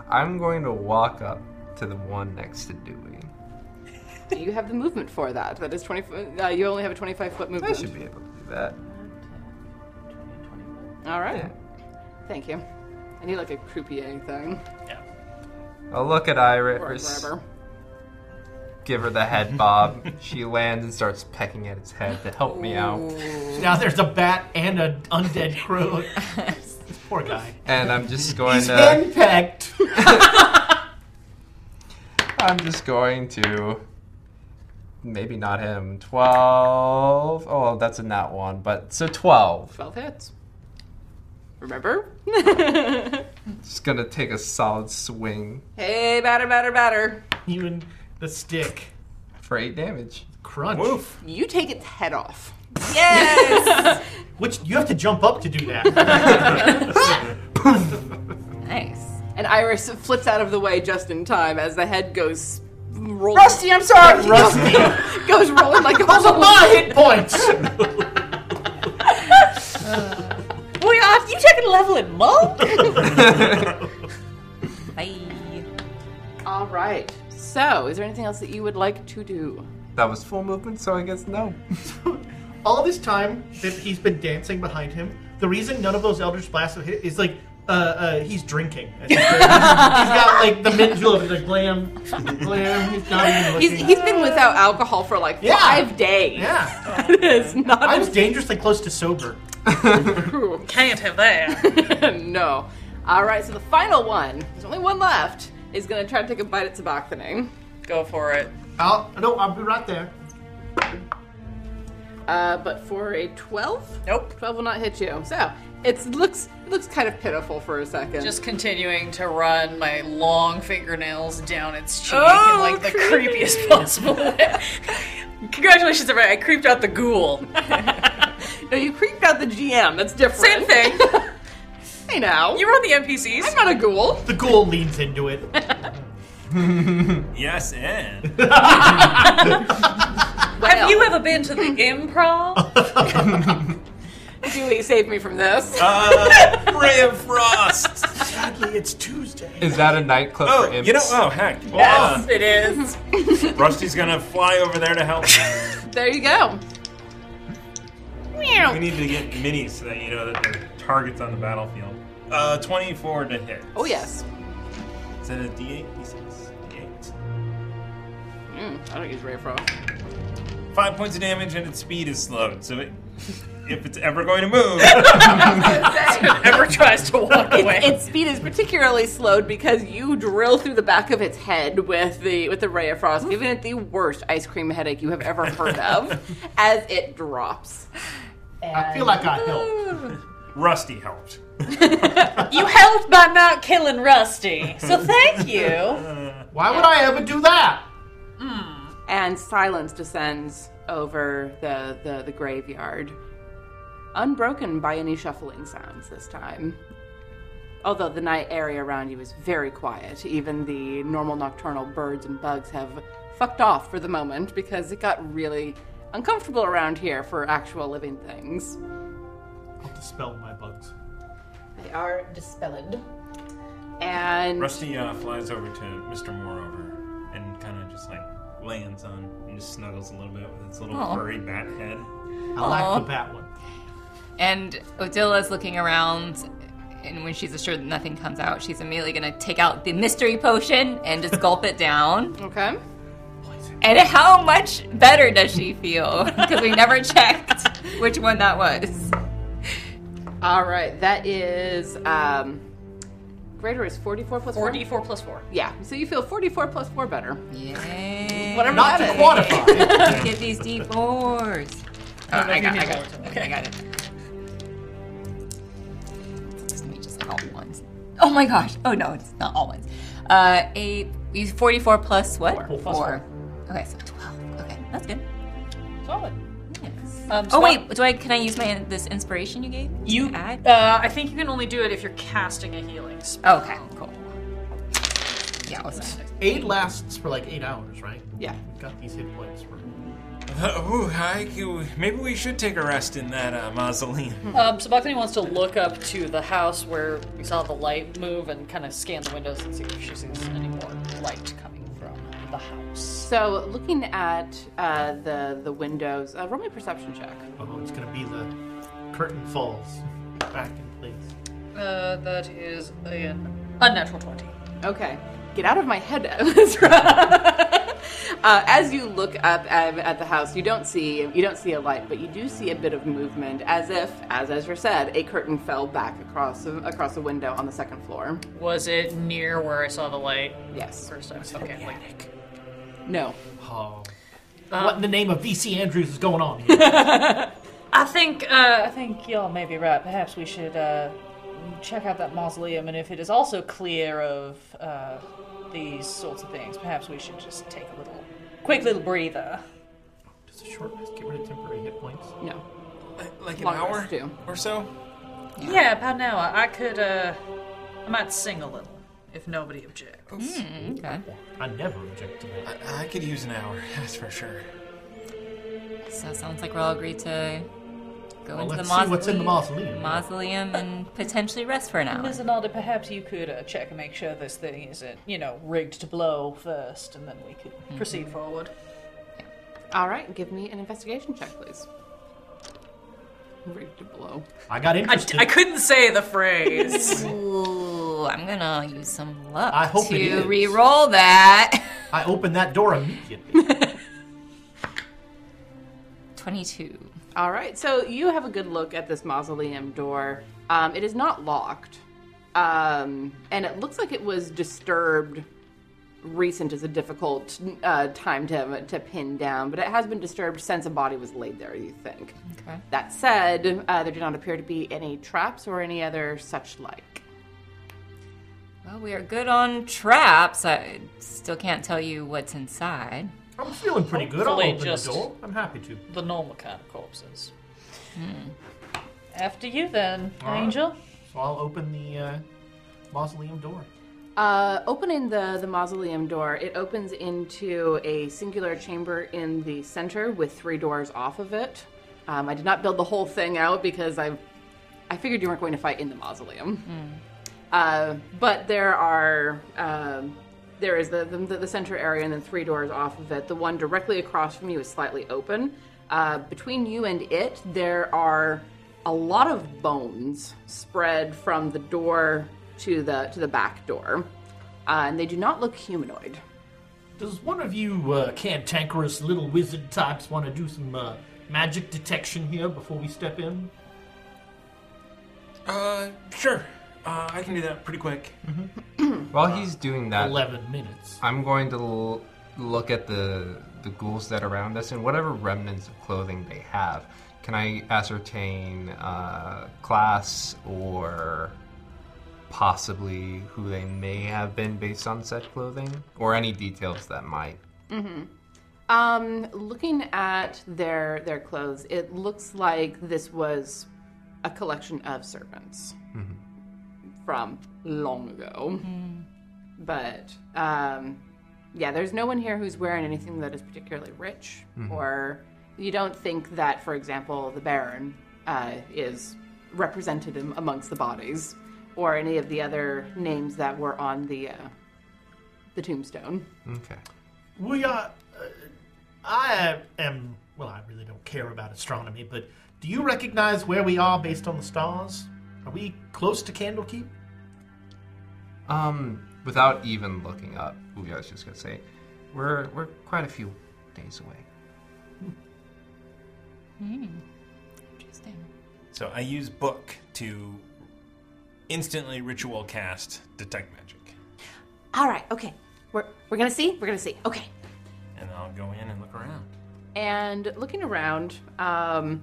[SPEAKER 9] I'm going to walk up to the one next to Dewey.
[SPEAKER 7] You have the movement for that. That is 20. foot- Uh, you only have a 25 foot
[SPEAKER 9] I
[SPEAKER 7] movement.
[SPEAKER 9] should be able to do that.
[SPEAKER 7] All right. Thank you. I need like a croupier thing.
[SPEAKER 9] I'll look at
[SPEAKER 7] Or a
[SPEAKER 9] Iris,
[SPEAKER 7] grabber.
[SPEAKER 9] give her the head bob. she lands and starts pecking at its head to help me out.
[SPEAKER 14] now there's a bat and an undead crow. Poor guy.
[SPEAKER 9] And uh, I'm just going
[SPEAKER 14] He's
[SPEAKER 9] to.
[SPEAKER 14] henpecked.
[SPEAKER 9] I'm just going to. Maybe not him. 12. Oh, that's a not one, but. So 12.
[SPEAKER 7] 12 hits. Remember?
[SPEAKER 9] Just gonna take a solid swing
[SPEAKER 7] Hey, batter, batter, batter.
[SPEAKER 14] Even the stick.
[SPEAKER 9] for 8 damage.
[SPEAKER 14] Crunch.
[SPEAKER 7] You take its head off.
[SPEAKER 14] Which you have to jump up to do that.
[SPEAKER 5] Nice.
[SPEAKER 7] And Iris flips out of the way just in time as the head goes rolling.
[SPEAKER 14] Rusty, I'm sorry. Rusty.
[SPEAKER 7] goes rolling like a
[SPEAKER 14] Those are my hit points.
[SPEAKER 13] Woo, ya! You taking a level in monk?
[SPEAKER 5] Bye.
[SPEAKER 7] All right. So, is there anything else that you would like to do?
[SPEAKER 9] That was full movement, so I guess no.
[SPEAKER 6] all this time that he's been dancing behind him, the reason none of those Eldritch Blasts have hit is like, uh, uh, he's drinking. he's got like the minstrel of the glam, glam. He's not even
[SPEAKER 7] He's,
[SPEAKER 6] looking.
[SPEAKER 7] he's been without alcohol for like
[SPEAKER 6] Yeah.
[SPEAKER 7] five days.
[SPEAKER 6] yeah,
[SPEAKER 7] It is not
[SPEAKER 6] I was dangerously close to sober.
[SPEAKER 13] Can't have that.
[SPEAKER 7] no. All right, so the final one, there's only one left, is going to try to take a bite at Suboxone.
[SPEAKER 13] Go for it.
[SPEAKER 6] I'll, Oh, no, I'll be right there.
[SPEAKER 7] Uh, but for a 12,
[SPEAKER 13] Nope.
[SPEAKER 7] 12 will not hit you. So it's looks it looks kind of pitiful for a second.
[SPEAKER 13] Just continuing to run my long fingernails down its cheek
[SPEAKER 7] Oh,
[SPEAKER 13] in like the creepiest possible way. Congratulations, everybody! I creeped out the ghoul.
[SPEAKER 7] no, you creeped out the GM. That's different.
[SPEAKER 13] Same thing.
[SPEAKER 7] Hey now,
[SPEAKER 13] You were on the NPCs.
[SPEAKER 7] I'm not a ghoul.
[SPEAKER 6] The ghoul leans into it.
[SPEAKER 2] Yes, and.
[SPEAKER 13] Have you ever been to the improv?
[SPEAKER 7] Julie saved me from this.
[SPEAKER 2] Uh, Ray of Frost.
[SPEAKER 6] Sadly, it's Tuesday.
[SPEAKER 9] Is that a nightclub
[SPEAKER 2] Oh,
[SPEAKER 9] for imps?
[SPEAKER 2] you know, oh, heck.
[SPEAKER 13] yes, it is.
[SPEAKER 2] Uh, Rusty's gonna fly over there to help.
[SPEAKER 7] there you go.
[SPEAKER 2] we need to get minis so that you know that they're targets on the battlefield. Uh, 24 to hit.
[SPEAKER 7] Oh yes.
[SPEAKER 2] Is that a D8? D6? D8.
[SPEAKER 7] Mm, I don't use Ray Frost.
[SPEAKER 2] Five points of damage and its speed is slowed, so it, if it's ever going to move,
[SPEAKER 13] Ever tries to walk away.
[SPEAKER 7] Its speed is particularly slowed because you drill through the back of its head with the with the ray of frost, giving it the worst ice cream headache you have ever heard of, as it drops.
[SPEAKER 6] I feel like I helped.
[SPEAKER 2] Rusty helped.
[SPEAKER 13] You helped by not killing Rusty, so thank you.
[SPEAKER 6] Why would I ever do that?
[SPEAKER 7] And silence descends over the the, the graveyard, unbroken by any shuffling sounds this time. Although the night area around you is very quiet, even the normal nocturnal birds and bugs have fucked off for the moment because it got really uncomfortable around here for actual living things.
[SPEAKER 6] I'll dispel my bugs.
[SPEAKER 7] They are dispelled. And
[SPEAKER 2] Rusty uh, flies over to Mr. Moreover and kind of just like lands on and just snuggles a little bit with its little furry bat head.
[SPEAKER 6] I like the bat one.
[SPEAKER 5] And Odila's looking around and when she's assured that nothing comes out, she's immediately gonna take out the mystery potion and just gulp it down.
[SPEAKER 7] Okay.
[SPEAKER 5] And how much better does she feel? Because we never checked which one that was.
[SPEAKER 7] All right, that is um, greater is forty-four plus four.
[SPEAKER 3] 44 plus 4.
[SPEAKER 7] Yeah, so you feel forty-four plus four better.
[SPEAKER 5] Yeah.
[SPEAKER 7] Whatever
[SPEAKER 5] Not
[SPEAKER 7] that
[SPEAKER 5] to
[SPEAKER 7] is.
[SPEAKER 5] quantify. Get these d4s.
[SPEAKER 7] I don't know
[SPEAKER 5] I
[SPEAKER 7] if you
[SPEAKER 5] got, I
[SPEAKER 7] need
[SPEAKER 5] got,
[SPEAKER 7] more
[SPEAKER 5] okay, I got it. Let me just all ones. Oh my gosh! Oh no, it's not all ones. Uh, eight. you- Forty-four plus what? Four. Okay, so twelve. Okay, that's good.
[SPEAKER 13] Solid.
[SPEAKER 3] Um,
[SPEAKER 5] oh
[SPEAKER 3] so
[SPEAKER 5] wait, do I? Can I use my this inspiration you gave?
[SPEAKER 3] You.
[SPEAKER 5] Add?
[SPEAKER 3] Uh, I think you can only do it if you're casting a healing spell.
[SPEAKER 5] Oh, Okay, cool. Yeah, what's
[SPEAKER 6] Aid lasts for like eight hours, right?
[SPEAKER 7] Yeah.
[SPEAKER 6] Got these hit points for.
[SPEAKER 2] Uh, Ooh, I could- maybe we should take a rest in that uh, mausoleum.
[SPEAKER 3] Um, so Buckley wants to look up to the house where we saw the light move and kind of scan the windows and see if she sees any more light coming from the house.
[SPEAKER 7] So looking at uh, the the windows, uh, roll me a perception check.
[SPEAKER 6] Oh, it's gonna be the curtain falls back in place.
[SPEAKER 3] Uh, that is an unnatural 20.
[SPEAKER 7] Okay. Get out of my head, Ezra. uh, as you look up at, at the house, you don't see you don't see a light, but you do see a bit of movement, as if, as Ezra said, a curtain fell back across across a window on the second floor.
[SPEAKER 3] Was it near where I saw the light?
[SPEAKER 7] Yes.
[SPEAKER 3] First time. Okay. like-
[SPEAKER 7] No.
[SPEAKER 6] Oh.
[SPEAKER 14] what in the name of VC Andrews is going on here?
[SPEAKER 13] I think uh, I think y'all may be right. Perhaps we should uh, check out that mausoleum, and if it is also clear of uh, these sorts of things, perhaps we should just take a little, quick little breather.
[SPEAKER 6] Does a short rest get rid of temporary hit points?
[SPEAKER 7] No.
[SPEAKER 2] Like an
[SPEAKER 3] Long
[SPEAKER 2] hour
[SPEAKER 3] rest,
[SPEAKER 2] or so?
[SPEAKER 3] Yeah, about an hour. I could, uh, I might sing a little if nobody objects.
[SPEAKER 5] okay.
[SPEAKER 6] I never object to that.
[SPEAKER 2] I could use an hour, that's for sure.
[SPEAKER 5] So it sounds like we're all agreed to go
[SPEAKER 6] Well,
[SPEAKER 5] into
[SPEAKER 6] let's
[SPEAKER 5] the mausoleum.
[SPEAKER 6] see what's in the mausoleum.
[SPEAKER 5] Mausoleum and potentially rest for an hour.
[SPEAKER 13] Ms. Anada, perhaps you could uh, check and make sure this thing isn't, you know, rigged to blow first, and then we could
[SPEAKER 3] Mm-hmm.
[SPEAKER 13] proceed forward.
[SPEAKER 7] All right, give me an investigation check, please. Rigged to blow.
[SPEAKER 6] I got
[SPEAKER 3] I,
[SPEAKER 6] interested.
[SPEAKER 3] I couldn't say the phrase.
[SPEAKER 5] Ooh, I'm gonna use some luck
[SPEAKER 6] I hope it
[SPEAKER 5] to
[SPEAKER 6] is.
[SPEAKER 5] re-roll that.
[SPEAKER 6] I opened that door immediately.
[SPEAKER 5] Twenty-two.
[SPEAKER 7] All right, so you have a good look at this mausoleum door. Um, it is not locked, um, and it looks like it was disturbed. Recent is a difficult uh, time to to pin down, but it has been disturbed since a body was laid there. You think?
[SPEAKER 5] Okay.
[SPEAKER 7] That said, uh, there do not appear to be any traps or any other such like.
[SPEAKER 5] Well, we are good on traps. I still can't tell you what's inside.
[SPEAKER 6] I'm feeling pretty good. I'll
[SPEAKER 3] Hopefully
[SPEAKER 6] open
[SPEAKER 3] just-
[SPEAKER 6] the door. I'm happy to.
[SPEAKER 3] the normal kind of corpses. Hmm.
[SPEAKER 13] After you, then,
[SPEAKER 6] All right.
[SPEAKER 13] Angel.
[SPEAKER 6] So I'll open the uh, mausoleum door.
[SPEAKER 7] Uh, opening the, the mausoleum door, it opens into a singular chamber in the center with three doors off of it. Um, I did not build the whole thing out because I, I figured you weren't going to fight in the mausoleum. Uh, but there are um, there is the, the the center area and then three doors off of it. The one directly across from you is slightly open. Uh, between you and it, there are a lot of bones spread from the door to the to the back door, uh, and they do not look humanoid.
[SPEAKER 14] Does one of you uh, cantankerous little wizard types want to do some uh, magic detection here before we step in?
[SPEAKER 2] Uh, sure. Uh, I can do that pretty quick.
[SPEAKER 9] While he's doing that,
[SPEAKER 14] Eleven minutes.
[SPEAKER 9] I'm going to l- look at the the ghouls that are around us and whatever remnants of clothing they have. Can I ascertain uh, class or possibly who they may have been based on such clothing or any details that might?
[SPEAKER 7] Um, looking at their their clothes, it looks like this was a collection of servants from long ago. But um, yeah, there's no one here who's wearing anything that is particularly rich, or you don't think that, for example, the Baron uh, is represented am- amongst the bodies, or any of the other names that were on the uh, the tombstone.
[SPEAKER 9] Okay.
[SPEAKER 14] We are. Uh, I am. Well, I really don't care about astronomy, but
[SPEAKER 6] Do you recognize where we are based on the stars? Are we close to Candlekeep?
[SPEAKER 9] Um, without even looking up, ooh, I was just gonna say, we're we're quite a few days away.
[SPEAKER 5] Hmm. Interesting.
[SPEAKER 2] So I use book to instantly ritual cast detect magic,
[SPEAKER 16] All right, okay. We're, we're going to see. We're going to see. Okay.
[SPEAKER 2] and I'll go in and look around.
[SPEAKER 7] And looking around, um,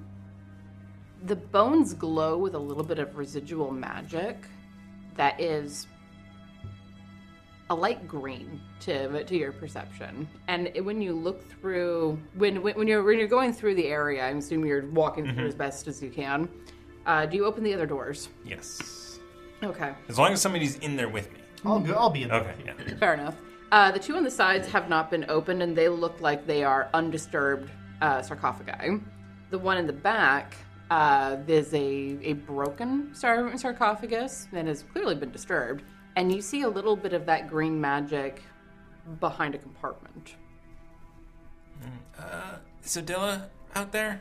[SPEAKER 7] the bones glow with a little bit of residual magic that is a light green to to your perception. And it- when you look through, when when when you're when you're going through the area, I'm assuming you're walking through
[SPEAKER 2] Mhm.
[SPEAKER 7] as best as you can. Uh, do you open the other doors?
[SPEAKER 2] Yes.
[SPEAKER 7] Okay.
[SPEAKER 2] As long as somebody's in there with me.
[SPEAKER 6] I'll go. I'll be in
[SPEAKER 2] there. Okay. Yeah.
[SPEAKER 7] Fair enough. Uh, the two on the sides have not been opened, and they look like they are undisturbed uh, sarcophagi. The one in the back, uh, there's a, a broken sar- sarcophagus that has clearly been disturbed, and you see a little bit of that green magic behind a compartment.
[SPEAKER 2] Uh, so Dilla, out there,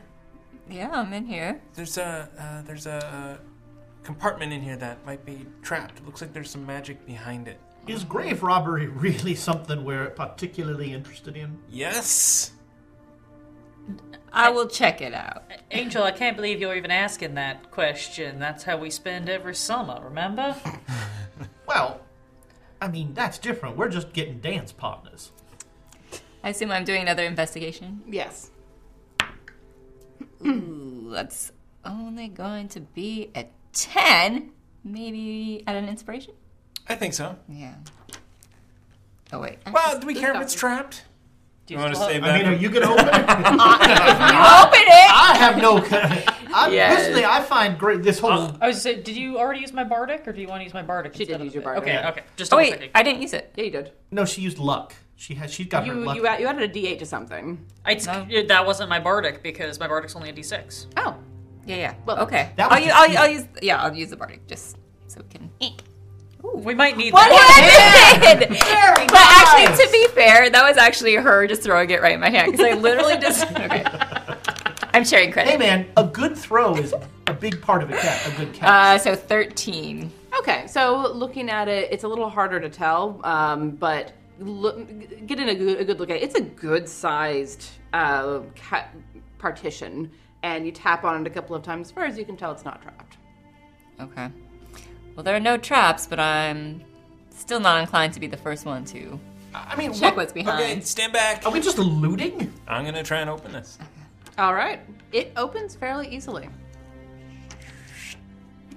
[SPEAKER 5] Yeah, I'm in here.
[SPEAKER 2] there's a uh, there's a uh, compartment in here that might be trapped. Looks like there's some magic behind it.
[SPEAKER 6] Is grave robbery really something we're particularly interested in?
[SPEAKER 2] Yes.
[SPEAKER 5] I will check it out.
[SPEAKER 3] Angel, I can't believe you're even asking that question. That's how we spend every summer, remember?
[SPEAKER 6] Well, I mean, that's different. We're just getting dance partners.
[SPEAKER 5] I assume I'm doing another investigation.
[SPEAKER 7] Yes.
[SPEAKER 5] Ooh, that's only going to be a 10. Maybe at an inspiration?
[SPEAKER 2] I think so.
[SPEAKER 5] Yeah. Oh, wait.
[SPEAKER 2] Well, do we care if it's trapped? Do you want to save that?
[SPEAKER 6] I mean, are you gonna open it?
[SPEAKER 5] open it.
[SPEAKER 6] I have no. I,
[SPEAKER 3] Yes.
[SPEAKER 6] Personally, I find great this whole.
[SPEAKER 7] Uh,
[SPEAKER 3] I was say, Oh, did you already use my bardic, or do you want to use my bardic? She did use your
[SPEAKER 7] bardic.
[SPEAKER 3] Okay,
[SPEAKER 6] Yeah.
[SPEAKER 3] okay. Just
[SPEAKER 7] Oh,
[SPEAKER 3] double
[SPEAKER 7] wait,
[SPEAKER 3] checking.
[SPEAKER 5] I didn't use it.
[SPEAKER 7] Yeah, you did.
[SPEAKER 6] no, she used luck. She has. She's got
[SPEAKER 7] You,
[SPEAKER 6] her luck.
[SPEAKER 7] you, add- you added a D8 to something.
[SPEAKER 3] I, That wasn't my bardic because my bardic's only a d6.
[SPEAKER 7] Oh.
[SPEAKER 5] Yeah, yeah.
[SPEAKER 7] Well,
[SPEAKER 5] okay.
[SPEAKER 3] that
[SPEAKER 5] I'll,
[SPEAKER 3] was
[SPEAKER 5] u-
[SPEAKER 3] just
[SPEAKER 5] I'll,
[SPEAKER 3] you.
[SPEAKER 5] I'll use. Yeah, I'll use the bardic just so we can.
[SPEAKER 3] we might need
[SPEAKER 5] What
[SPEAKER 3] that.
[SPEAKER 5] happened?
[SPEAKER 3] Very
[SPEAKER 5] but actually, to be fair, that was actually her just throwing it right in my hand because I literally just. Okay. I'm sharing credit.
[SPEAKER 6] Hey, man, a good throw is a big part of a cat. A good cat.
[SPEAKER 5] Uh, so 13.
[SPEAKER 7] Okay, so looking at it, it's a little harder to tell, um, but look, getting a good, a good look at it, it's a good sized uh, ca- partition, and you tap on it a couple of times. As far as you can tell, it's not trapped.
[SPEAKER 5] Okay. Well, there are no traps, but I'm still not inclined to be the first one to.
[SPEAKER 6] I
[SPEAKER 5] mean, check
[SPEAKER 6] what-
[SPEAKER 5] what's behind.
[SPEAKER 2] Okay, stand back. Are
[SPEAKER 6] we just looting?
[SPEAKER 2] I'm gonna try and open this.
[SPEAKER 7] All right, it opens fairly easily.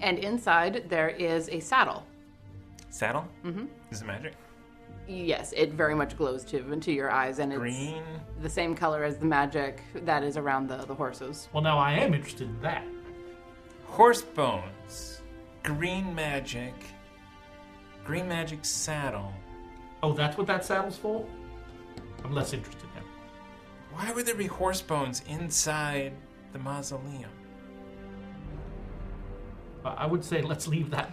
[SPEAKER 7] And inside, there is a saddle.
[SPEAKER 2] Saddle.
[SPEAKER 7] Mhm.
[SPEAKER 2] Is it magic?
[SPEAKER 7] Yes, it very much glows to, to your eyes, and it's
[SPEAKER 2] Green.
[SPEAKER 7] the same color as the magic that is around the, the horses.
[SPEAKER 6] Well, now I am interested in that.
[SPEAKER 2] Horse bones. Green magic. Green magic saddle.
[SPEAKER 6] Oh, that's what that saddle's for. I'm less interested now.
[SPEAKER 2] Why would there be horse bones inside the mausoleum?
[SPEAKER 6] But I would say let's leave that.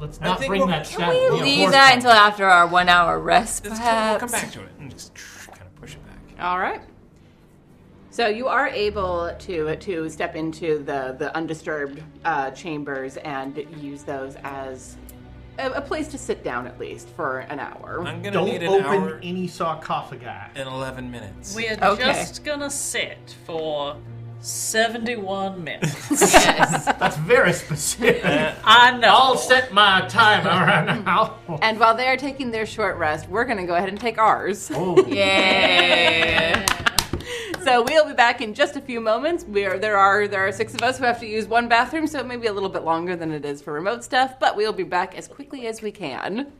[SPEAKER 6] Let's
[SPEAKER 2] I
[SPEAKER 6] not
[SPEAKER 2] think
[SPEAKER 6] bring
[SPEAKER 2] we'll-
[SPEAKER 6] that
[SPEAKER 2] Can
[SPEAKER 6] saddle.
[SPEAKER 2] we
[SPEAKER 6] Yeah,
[SPEAKER 5] Leave
[SPEAKER 6] horse
[SPEAKER 5] that
[SPEAKER 6] bones.
[SPEAKER 5] until after our one hour rest,
[SPEAKER 2] Let's
[SPEAKER 5] perhaps.
[SPEAKER 2] come- we'll come back to it and just kind of push it back.
[SPEAKER 7] All right. So you are able to to step into the the undisturbed uh, chambers and use those as a, a place to sit down at least for an hour.
[SPEAKER 2] I'm gonna
[SPEAKER 6] Don't
[SPEAKER 2] need an
[SPEAKER 6] open
[SPEAKER 2] hour
[SPEAKER 6] any sarcophagi.
[SPEAKER 2] and eleven minutes.
[SPEAKER 3] We're just gonna sit for 71 minutes.
[SPEAKER 6] That's very specific.
[SPEAKER 3] I know.
[SPEAKER 6] I'll set my timer right now.
[SPEAKER 7] And while they are taking their short rest, we're going to go ahead and take ours.
[SPEAKER 6] Oh.
[SPEAKER 7] yeah. So we'll be back in just a few moments. We are, there are there are six of us who have to use one bathroom, so it may be a little bit longer than it is for remote stuff, but we'll be back as quickly as we can.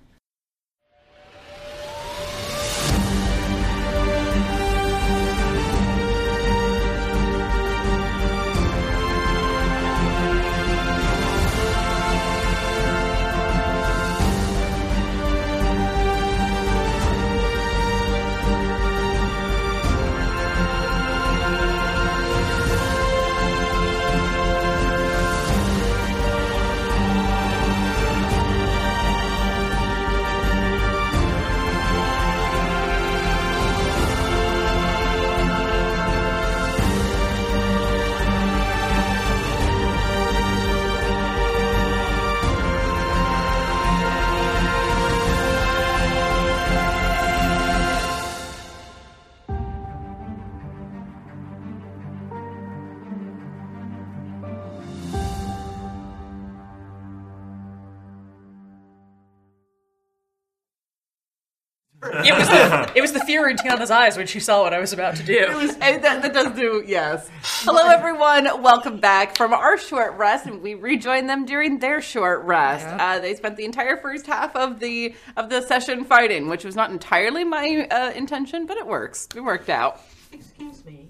[SPEAKER 3] It was the, it was the fear in Tiana's eyes when she saw what I was about to do.
[SPEAKER 7] It was, and that, that does do, yes. Hello, everyone. Welcome back from our short rest, and we rejoined them during their short rest. Uh, they spent the entire first half of the of the session fighting, which was not entirely my uh, intention, but it works. We worked out.
[SPEAKER 17] Excuse me.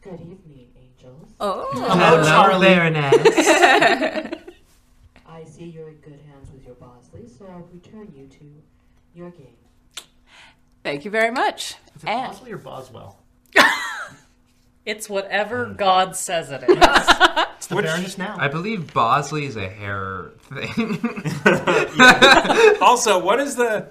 [SPEAKER 17] Good evening, angels.
[SPEAKER 7] Oh.
[SPEAKER 17] Hello,
[SPEAKER 7] Charlie.
[SPEAKER 17] Baroness. I see you're in good hands with your Bosley, so I'll return you to your game.
[SPEAKER 7] Thank you very much.
[SPEAKER 6] Is it Bosley or Boswell?
[SPEAKER 3] It's whatever God says it is.
[SPEAKER 6] It's the Baroness now.
[SPEAKER 9] I believe Bosley is a hair thing.
[SPEAKER 2] also, what is the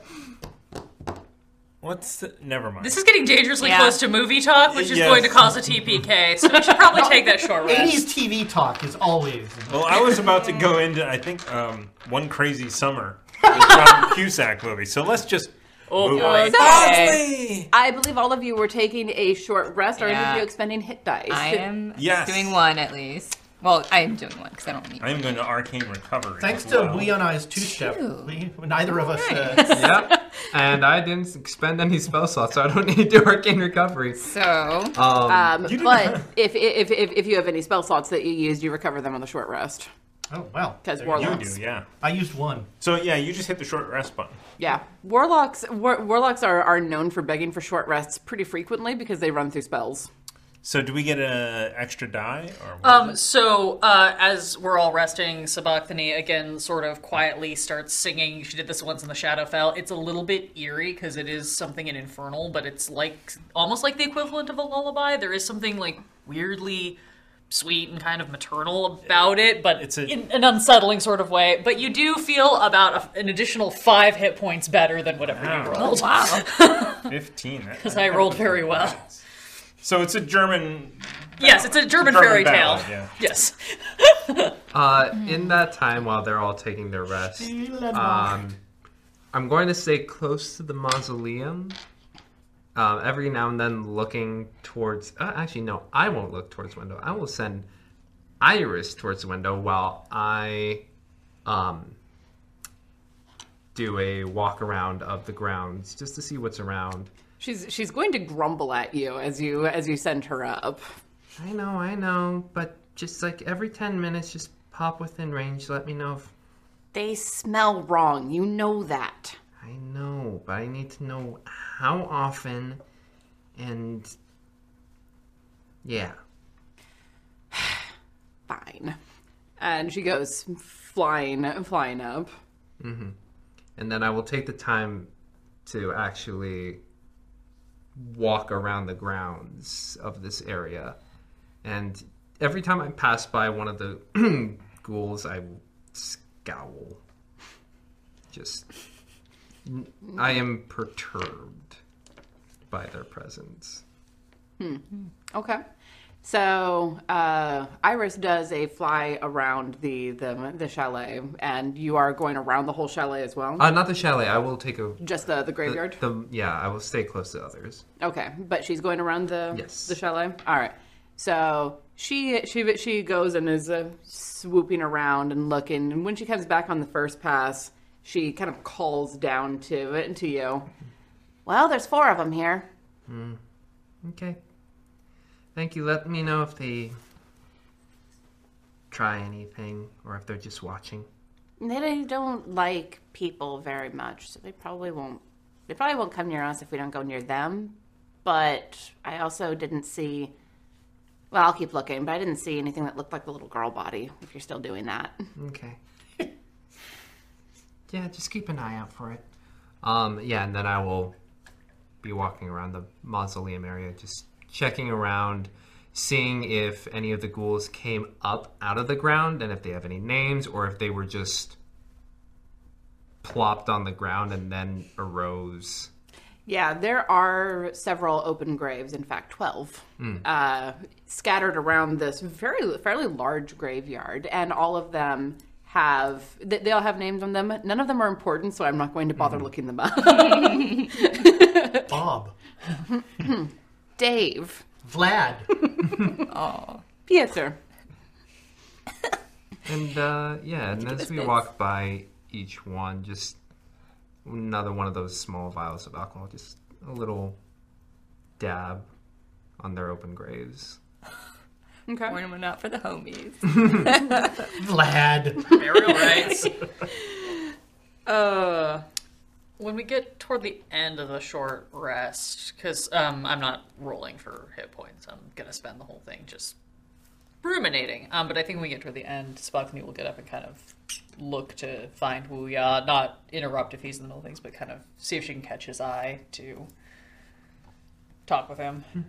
[SPEAKER 2] what's the? Never mind.
[SPEAKER 3] This is getting dangerously
[SPEAKER 2] Yeah.
[SPEAKER 3] close to movie talk, which is
[SPEAKER 2] Yes.
[SPEAKER 3] going to cause a TPK. So we should probably take that short rest.
[SPEAKER 6] 80s TV talk is always.
[SPEAKER 2] Well, I was about to go into I think um, one crazy summer, the John Cusack movie. So let's just
[SPEAKER 3] Oh,
[SPEAKER 2] move on.
[SPEAKER 7] Okay. I believe all of you were taking a short rest, or any
[SPEAKER 5] Yeah.
[SPEAKER 7] of you expending hit dice.
[SPEAKER 5] I am
[SPEAKER 2] Yes.
[SPEAKER 5] doing one at least. Well, I am doing one because I don't need.
[SPEAKER 2] I am going to arcane recovery.
[SPEAKER 6] Thanks
[SPEAKER 2] as
[SPEAKER 6] to
[SPEAKER 2] well.
[SPEAKER 6] We on Eyes two step, we neither of us. Uh,
[SPEAKER 9] yep. And I didn't expend any spell slots, so I don't need to work in recovery.
[SPEAKER 5] So,
[SPEAKER 2] Uh,
[SPEAKER 9] um,
[SPEAKER 7] Um, but if, if, if, if you have any spell slots that you used, you recover them on the short rest.
[SPEAKER 6] Oh wow!
[SPEAKER 7] Because
[SPEAKER 2] There you
[SPEAKER 7] warlocks,
[SPEAKER 2] do, yeah.
[SPEAKER 6] I used one.
[SPEAKER 2] So yeah, you just hit the short rest button.
[SPEAKER 7] yeah, warlocks, war, warlocks are, are known for begging for short rests pretty frequently because they run through spells.
[SPEAKER 2] So do we get an extra die or?
[SPEAKER 3] Um, so uh, as we're all resting, Sabachthani again sort of quietly starts singing. She did this once in the Shadowfell. It's a little bit eerie because it is something in Infernal, but it's like almost like the equivalent of a lullaby. There is something like weirdly sweet and kind of maternal about it, but it's in an unsettling sort of way. But you do feel about a, an additional five hit points better than whatever you rolled.
[SPEAKER 2] Fifteen. that-
[SPEAKER 3] Because I rolled very well.
[SPEAKER 2] So it's a German.
[SPEAKER 3] Yes, it's a German,
[SPEAKER 2] German
[SPEAKER 3] fairy tale.
[SPEAKER 9] ballad, yeah.
[SPEAKER 3] Yes.
[SPEAKER 9] Uh, in that time while they're all taking their rest, um, I'm going to stay close to the mausoleum. Um, every now and then, looking towards. Uh, actually, no, I won't look towards the window. I will send Iris towards the window while I um, do a walk around of the grounds just to see what's around.
[SPEAKER 7] She's she's going to grumble at you as you as you send her up.
[SPEAKER 9] I know, I know, but just like every 10 minutes, just pop within range. Let me know if
[SPEAKER 7] They smell wrong. You know that.
[SPEAKER 9] I know, but I need to know how often and yeah.
[SPEAKER 7] Fine. And she goes flying flying up.
[SPEAKER 9] hmm And then I will take the time to actually walk around the grounds of this area. And every time I pass by one of the ghouls, I will scowl. Just. I am perturbed by their presence.
[SPEAKER 7] Hmm. Okay. So uh, Iris does a fly around the, the the chalet, and you are going around the whole chalet as well.
[SPEAKER 9] Uh, not the chalet. I will take a.
[SPEAKER 7] Just the, the graveyard.
[SPEAKER 9] The, the- yeah, I will stay close to others.
[SPEAKER 7] Okay, but she's going around the
[SPEAKER 9] Yes.
[SPEAKER 7] the chalet. All right. So she she she goes and is uh, swooping around and looking. And when she comes back on the first pass, she kind of calls down to it to you. Well, there's four of them here.
[SPEAKER 9] Hmm. Okay. Thank you. Let me know if they try anything or if they're just watching.
[SPEAKER 7] They don't like people very much, so they probably won't. They probably won't come near us if we don't go near them. But I also didn't see. Well, I'll keep looking, but I didn't see anything that looked like the little girl body. If you're still doing that.
[SPEAKER 9] Okay. Yeah, just keep an eye out for it. Um, yeah, and then I will be walking around the mausoleum area, just checking around, seeing if any of the ghouls came up out of the ground and if they have any names or if they were just plopped on the ground and then arose.
[SPEAKER 7] Yeah, there are several open graves. In fact, twelve
[SPEAKER 9] Mm.
[SPEAKER 7] uh, scattered around this very fairly large graveyard, and all of them have they, they all have names on them. None of them are important, so I'm not going to bother looking them up.
[SPEAKER 6] Bob,
[SPEAKER 7] Dave,
[SPEAKER 6] Vlad,
[SPEAKER 7] oh, Piotr.
[SPEAKER 9] And uh, yeah, and
[SPEAKER 7] Look at
[SPEAKER 9] as
[SPEAKER 7] this
[SPEAKER 9] we
[SPEAKER 7] bit.
[SPEAKER 9] walk by each one, just another one of those small vials of alcohol, just a little dab on their open graves.
[SPEAKER 5] Okay. Pouring one out for the homies.
[SPEAKER 6] Vlad.
[SPEAKER 4] Burial rites.
[SPEAKER 3] Uh,
[SPEAKER 4] when we get toward the end of the short rest, because um, I'm not rolling for hit points, I'm gonna spend the whole thing just ruminating. Um, but I think when we get toward the end, Spockney will get up and kind of look to find Wuya, not interrupt if he's in the middle of things, but kind of see if she can catch his eye to talk with him.
[SPEAKER 3] Hmm.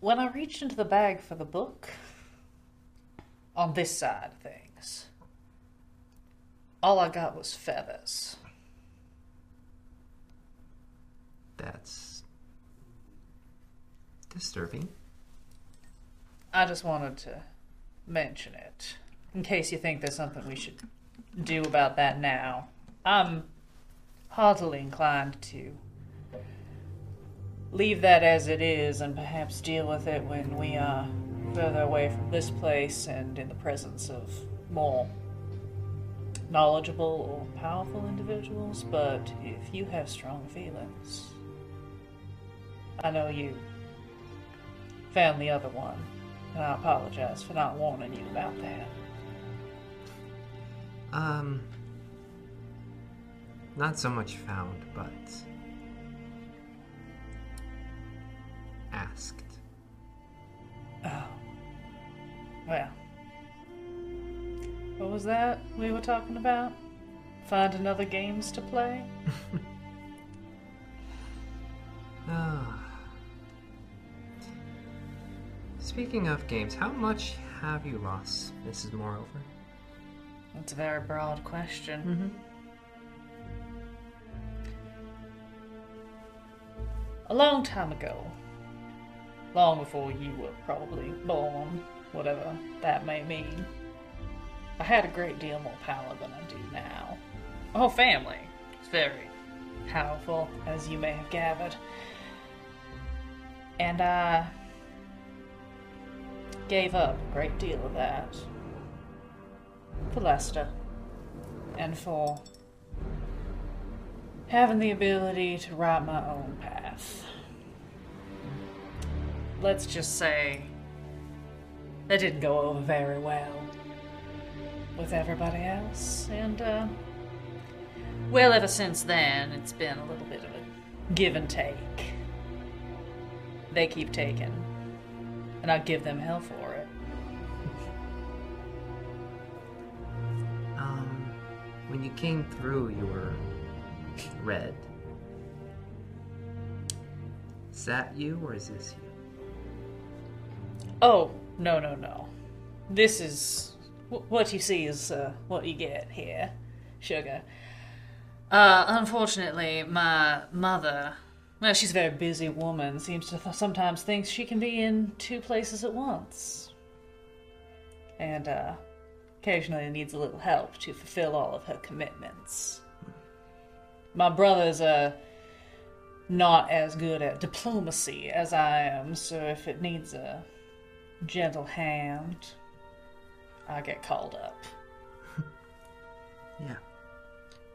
[SPEAKER 3] When I reached into the bag for the book, on this side of things, all I got was feathers.
[SPEAKER 9] That's disturbing.
[SPEAKER 3] I just wanted to mention it in case you think there's something we should do about that now. I'm heartily inclined to leave that as it is and perhaps deal with it when we are further away from this place and in the presence of more knowledgeable or powerful individuals. But if you have strong feelings, I know you found the other one, and I apologize for not warning you about that.
[SPEAKER 9] Um, not so much found, but asked.
[SPEAKER 3] Oh. Well. What was that we were talking about? Find another games to play?
[SPEAKER 9] Ah. Speaking of games, how much have you lost, Mrs. Moreover?
[SPEAKER 3] That's a very broad question. A long time ago, long before you were probably born, whatever that may mean, I had a great deal more power than I do now. My whole family is very powerful, as you may have gathered. And I gave up a great deal of that for Lester and for having the ability to write my own path. Let's just say that didn't go over very well with everybody else, and uh, well, ever since then, it's been a little bit of a give and take. They keep taking, and I give them hell for it.
[SPEAKER 9] Um, when you came through, you were red. Is that you, or is this you?
[SPEAKER 3] Oh, no, no, no. This is. wh- What you see is uh, what you get here, sugar. Uh, unfortunately, my mother, well, she's a very busy woman, seems to th- sometimes thinks she can be in two places at once. And uh, occasionally needs a little help to fulfill all of her commitments. My brother's uh, not as good at diplomacy as I am, so if it needs uh, a gentle hand, I get called up.
[SPEAKER 9] Yeah.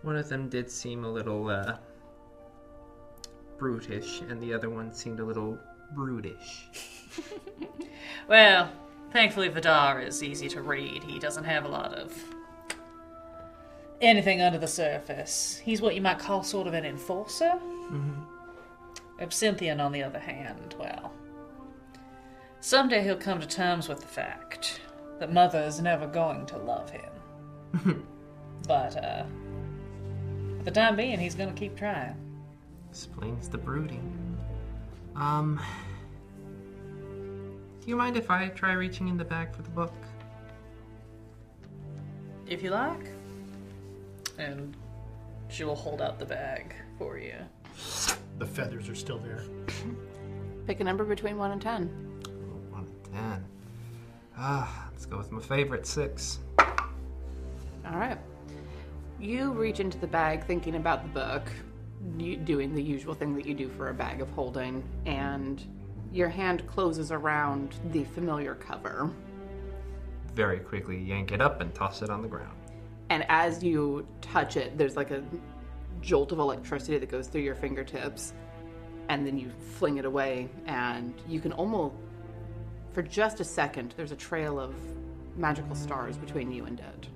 [SPEAKER 9] One of them did seem a little uh, brutish, and the other one seemed a little brutish.
[SPEAKER 4] Well, thankfully Vidar is easy to read. He doesn't have a lot of
[SPEAKER 3] Anything under the surface. He's what you might call sort of an enforcer. Mm-hmm. Absinthian, on the other hand, well, someday he'll come to terms with the fact that Mother is never going to love him. but, uh, for the time being, he's gonna keep trying.
[SPEAKER 9] Explains the brooding. Um. Do you mind if I try reaching in the bag for the book?
[SPEAKER 4] if you like. And she will hold out the bag for you.
[SPEAKER 6] The feathers are still there.
[SPEAKER 7] Pick a number between 1 and 10.
[SPEAKER 9] One to ten. Ah, let's go with my favorite six.
[SPEAKER 7] All right. You reach into the bag thinking about the book, you, doing the usual thing that you do for a bag of holding, and your hand closes around the familiar cover.
[SPEAKER 9] Very quickly yank it up and toss it on the ground.
[SPEAKER 7] and as you touch it, there's like a jolt of electricity that goes through your fingertips, and then you fling it away, and you can almost, for just a second, there's a trail of magical stars between you and it.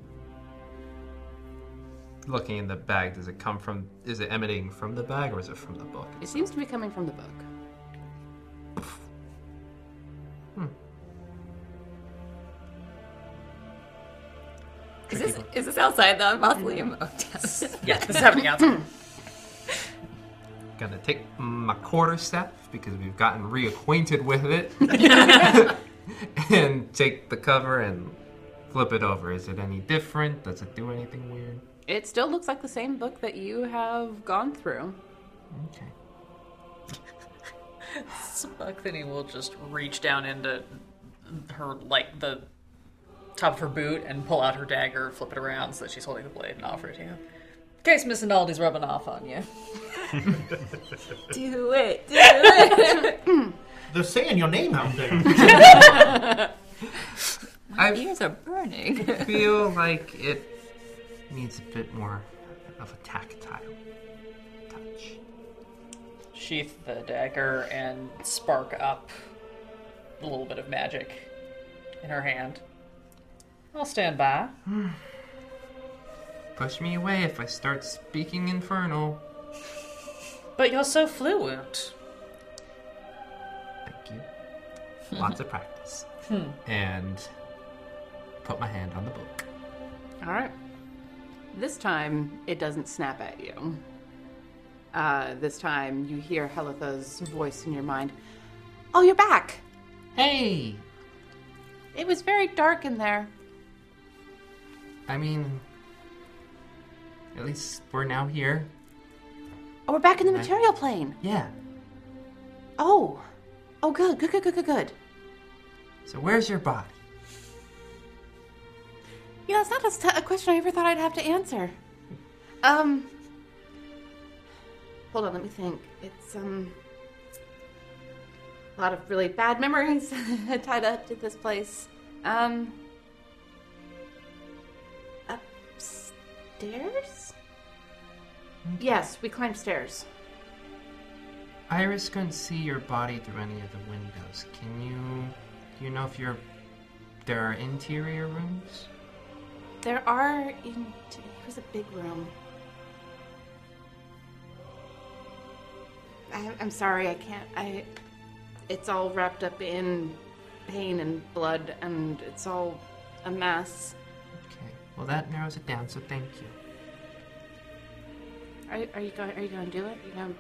[SPEAKER 9] Looking in the bag, does it come from? Is it emanating from the bag or is it from the book?
[SPEAKER 7] It seems to be coming from the book.
[SPEAKER 5] Is this, is this outside the mausoleum? Oh,
[SPEAKER 3] yeah, this is happening outside.
[SPEAKER 9] Gonna take my quarter staff because we've gotten reacquainted with it, and take the cover and flip it over. Is it any different? Does it do anything weird?
[SPEAKER 7] It still looks like the same book that you have gone through.
[SPEAKER 9] Okay.
[SPEAKER 3] Spuckthany will just reach down into her, like, the top of her boot and pull out her dagger, flip it around so that she's holding the blade and offer it to him. In case Miss Inaldi's rubbing off on you.
[SPEAKER 5] Do it. Do it.
[SPEAKER 6] They're saying your name out there.
[SPEAKER 5] My ears are burning.
[SPEAKER 9] I feel like it needs a bit more of a tactile touch.
[SPEAKER 3] Sheath the dagger and spark up a little bit of magic in her hand. I'll stand by.
[SPEAKER 9] Push me away if I start speaking infernal.
[SPEAKER 3] But you're so fluent.
[SPEAKER 9] Thank you. Lots of practice.
[SPEAKER 3] Hmm.
[SPEAKER 9] And put my hand on the book.
[SPEAKER 7] All right. This time, it doesn't snap at you. Uh, this time, you hear Helitha's voice in your mind. Oh, you're back!
[SPEAKER 9] Hey!
[SPEAKER 7] It was very dark in there.
[SPEAKER 9] I mean, at least we're now here.
[SPEAKER 7] Oh, we're back in the
[SPEAKER 9] Right.
[SPEAKER 7] material plane.
[SPEAKER 9] Yeah.
[SPEAKER 7] Oh. Oh, good, good, good, good, good, good.
[SPEAKER 9] So where's your body?
[SPEAKER 7] You know, it's not a, st- a question I ever thought I'd have to answer. Um. Hold on, let me think. It's, um. A lot of really bad memories tied up to this place. Um. Upstairs? Yes, we climbed stairs.
[SPEAKER 9] Iris couldn't see your body through any of the windows. Can you? Do you know if you're? There are interior rooms.
[SPEAKER 7] There are. In- it was a big room. I, I'm sorry, I can't. I. It's all wrapped up in pain and blood, and it's all a mess.
[SPEAKER 9] Well, that narrows it down. So thank you.
[SPEAKER 7] Are, are you going? Are you going to do it? Are you going?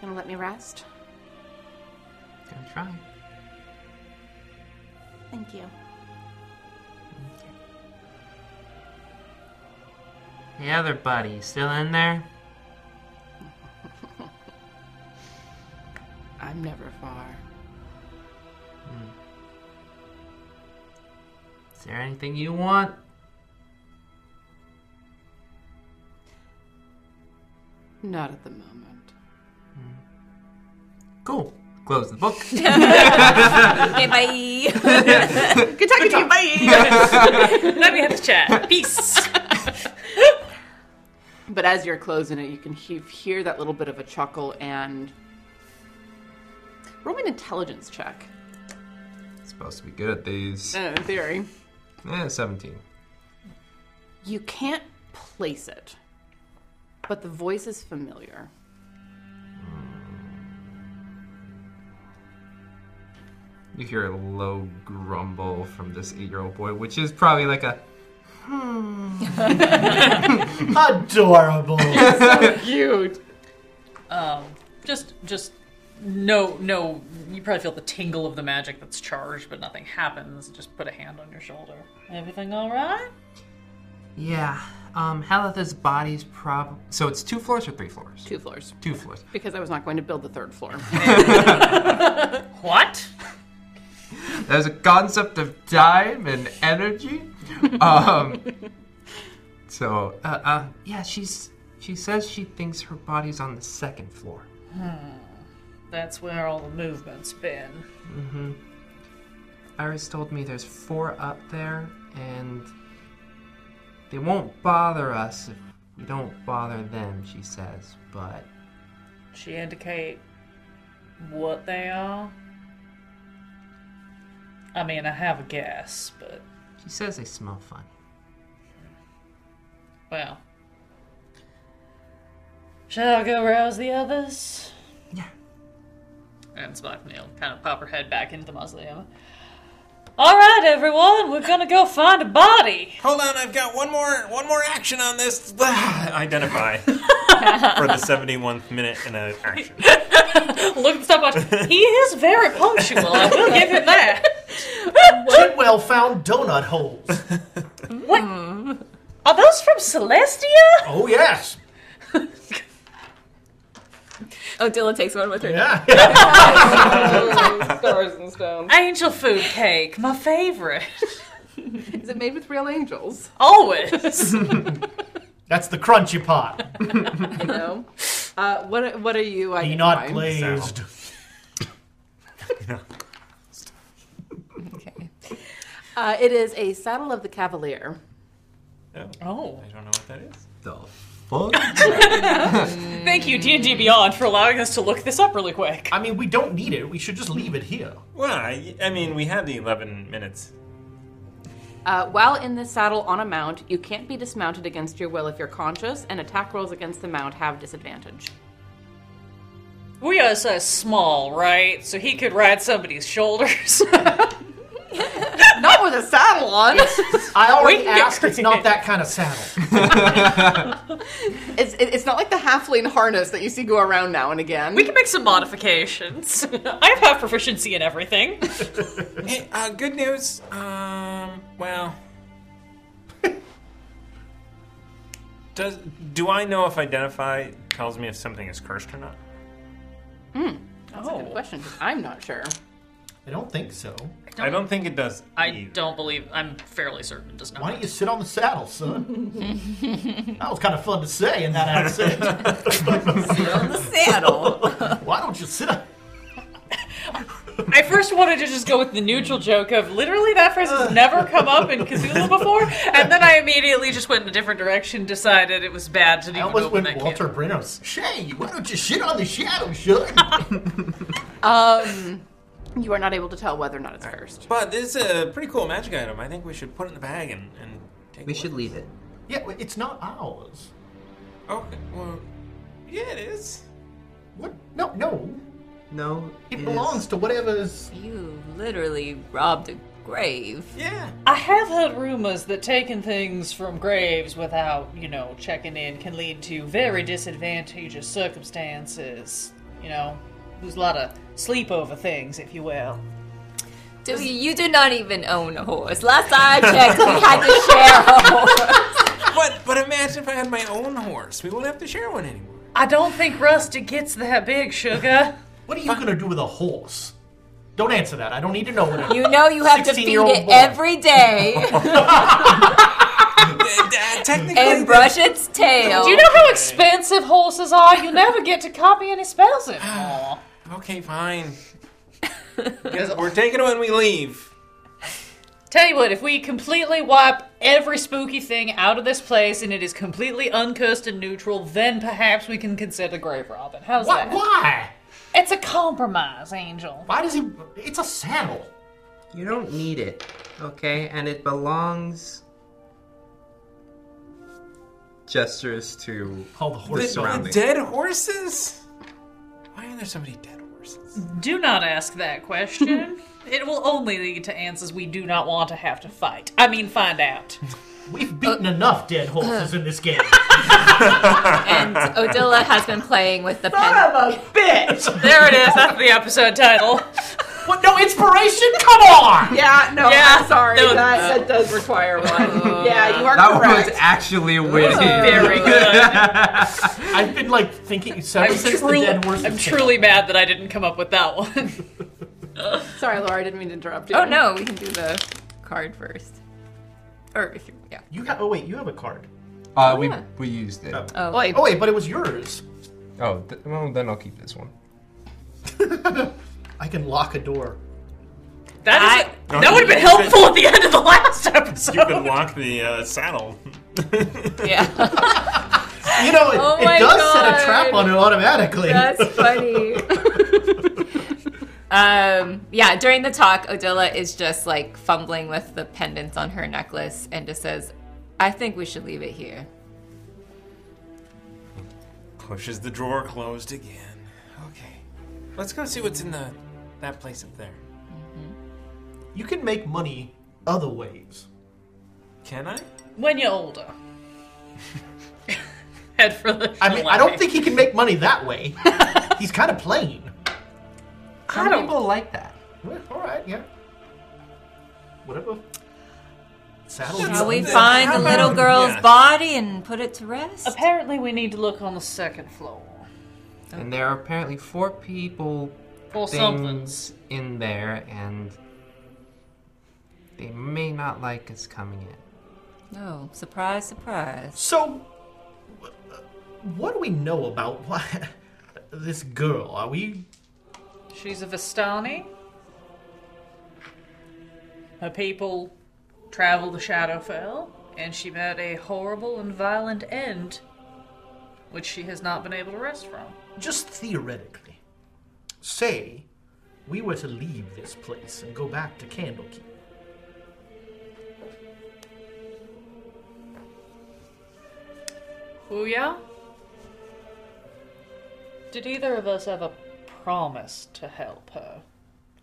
[SPEAKER 7] Gonna let me rest?
[SPEAKER 9] Gonna try.
[SPEAKER 7] Thank you.
[SPEAKER 9] The other buddy still in there?
[SPEAKER 7] I'm never far.
[SPEAKER 9] Is there anything you want?
[SPEAKER 7] Not at the moment.
[SPEAKER 9] Cool. Close the book.
[SPEAKER 5] okay, bye.
[SPEAKER 7] Good talking to you.
[SPEAKER 5] Bye.
[SPEAKER 3] Let me have this chat. Peace.
[SPEAKER 7] But as you're closing it, you can he- hear that little bit of a chuckle and. Roll me an intelligence check.
[SPEAKER 9] Supposed to be good at these.
[SPEAKER 7] Uh, in theory.
[SPEAKER 9] Yeah, seventeen.
[SPEAKER 7] You can't place it, but the voice is familiar.
[SPEAKER 9] You hear a low grumble from this eight-year-old boy, which is probably like a
[SPEAKER 6] Adorable.
[SPEAKER 7] cute.
[SPEAKER 3] Um, just, just no, no. You probably feel the tingle of the magic that's charged, but nothing happens. Just put a hand on your shoulder. Everything all right?
[SPEAKER 9] Yeah. Um, Halitha's body's prob. So it's two floors or three floors?
[SPEAKER 7] Two floors.
[SPEAKER 9] Two floors.
[SPEAKER 7] Because I was not going to build the third floor.
[SPEAKER 3] what?
[SPEAKER 9] There's a concept of time and energy. Um, so, uh, uh, yeah, she's she says she thinks her body's on the second floor.
[SPEAKER 3] Hmm. That's where all the movement's been.
[SPEAKER 9] Mm-hmm. Iris told me there's four up there, and They won't bother us if we don't bother them, she says, but
[SPEAKER 3] She indicate what they are. I mean, I have a guess, but
[SPEAKER 9] she says they smell funny.
[SPEAKER 3] well. Shall I go rouse the others?
[SPEAKER 18] And Spock Neil kind of pop her head back into the mausoleum.
[SPEAKER 3] All right, everyone, we're gonna go find a body.
[SPEAKER 2] Hold on, I've got one more one more action on this. Ah, Identify for the 71th minute in an action.
[SPEAKER 18] Look at stopwatch. He is very punctual. I will give him that.
[SPEAKER 6] Tidwell found donut holes.
[SPEAKER 3] What? Are those from Celestia?
[SPEAKER 6] Oh, yes.
[SPEAKER 5] Oh, Dylan takes one with her.
[SPEAKER 7] Stars and stones.
[SPEAKER 3] Angel food cake, my favorite.
[SPEAKER 7] Is it made with real angels?
[SPEAKER 3] Always.
[SPEAKER 6] That's the crunchy pot.
[SPEAKER 7] you know. Uh, what what are you? I
[SPEAKER 6] Peanut glazed.
[SPEAKER 7] Uh, it is a saddle of the cavalier.
[SPEAKER 3] Oh.
[SPEAKER 2] I don't know what that is.
[SPEAKER 9] The
[SPEAKER 3] Thank you, D&D Beyond, for allowing us to look this up really quick.
[SPEAKER 6] I mean, we don't need it. We should just leave it here.
[SPEAKER 2] Well, I, I mean, we had the 11 minutes.
[SPEAKER 7] Uh, while in this saddle on a mount, you can't be dismounted against your will if you're conscious, and attack rolls against the mount have disadvantage.
[SPEAKER 3] We are so uh, small, right? So he could ride somebody's shoulders.
[SPEAKER 7] Not with a saddle on. Uh,
[SPEAKER 6] I already
[SPEAKER 3] We-
[SPEAKER 6] asked. It's not that kind of saddle.
[SPEAKER 7] It's it- it's not like the halfling harness that you see go around now and again.
[SPEAKER 3] We can make some modifications. I have proficiency in everything.
[SPEAKER 2] Hey, uh, good news. Um, well, does do I know if identify tells me if something is cursed or not?
[SPEAKER 7] That's
[SPEAKER 6] Oh.
[SPEAKER 9] Oh.
[SPEAKER 7] a good question. 'cause I'm not sure.
[SPEAKER 6] I don't think so.
[SPEAKER 2] I don't think it does.
[SPEAKER 18] I don't believe. I'm fairly certain it does not.
[SPEAKER 6] Why don't you sit on the saddle, son? that was kind of fun to say in that accent.
[SPEAKER 5] Saddle.
[SPEAKER 6] Why don't you sit on
[SPEAKER 3] I first wanted to just go with the neutral joke of literally that phrase has never come up in Cthulhu before, and then I immediately just went in a different direction, decided it was bad to even
[SPEAKER 6] That was
[SPEAKER 3] open
[SPEAKER 6] when
[SPEAKER 3] that can.
[SPEAKER 6] Walter Brenner was, Shay, why don't you shit on the shadow, son?
[SPEAKER 7] Um, you are not able to tell whether or not it's cursed.
[SPEAKER 2] But this is a pretty cool magic item. I think we should put it in the bag and, and take.
[SPEAKER 9] We should leave it.
[SPEAKER 6] yeah, well, it's not ours.
[SPEAKER 2] Okay. Well, yeah, it is.
[SPEAKER 6] What? No, no.
[SPEAKER 9] No.
[SPEAKER 6] It,
[SPEAKER 9] is-
[SPEAKER 6] belongs to whatever's.
[SPEAKER 5] You literally robbed a grave.
[SPEAKER 2] Yeah.
[SPEAKER 3] I have heard rumors that taking things from graves without, you know, checking in can lead to very disadvantageous circumstances. You know, there's a lot of sleep over things, if you will.
[SPEAKER 5] Do you, you do not even own a horse. Last I checked, we had to share a horse.
[SPEAKER 2] But but imagine if I had my own horse. We won't have to share one anymore.
[SPEAKER 3] I don't think Rusty gets that big, sugar.
[SPEAKER 6] What are you going to do with a horse? Don't answer that. I don't need to know what it is.
[SPEAKER 5] You know you have to feed
[SPEAKER 6] 16-year-old
[SPEAKER 5] it
[SPEAKER 6] boy.
[SPEAKER 5] every day
[SPEAKER 2] Uh, Technically,
[SPEAKER 5] and brush its tail.
[SPEAKER 3] Do you know how expensive horses are? You never get to copy any spells anymore.
[SPEAKER 2] Okay, fine. Yes, We're taking it when we leave.
[SPEAKER 3] Tell you what, if we completely wipe every spooky thing out of this place and it is completely uncursed and neutral, then perhaps we can consider Grave Robin. How's
[SPEAKER 6] Why?
[SPEAKER 3] that?
[SPEAKER 6] Why?
[SPEAKER 3] It's a compromise, Angel.
[SPEAKER 6] Why does he. It's a saddle.
[SPEAKER 9] You don't need it, okay? And it belongs. Gestures to
[SPEAKER 6] All the
[SPEAKER 9] the
[SPEAKER 6] horse.
[SPEAKER 2] The
[SPEAKER 9] surroundings.
[SPEAKER 2] dead horses? Why are there so many dead horses?
[SPEAKER 3] Do not ask that question. it will only lead to answers we do not want to have to fight. I mean, find out.
[SPEAKER 6] We've beaten enough dead horses in this game.
[SPEAKER 5] And Odila has been playing with the pen.
[SPEAKER 3] There it is. That's the episode title.
[SPEAKER 6] what? No inspiration? Come on!
[SPEAKER 7] Yeah, no,
[SPEAKER 3] Yeah,
[SPEAKER 7] I'm sorry.
[SPEAKER 3] no,
[SPEAKER 7] That, that does require one. yeah, you are
[SPEAKER 9] That
[SPEAKER 7] correct.
[SPEAKER 9] was actually winning.
[SPEAKER 3] Very good.
[SPEAKER 6] I've been like thinking. Since
[SPEAKER 3] I'm,
[SPEAKER 6] since
[SPEAKER 3] truly-
[SPEAKER 6] the dead horses.
[SPEAKER 3] I'm
[SPEAKER 6] thing.
[SPEAKER 3] truly mad that I didn't come up with that one.
[SPEAKER 7] Sorry, Laura, I didn't mean to interrupt you.
[SPEAKER 5] Oh no, we can do the card first. Or if you, yeah.
[SPEAKER 6] You ha- oh, wait, you have a card.
[SPEAKER 9] Uh, we, we used it.
[SPEAKER 5] Oh,
[SPEAKER 6] Oh, wait, but it was yours.
[SPEAKER 9] Oh, th- well, then I'll keep this one.
[SPEAKER 6] I can lock a door.
[SPEAKER 3] That, is, that would have been helpful at the end of the last episode.
[SPEAKER 2] You could lock the uh, saddle.
[SPEAKER 6] You know, it,
[SPEAKER 5] Oh
[SPEAKER 6] it
[SPEAKER 5] my
[SPEAKER 6] does set a trap
[SPEAKER 5] God.
[SPEAKER 6] on it automatically.
[SPEAKER 5] That's funny. um, yeah, during the talk, Odila is just like fumbling with the pendants on her necklace and just says, I think we should leave it here.
[SPEAKER 2] Pushes the drawer closed again. Okay. Let's go see what's in the that place up there.
[SPEAKER 6] You can make money other ways.
[SPEAKER 2] Can I?
[SPEAKER 19] When you're older. Head for the.
[SPEAKER 6] I mean, I don't think he can make money that way. He's kind of plain.
[SPEAKER 9] Some people like that.
[SPEAKER 6] All right, yeah. Whatever. Saddle
[SPEAKER 5] Shall we find the little girl's body and put it to rest?
[SPEAKER 3] Apparently, we need to look on the second floor.
[SPEAKER 9] And there are apparently four people
[SPEAKER 3] Four
[SPEAKER 9] things
[SPEAKER 3] somethings.
[SPEAKER 9] in there, and they may not like us coming in.
[SPEAKER 5] No, surprise, surprise.
[SPEAKER 6] So, What do we know about why, this girl? Are we?
[SPEAKER 3] She's a Vistani. Her people traveled the Shadowfell, and she met a horrible and violent end, which she has not been able to rest from.
[SPEAKER 6] Just theoretically, say we were to leave this place and go back to Candlekeep.
[SPEAKER 3] Oh yeah? Did either of us ever promise to help her?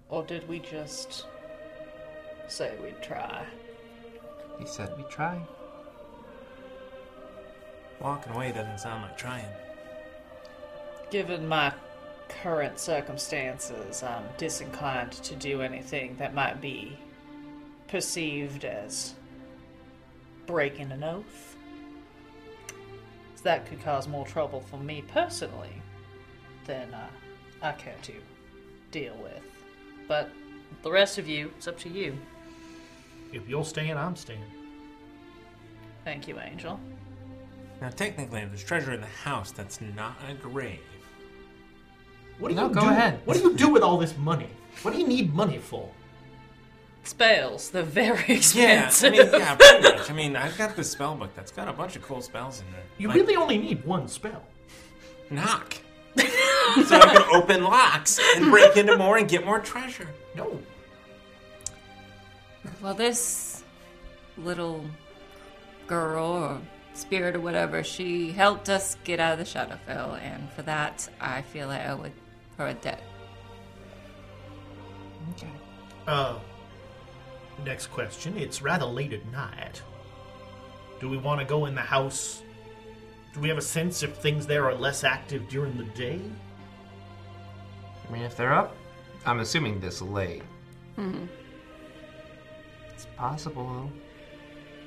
[SPEAKER 3] Or did we just say we'd try?
[SPEAKER 9] He said we try.
[SPEAKER 2] Walking away doesn't sound like trying.
[SPEAKER 3] Given my current circumstances, I'm disinclined to do anything that might be perceived as breaking an oath. So that could cause more trouble for me personally than uh, I care to deal with. But the rest of you, it's up to you.
[SPEAKER 6] If you're staying, I'm staying.
[SPEAKER 3] Thank you, Angel.
[SPEAKER 2] Now, technically, there's treasure in the house that's not in a grave.
[SPEAKER 6] What do
[SPEAKER 2] No,
[SPEAKER 6] you
[SPEAKER 2] go
[SPEAKER 6] do?
[SPEAKER 2] ahead.
[SPEAKER 6] What do you do with all this money? What do you need money for?
[SPEAKER 3] Spells, they're very
[SPEAKER 2] Yeah, I
[SPEAKER 3] expensive.
[SPEAKER 2] mean, yeah, pretty much. I mean, I've got the spell book that's got a bunch of cool spells in there.
[SPEAKER 6] You
[SPEAKER 2] Like,
[SPEAKER 6] really only need one spell.
[SPEAKER 2] knock, so I can open locks and break into more and get more treasure.
[SPEAKER 6] No,
[SPEAKER 5] Well, this little girl or spirit or whatever, she helped us get out of the Shadowfell, and for that, I feel I owe it- her a debt.
[SPEAKER 9] Okay.
[SPEAKER 6] Uh, next question. It's rather late at night. Do we want to go in the house? Do we have a sense if things there are less active during the day?
[SPEAKER 9] I mean, if they're up, I'm assuming this late.
[SPEAKER 7] Hmm.
[SPEAKER 9] It's possible.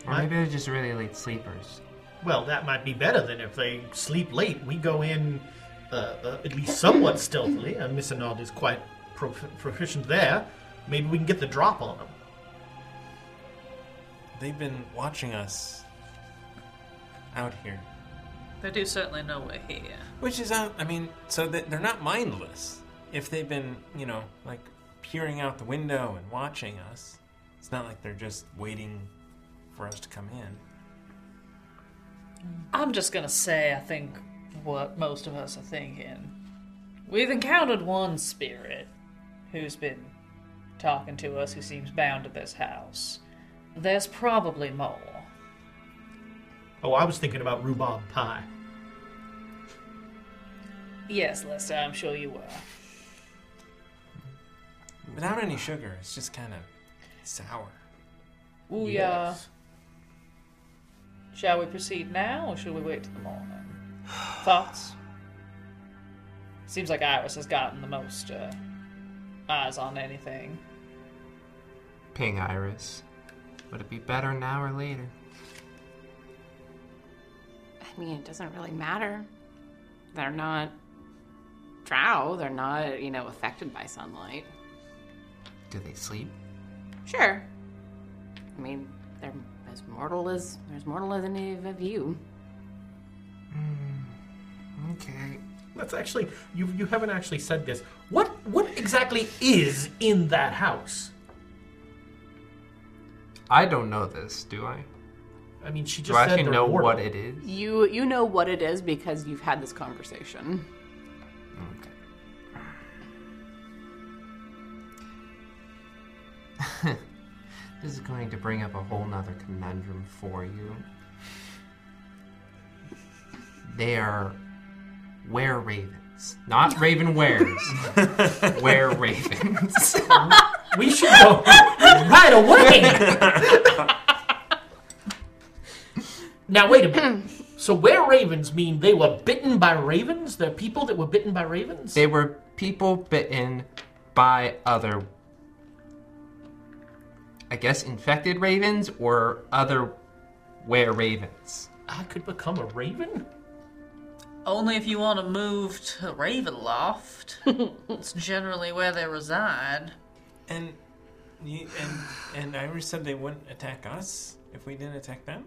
[SPEAKER 9] Or
[SPEAKER 6] Right.
[SPEAKER 9] maybe they're just really late sleepers.
[SPEAKER 6] Well, that might be better than if they sleep late. We go in uh, uh, at least somewhat stealthily, and Miss Anod is quite prof- proficient there. Maybe we can get the drop on them.
[SPEAKER 2] They've been watching us out here,
[SPEAKER 3] they do certainly know we're here.
[SPEAKER 2] which is, uh, I mean, so that they're not mindless. If they've been, you know, like peering out the window and watching us, it's not like they're just waiting for us to come in.
[SPEAKER 3] I'm just gonna say, I think what most of us are thinking. We've encountered one spirit who's been talking to us, who seems bound to this house. There's probably more.
[SPEAKER 6] Oh, I was thinking about rhubarb pie.
[SPEAKER 3] Yes, Lester, I'm sure you were.
[SPEAKER 2] Without any sugar, it's just kind of sour.
[SPEAKER 3] Ooh, yeah. uh, Shall we proceed now, or shall we wait till the morning? Thoughts? Seems like Iris has gotten the most uh, eyes on anything.
[SPEAKER 9] Ping Iris. Would it be better now or later?
[SPEAKER 7] I mean, it doesn't really matter. They're not drow. They're not, you know, affected by sunlight.
[SPEAKER 9] Do they sleep?
[SPEAKER 7] Sure. I mean, they're as mortal as they're as mortal as any of you.
[SPEAKER 9] Okay.
[SPEAKER 6] That's actually you. You haven't actually said this. What what exactly is in that house?
[SPEAKER 9] I don't know this, do I?
[SPEAKER 6] I mean, she
[SPEAKER 9] Do I actually know what it is?
[SPEAKER 7] You you know what it is because you've had this conversation.
[SPEAKER 9] This is going to bring up a whole nother conundrum for you. They are were ravens, not raven wares. were ravens.
[SPEAKER 14] we should go right away. now wait a minute. So where ravens mean they were bitten by ravens? They're people that were bitten by ravens?
[SPEAKER 9] They were people bitten by other, I guess, infected ravens or other were ravens.
[SPEAKER 14] I could become a raven?
[SPEAKER 3] Only if you want to move to Ravenloft. it's generally where they reside.
[SPEAKER 2] And you, and and Iris said they wouldn't attack us if we didn't attack them,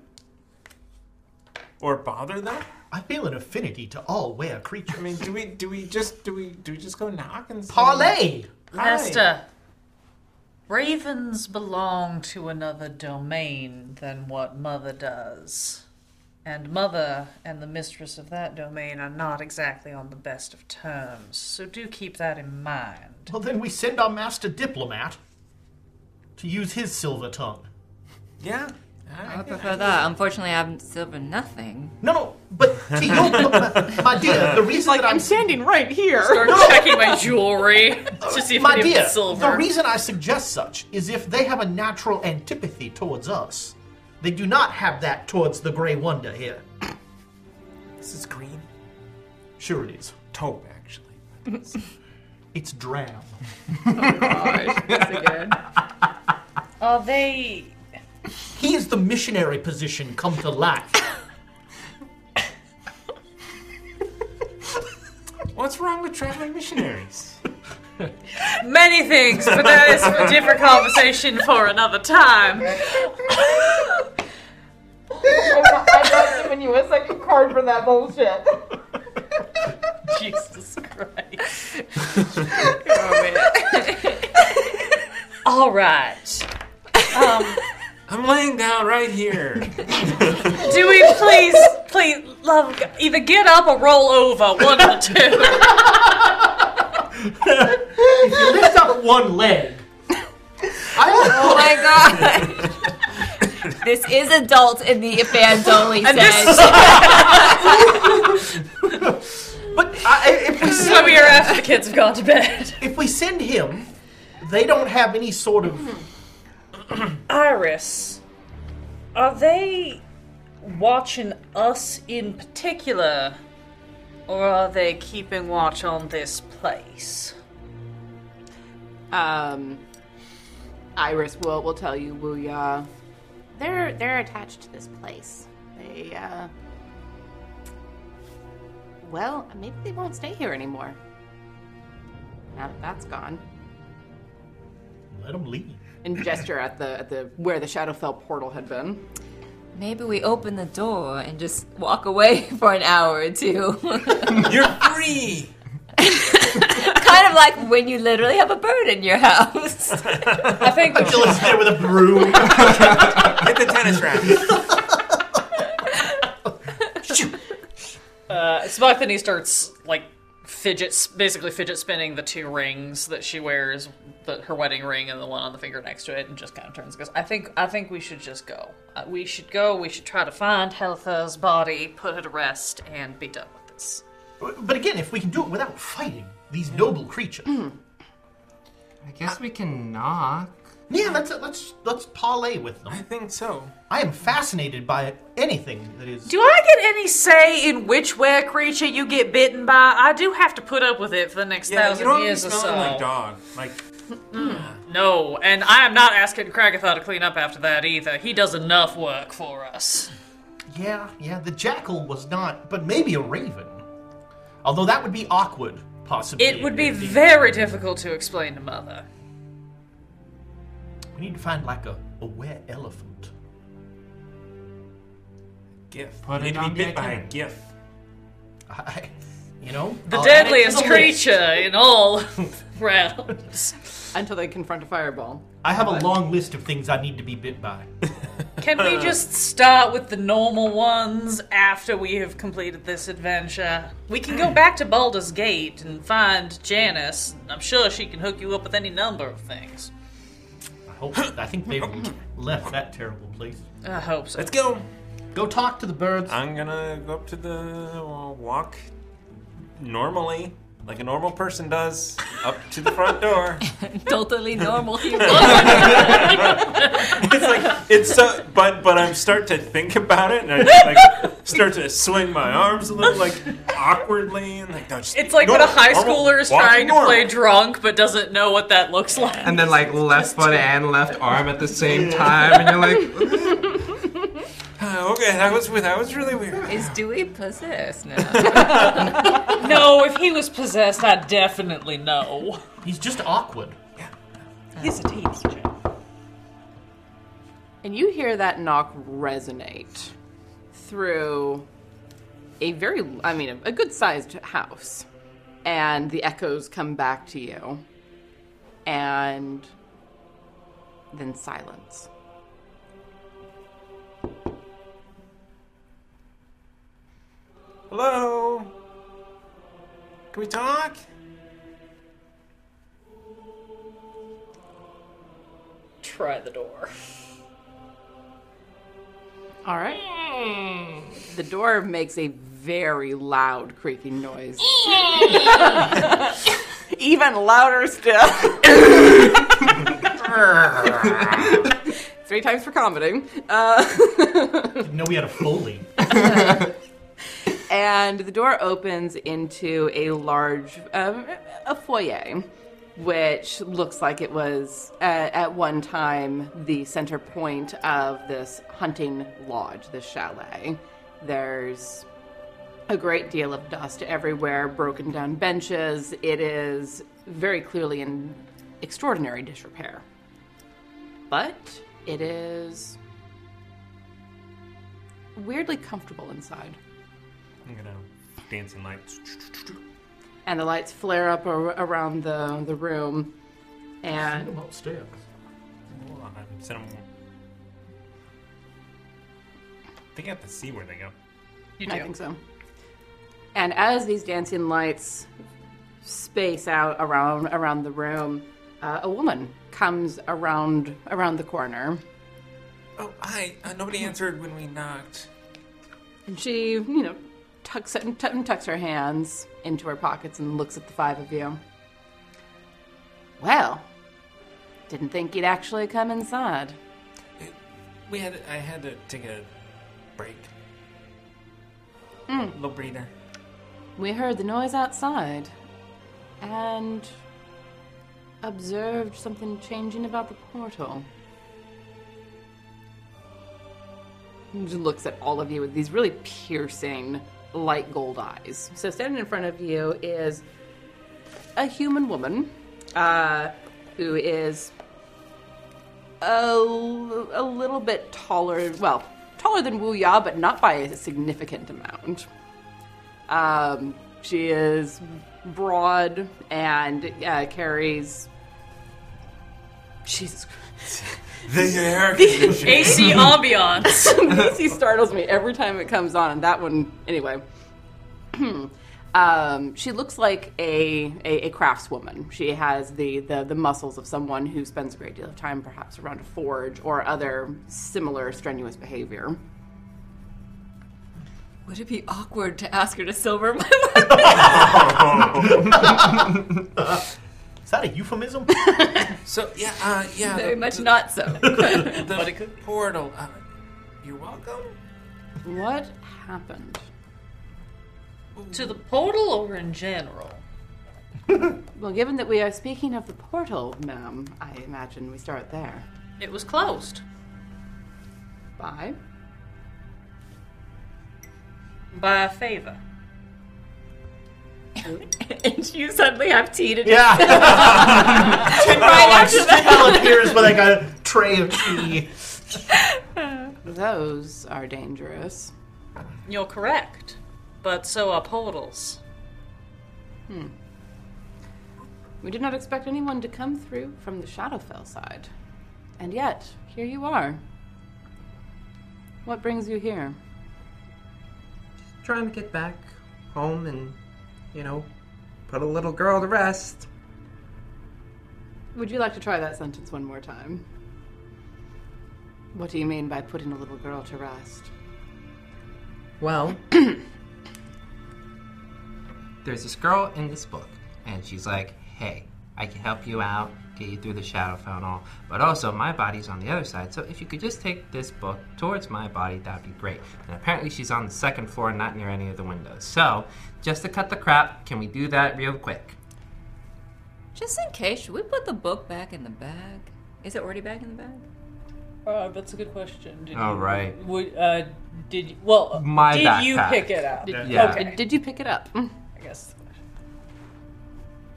[SPEAKER 2] or bother them.
[SPEAKER 6] I feel an affinity to all were creatures. I
[SPEAKER 2] mean, do we do we just do we do we just go knock and say-
[SPEAKER 6] Parlay!
[SPEAKER 2] Hi.
[SPEAKER 3] Lester, ravens belong to another domain than what Mother does. And Mother and the mistress of that domain are not exactly on the best of terms, so do keep that in mind.
[SPEAKER 6] Well, then we send our master diplomat to use his silver tongue.
[SPEAKER 2] Yeah.
[SPEAKER 5] I would prefer that. Unfortunately, I'm silver nothing.
[SPEAKER 6] No, no, but to you, my, my dear, the reason that I'm,
[SPEAKER 7] standing right here.
[SPEAKER 6] Start
[SPEAKER 3] checking my jewelry to see if
[SPEAKER 6] my
[SPEAKER 3] any of
[SPEAKER 6] dear,
[SPEAKER 3] it's silver.
[SPEAKER 6] the reason I suggest such is if they have a natural antipathy towards us. They do not have that towards the Grey Wonder here.
[SPEAKER 2] This is green.
[SPEAKER 6] Sure it is.
[SPEAKER 2] Taupe, actually.
[SPEAKER 6] It's drab.
[SPEAKER 3] Are they.
[SPEAKER 6] He is the missionary position come to life.
[SPEAKER 2] What's wrong with traveling missionaries?
[SPEAKER 3] Many things, but that is a different conversation for another time.
[SPEAKER 17] I love you when you a second card for that bullshit.
[SPEAKER 3] Jesus All right. Um,
[SPEAKER 2] I'm laying down right here.
[SPEAKER 3] do we please, please, love, either get up or roll over, one of the two.
[SPEAKER 6] if you lift up one leg,
[SPEAKER 5] Oh my god! this is adult in the fans only
[SPEAKER 3] And
[SPEAKER 5] sense.
[SPEAKER 3] this- So we are after the kids have gone to bed.
[SPEAKER 6] If we send him, they don't have any sort of.
[SPEAKER 3] Iris, are they watching us in particular, or are they keeping watch on this place?
[SPEAKER 7] Um, Iris will will tell you, Wuya. They're they're attached to this place. They uh, well, maybe they won't stay here anymore. Now that that's gone.
[SPEAKER 6] Let him leave.
[SPEAKER 7] And gesture at the at the where the Shadowfell portal had been.
[SPEAKER 5] Maybe we open the door and just walk away for an hour or two.
[SPEAKER 2] You're free!
[SPEAKER 5] kind of like when you literally have a bird in your house. I
[SPEAKER 3] think
[SPEAKER 6] Angela's there with a broom.
[SPEAKER 2] Hit the tennis racket.
[SPEAKER 3] Uh, Smothany starts like fidgets, basically fidget spinning the two rings that she wears, the, her wedding ring and the one on the finger next to it, and just kind of turns and goes, "I think, I think we should just go. Uh, we should go. We should try to find Heltha's body, put her to rest, and be done with this."
[SPEAKER 6] But again, if we can do it without fighting these noble creatures,
[SPEAKER 3] Hmm.
[SPEAKER 9] I guess we can knock.
[SPEAKER 6] yeah, let's let's let's parlay with them. I
[SPEAKER 2] think so.
[SPEAKER 6] I am fascinated by anything that is.
[SPEAKER 3] Do I get any say in which were creature you get bitten by? I do have to put up with it for the next
[SPEAKER 2] Yeah, you
[SPEAKER 3] thousand
[SPEAKER 2] don't
[SPEAKER 3] years
[SPEAKER 2] be
[SPEAKER 3] or
[SPEAKER 2] smelling
[SPEAKER 3] so.
[SPEAKER 2] like dog. Like,
[SPEAKER 3] No, and I am not asking Kragatha to clean up after that either. He does enough work for us.
[SPEAKER 6] Yeah, yeah. The jackal was not, but maybe a raven. Although that would be awkward, possibly.
[SPEAKER 3] It would be very difficult to explain to Mother.
[SPEAKER 6] We need to find like a a were elephant.
[SPEAKER 2] GIF.
[SPEAKER 6] Put
[SPEAKER 2] you
[SPEAKER 6] it
[SPEAKER 2] need to
[SPEAKER 6] on
[SPEAKER 2] be
[SPEAKER 6] the
[SPEAKER 2] bit by a
[SPEAKER 6] itinerary.
[SPEAKER 2] GIF.
[SPEAKER 6] I, you know,
[SPEAKER 3] The
[SPEAKER 2] Oh,
[SPEAKER 6] I'll add it to
[SPEAKER 3] deadliest
[SPEAKER 6] the
[SPEAKER 3] creature
[SPEAKER 6] list.
[SPEAKER 3] in all rounds.
[SPEAKER 7] Until they confront a fireball.
[SPEAKER 6] I have a long list of things I need to be bit by.
[SPEAKER 15] Can we just start with the normal ones after we have completed this adventure? We can go back to Baldur's Gate and find Janice. I'm sure she can hook you up with any number of things.
[SPEAKER 14] I hope. I think they left that terrible place.
[SPEAKER 15] I hope so.
[SPEAKER 14] Let's go. Go talk to the birds.
[SPEAKER 2] I'm gonna go up to the uh, walk normally, like a normal person does, up to the front door.
[SPEAKER 5] totally normal here.
[SPEAKER 2] it's like it's so, but but I'm start to think about it, and I just like start to swing my arms a little, like awkwardly, and like no, just
[SPEAKER 3] It's like
[SPEAKER 2] normal,
[SPEAKER 3] when a high
[SPEAKER 2] normal,
[SPEAKER 3] schooler is
[SPEAKER 2] walk
[SPEAKER 3] trying to
[SPEAKER 2] normal.
[SPEAKER 3] play drunk but doesn't know what that looks like.
[SPEAKER 9] And then like left foot and left arm at the same time, and you're like,
[SPEAKER 2] Uh, okay, that was that was really weird.
[SPEAKER 5] Is Dewey possessed now?
[SPEAKER 15] no, if he was possessed, I definitely know.
[SPEAKER 14] He's just awkward.
[SPEAKER 15] He's a teacher.
[SPEAKER 7] And you hear that knock resonate through a very, I mean, a good sized house. And the echoes come back to you. And then silence.
[SPEAKER 2] Hello. Can we talk?
[SPEAKER 3] Try the door.
[SPEAKER 7] All right. The door makes a very loud creaking noise. Even louder still. Three times for comedy. Uh,
[SPEAKER 14] Didn't know we had a foley.
[SPEAKER 7] and the door opens into a large um, a foyer which looks like it was uh, at one time the center point of this hunting lodge this chalet there's a great deal of dust everywhere broken down benches it is very clearly in extraordinary disrepair but it is weirdly comfortable inside
[SPEAKER 2] I'm gonna dancing lights.
[SPEAKER 7] and the lights flare up ar- around the, the room and
[SPEAKER 14] upstairs.
[SPEAKER 2] Hold on, I'm send 'em- I think I have to see where they go.
[SPEAKER 7] i think so and as these dancing lights space out around around the room uh, a woman comes around around the corner
[SPEAKER 2] Oh, hi. Uh, nobody
[SPEAKER 5] Mm-hmm.
[SPEAKER 2] answered when we knocked.
[SPEAKER 7] and she you know tucks and tu- and tucks her hands into her pockets and looks at the five of you well didn't think you'd actually come inside
[SPEAKER 2] We had. I had to take a break.
[SPEAKER 5] Mm.
[SPEAKER 2] Little breather.
[SPEAKER 7] We heard the noise outside and observed something changing about the portal. She looks at all of you with these really piercing light gold eyes. So, standing in front of you is a human woman uh, who is a, l- a little bit taller, well, taller than Wu Ya, but not by a significant amount. Um, she is broad and uh, carries. Jesus Christ.
[SPEAKER 2] The air
[SPEAKER 3] conditioning. AC ambiance.
[SPEAKER 7] AC startles me every time it comes on, and that one, anyway. um, she looks like a, a, a craftswoman. She has the, the, the muscles of someone who spends a great deal of time, perhaps around a forge or other similar strenuous behavior.
[SPEAKER 5] Would it be awkward to ask her to silver my
[SPEAKER 14] Is that a euphemism?
[SPEAKER 2] so yeah, uh, yeah.
[SPEAKER 5] Very much not so.
[SPEAKER 2] the portal. Uh, you're welcome.
[SPEAKER 7] What happened?
[SPEAKER 15] To the portal or in general?
[SPEAKER 7] Well, given that we are speaking of the portal, ma'am, I imagine we start there.
[SPEAKER 15] It was closed
[SPEAKER 7] Bye.
[SPEAKER 15] by a favor.
[SPEAKER 5] and you suddenly have tea to
[SPEAKER 14] Yeah.
[SPEAKER 5] right after
[SPEAKER 14] Helen
[SPEAKER 5] that.
[SPEAKER 14] appears with like a tray of tea.
[SPEAKER 7] Those are dangerous.
[SPEAKER 15] You're correct, but so are portals.
[SPEAKER 7] Hmm. We did not expect anyone to come through from the Shadowfell side. And yet, here you are. What brings you here?
[SPEAKER 4] Trying to get back home and, you know, put a little girl to rest.
[SPEAKER 7] Would you like to try that sentence one more time? What do you mean by putting a little girl to rest?
[SPEAKER 4] Well, there's this girl in this book, and she's like, hey, I can help you out, get you through the shadow fell and all, but also my body's on the other side, so if you could just take this book towards my body, that'd be great. And apparently she's on the second floor, not near any of the windows. So, just to cut the crap, can we do that real quick?
[SPEAKER 5] Just in case, should we put the book back in the bag? Is it already back in the bag?
[SPEAKER 13] Uh, that's a good question. Did
[SPEAKER 9] All
[SPEAKER 13] you,
[SPEAKER 9] right.
[SPEAKER 13] Would, uh, did you, well?
[SPEAKER 9] My
[SPEAKER 13] did you
[SPEAKER 9] backpack.
[SPEAKER 13] pick it up?
[SPEAKER 9] Did- Yeah.
[SPEAKER 13] Okay.
[SPEAKER 7] Did you pick it up?
[SPEAKER 13] I guess.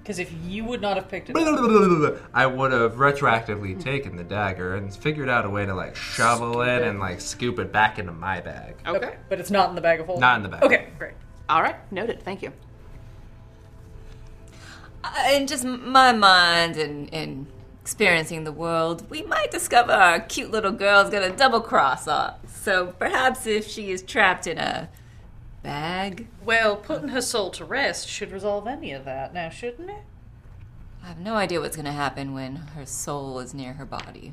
[SPEAKER 13] Because if you would not have picked it up,
[SPEAKER 9] I would have retroactively taken the dagger and figured out a way to like shovel it and like scoop it back into my bag.
[SPEAKER 13] okay, but it's not in the bag of holding.
[SPEAKER 9] Not in the bag.
[SPEAKER 13] Okay, great.
[SPEAKER 7] All right, noted. Thank you.
[SPEAKER 5] Uh, in just my mind and, and experiencing the world, we might discover our cute little girl's gonna double cross us. So perhaps if she is trapped in a bag.
[SPEAKER 13] Well, putting her soul to rest should resolve any of that now, shouldn't it?
[SPEAKER 5] I have no idea what's gonna happen when her soul is near her body.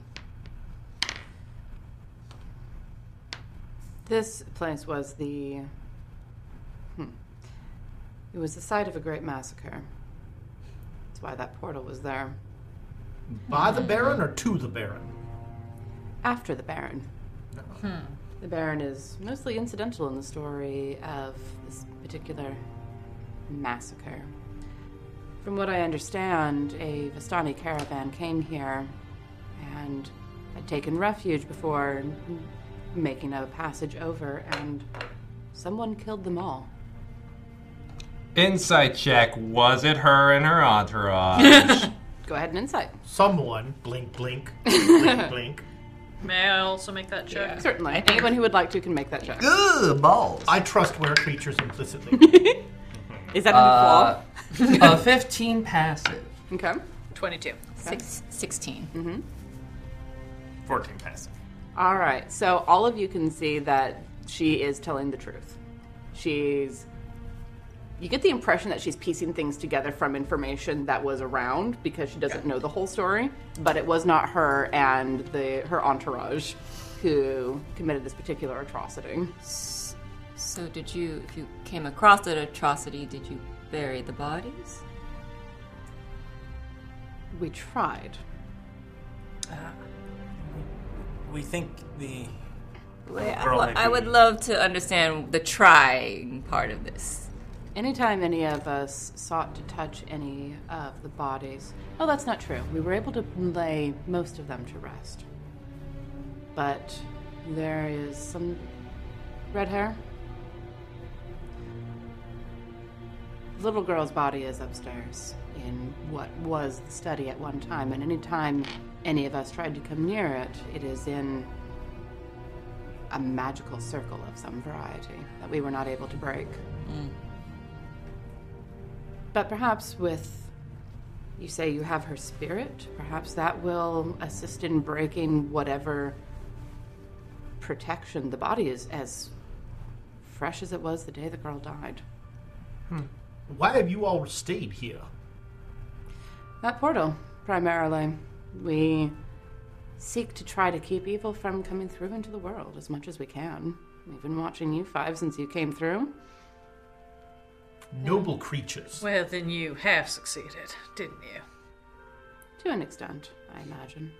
[SPEAKER 7] This place was the. Hmm. It was the site of a great massacre. That's why that portal was there.
[SPEAKER 6] By the Baron or to the Baron?
[SPEAKER 7] After the Baron. The Baron is mostly incidental in the story of this particular massacre. From what I understand, a Vistani caravan came here and had taken refuge before making a passage over, and someone killed them all.
[SPEAKER 9] Insight check. Was it her and her entourage?
[SPEAKER 7] Go ahead and insight.
[SPEAKER 6] Someone. Blink, blink. blink, blink.
[SPEAKER 15] May I also make that check?
[SPEAKER 7] Certainly. Anyone who would like to can make that check.
[SPEAKER 6] Ugh, balls. I trust rare creatures implicitly.
[SPEAKER 7] Is that
[SPEAKER 6] Uh,
[SPEAKER 7] a flaw?
[SPEAKER 6] uh,
[SPEAKER 4] 15 passive.
[SPEAKER 7] Okay.
[SPEAKER 15] 22.
[SPEAKER 5] Six, 16.
[SPEAKER 7] Mm-hmm.
[SPEAKER 2] 14 passive.
[SPEAKER 7] All right. So all of you can see that she is telling the truth. She's. You get the impression that she's piecing things together from information that was around because she doesn't know the whole story, but it was not her and the her entourage who committed this particular atrocity.
[SPEAKER 5] So did you, if you came across that atrocity, did you bury the bodies?
[SPEAKER 7] We tried.
[SPEAKER 2] We think the
[SPEAKER 5] Wait, I,
[SPEAKER 2] girl
[SPEAKER 5] wa-
[SPEAKER 2] may
[SPEAKER 5] I would
[SPEAKER 2] be-
[SPEAKER 5] love to understand the trying part of this.
[SPEAKER 7] Anytime any of us sought to touch any of the bodies. Oh, that's not true. We were able to lay most of them to rest. But there is some red hair. Little girl's body is upstairs in what was the study at one time, and anytime any of us tried to come near it, it is in a magical circle of some variety that we were not able to break. But perhaps with. You say you have her spirit? Perhaps that will assist in breaking whatever protection the body is as fresh as it was the day the girl died.
[SPEAKER 6] Why have you all stayed here?
[SPEAKER 7] That portal, primarily. We seek to try to keep evil from coming through into the world as much as we can. We've been watching you five since you came through.
[SPEAKER 6] Noble creatures.
[SPEAKER 15] Well, then you have succeeded, didn't you?
[SPEAKER 7] To an extent, I imagine.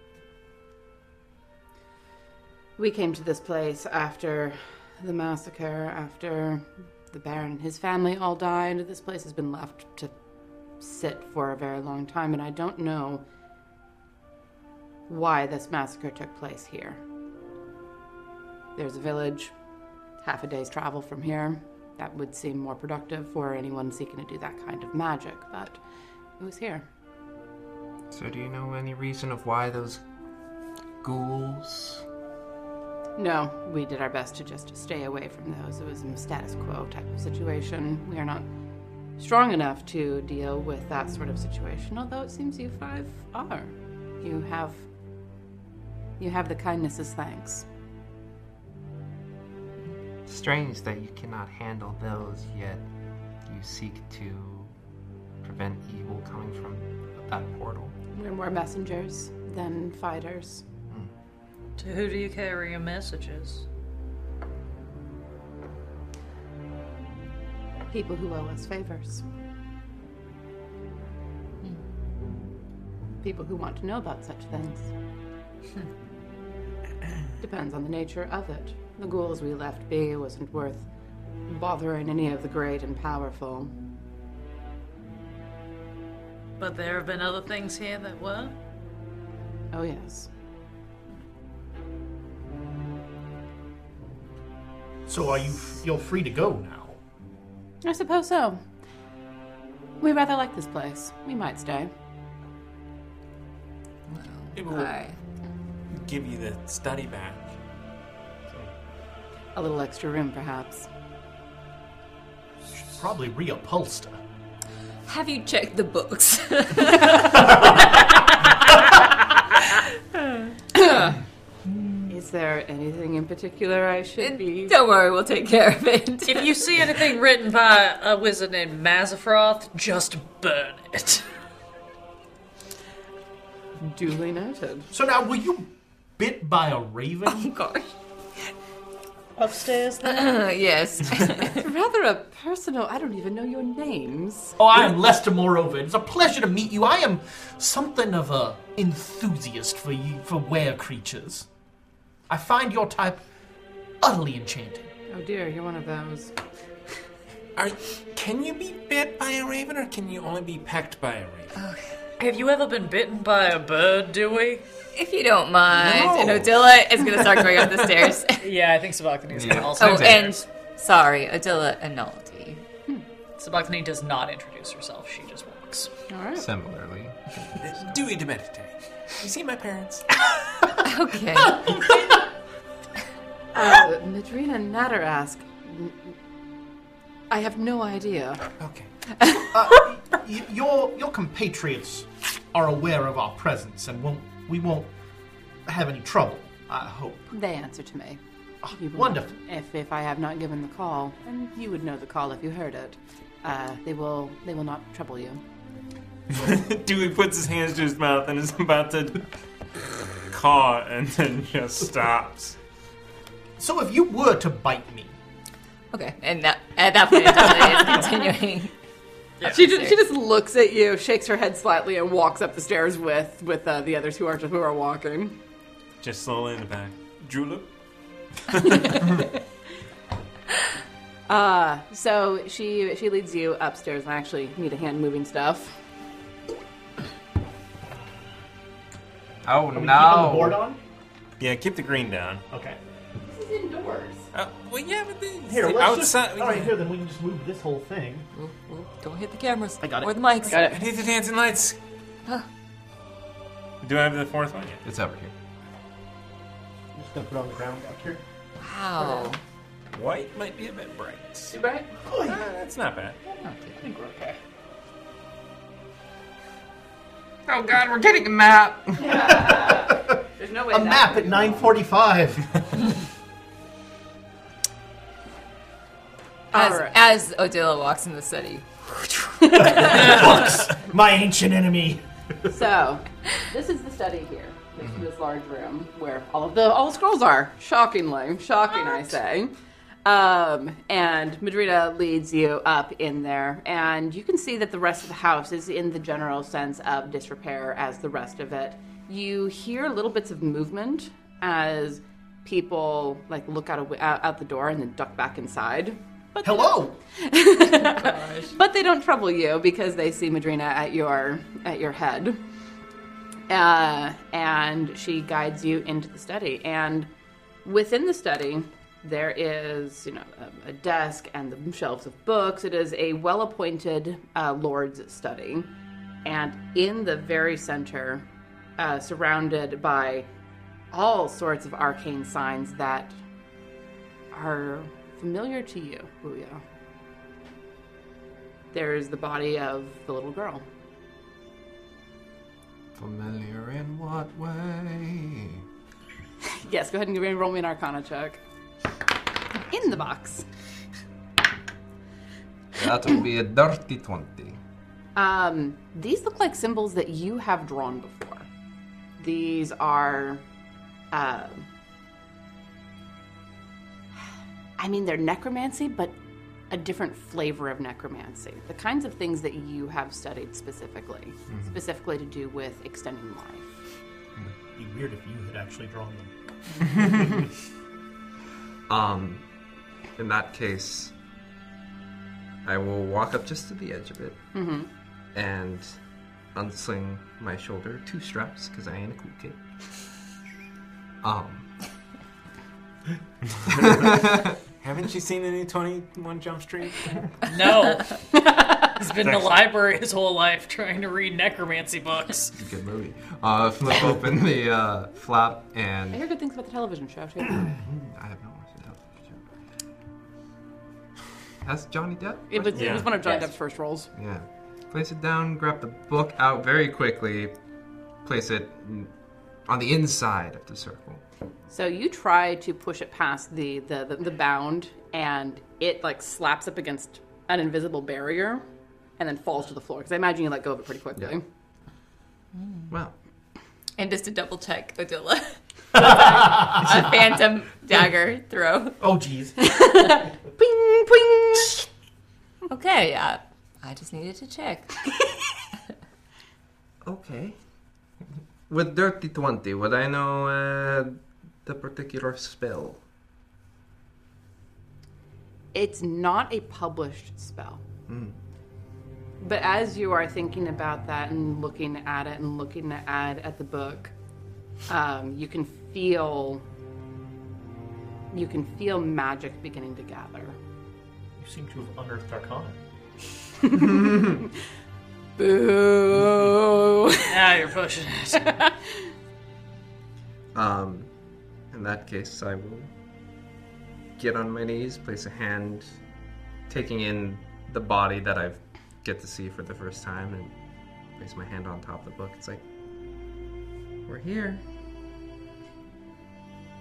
[SPEAKER 7] We came to this place after the massacre, after the Baron and his family all died. This place has been left to sit for a very long time, and I don't know why this massacre took place here. There's a village, half a day's travel from here. That would seem more productive for anyone seeking to do that kind of magic, but it was here.
[SPEAKER 4] So, do you know any reason of why those ghouls?
[SPEAKER 7] No, we did our best to just stay away from those. It was a status quo type of situation. We are not strong enough to deal with that sort of situation, although it seems you five are. You have you have the kindness as thanks.
[SPEAKER 4] strange that you cannot handle those, yet you seek to prevent evil coming from that portal.
[SPEAKER 7] We're more messengers than fighters.
[SPEAKER 15] To who do you carry your messages?
[SPEAKER 7] People who owe us favors. People who want to know about such things. Depends on the nature of it. The ghouls we left be wasn't worth bothering any of the great and powerful.
[SPEAKER 15] But there have been other things here that were.
[SPEAKER 7] Oh, yes.
[SPEAKER 6] So are you? You're free to go now.
[SPEAKER 7] I suppose so. We rather like this place. We might stay.
[SPEAKER 2] It will give you the study back.
[SPEAKER 7] A little extra room, perhaps.
[SPEAKER 6] Probably reupholster.
[SPEAKER 5] Have you checked the books?
[SPEAKER 7] Is there anything in particular I should be?
[SPEAKER 5] Don't worry, we'll take care of it.
[SPEAKER 15] If you see anything written by a wizard named Mazafroth, just burn it.
[SPEAKER 7] Duly noted.
[SPEAKER 6] So now, were you bit by a raven? Oh
[SPEAKER 5] gosh.
[SPEAKER 13] Upstairs.
[SPEAKER 5] yes.
[SPEAKER 7] Rather a personal. I don't even know your names.
[SPEAKER 14] Oh, I am Lester Morova. It's a pleasure to meet you. I am something of a enthusiast for you for were creatures. I find your type utterly enchanting.
[SPEAKER 7] Oh dear, you're one of those.
[SPEAKER 2] Are, can you be bit by a raven, or can you only be pecked by a raven?
[SPEAKER 15] Have you ever been bitten by a bird, Dewey?
[SPEAKER 5] If you don't mind, and Odila is going to start going up the stairs.
[SPEAKER 15] yeah, I think Sabachthani is going to also.
[SPEAKER 5] oh, and sorry, Odila and Naldi.
[SPEAKER 15] Sabachthani does not introduce herself. She just walks.
[SPEAKER 7] All right.
[SPEAKER 9] Similarly.
[SPEAKER 5] Uh,
[SPEAKER 2] Dewey de Meditate. You see my parents?
[SPEAKER 5] Okay.
[SPEAKER 7] Uh, Madrina Natarask. I have no idea.
[SPEAKER 2] Okay.
[SPEAKER 6] Y- your your compatriots are aware of our presence and won't we won't have any trouble. I hope.
[SPEAKER 7] They answer to me. You will-
[SPEAKER 6] wonderful.
[SPEAKER 7] If, if I have not given the call, and you would know the call if you heard it, uh, they will they will not trouble you.
[SPEAKER 2] Dewey puts his hands to his mouth and is about to caw and then just stops.
[SPEAKER 6] So if you were to bite me,
[SPEAKER 5] Okay, and that, at that point, Odila is continuing.
[SPEAKER 7] She just, she just looks at you, shakes her head slightly, and walks up the stairs with with uh, the others who are who are walking.
[SPEAKER 2] Just slowly in the back. Julep?
[SPEAKER 7] Uh, so she she leads you upstairs. and I actually need a hand moving stuff.
[SPEAKER 9] Oh
[SPEAKER 6] are we keeping the
[SPEAKER 9] no!
[SPEAKER 6] board on?
[SPEAKER 2] Yeah, keep the green down.
[SPEAKER 6] Okay.
[SPEAKER 7] This is indoors.
[SPEAKER 2] Uh, well, yeah, but then
[SPEAKER 6] Here, let's
[SPEAKER 2] outside.
[SPEAKER 6] Just, all right, here then we can just move this whole thing.
[SPEAKER 5] Ooh, ooh, Don't hit the cameras.
[SPEAKER 6] I got it.
[SPEAKER 5] Or the mics.
[SPEAKER 7] Got
[SPEAKER 2] I
[SPEAKER 7] it.
[SPEAKER 2] need the dancing lights. Do I have the fourth one yet?
[SPEAKER 9] It's over here.
[SPEAKER 6] I'm just gonna put it on the ground back here.
[SPEAKER 5] Wow.
[SPEAKER 2] White might be a bit bright.
[SPEAKER 7] Right?
[SPEAKER 2] Ah, that's not bad.
[SPEAKER 4] Oh god, we're getting a map!
[SPEAKER 7] There's no way.
[SPEAKER 6] A map at 9:45.
[SPEAKER 5] As,
[SPEAKER 7] Alright.
[SPEAKER 5] as Odila walks in the study.
[SPEAKER 6] My ancient enemy.
[SPEAKER 7] So, this is the study here. This is this large room where all of the all the scrolls are. Shockingly, shocking, I say. Um, and Madrina leads you up in there, and you can see that the rest of the house is in the general sense of disrepair as the rest of it. You hear little bits of movement as people like look out, a, wi- out, out the door and then duck back inside. But they
[SPEAKER 6] Hello.
[SPEAKER 7] but they don't trouble you because they see Madrina at your at your head. Uh, and she guides you into the study. And within the study, there is you know a, a desk and the shelves of books. It is a well-appointed uh, lord's study, and in the very center, uh, surrounded by all sorts of arcane signs that are familiar to you, Booyah there's the body of the little girl.
[SPEAKER 9] Familiar in what way?
[SPEAKER 7] Yes, go ahead and give me- roll me an Arcana check. in the box.
[SPEAKER 9] That would be a dirty 20.
[SPEAKER 7] Um, these look like symbols that you have drawn before. These are, uh, I mean, they're necromancy, but a different flavor of necromancy. The kinds of things that you have studied specifically,
[SPEAKER 6] Mhm.
[SPEAKER 7] specifically to do with extending life.
[SPEAKER 6] It'd be weird if you had actually drawn them.
[SPEAKER 9] Um, in that case, I will walk up just to the edge of it
[SPEAKER 7] Mhm.
[SPEAKER 9] and unsling my shoulder two straps because I ain't a cool kid. Um,
[SPEAKER 2] Haven't you seen any 21 Jump Street?
[SPEAKER 15] No. He's been in the
[SPEAKER 2] Excellent.
[SPEAKER 15] library his whole life trying to read necromancy books.
[SPEAKER 9] it's a good movie. Uh, flip open the uh, flap
[SPEAKER 7] I
[SPEAKER 9] and
[SPEAKER 7] hear good things about the television show too.
[SPEAKER 9] I have not watched it. That's Johnny Depp.
[SPEAKER 7] It was, it
[SPEAKER 9] Yeah.
[SPEAKER 7] was one of Johnny
[SPEAKER 9] Yes.
[SPEAKER 7] Depp's first roles.
[SPEAKER 9] Yeah. Place it down, grab the book out very quickly, place it n- on the inside of the circle.
[SPEAKER 7] So you try to push it past the, the, the, the bound, and it like slaps up against an invisible barrier, and then falls to the floor. Because I imagine you let go of it pretty quickly.
[SPEAKER 9] Wow.
[SPEAKER 5] And just to double check, Odila. a phantom dagger throw.
[SPEAKER 14] Oh, jeez.
[SPEAKER 5] Okay, uh, I just needed to check.
[SPEAKER 9] Okay. With Dirty 20, would I know uh, the particular spell?
[SPEAKER 7] It's not a published spell.
[SPEAKER 9] Mm.
[SPEAKER 7] But as you are thinking about that and looking at it and looking at at the book, um, you can feel you can feel magic beginning to gather.
[SPEAKER 6] You seem to have unearthed Arcana.
[SPEAKER 7] Boo!
[SPEAKER 15] now you're pushing it.
[SPEAKER 9] Um, in that case, I will get on my knees, place a hand, taking in the body that I get to see for the first time, and place my hand on top of the book. It's like, We're here.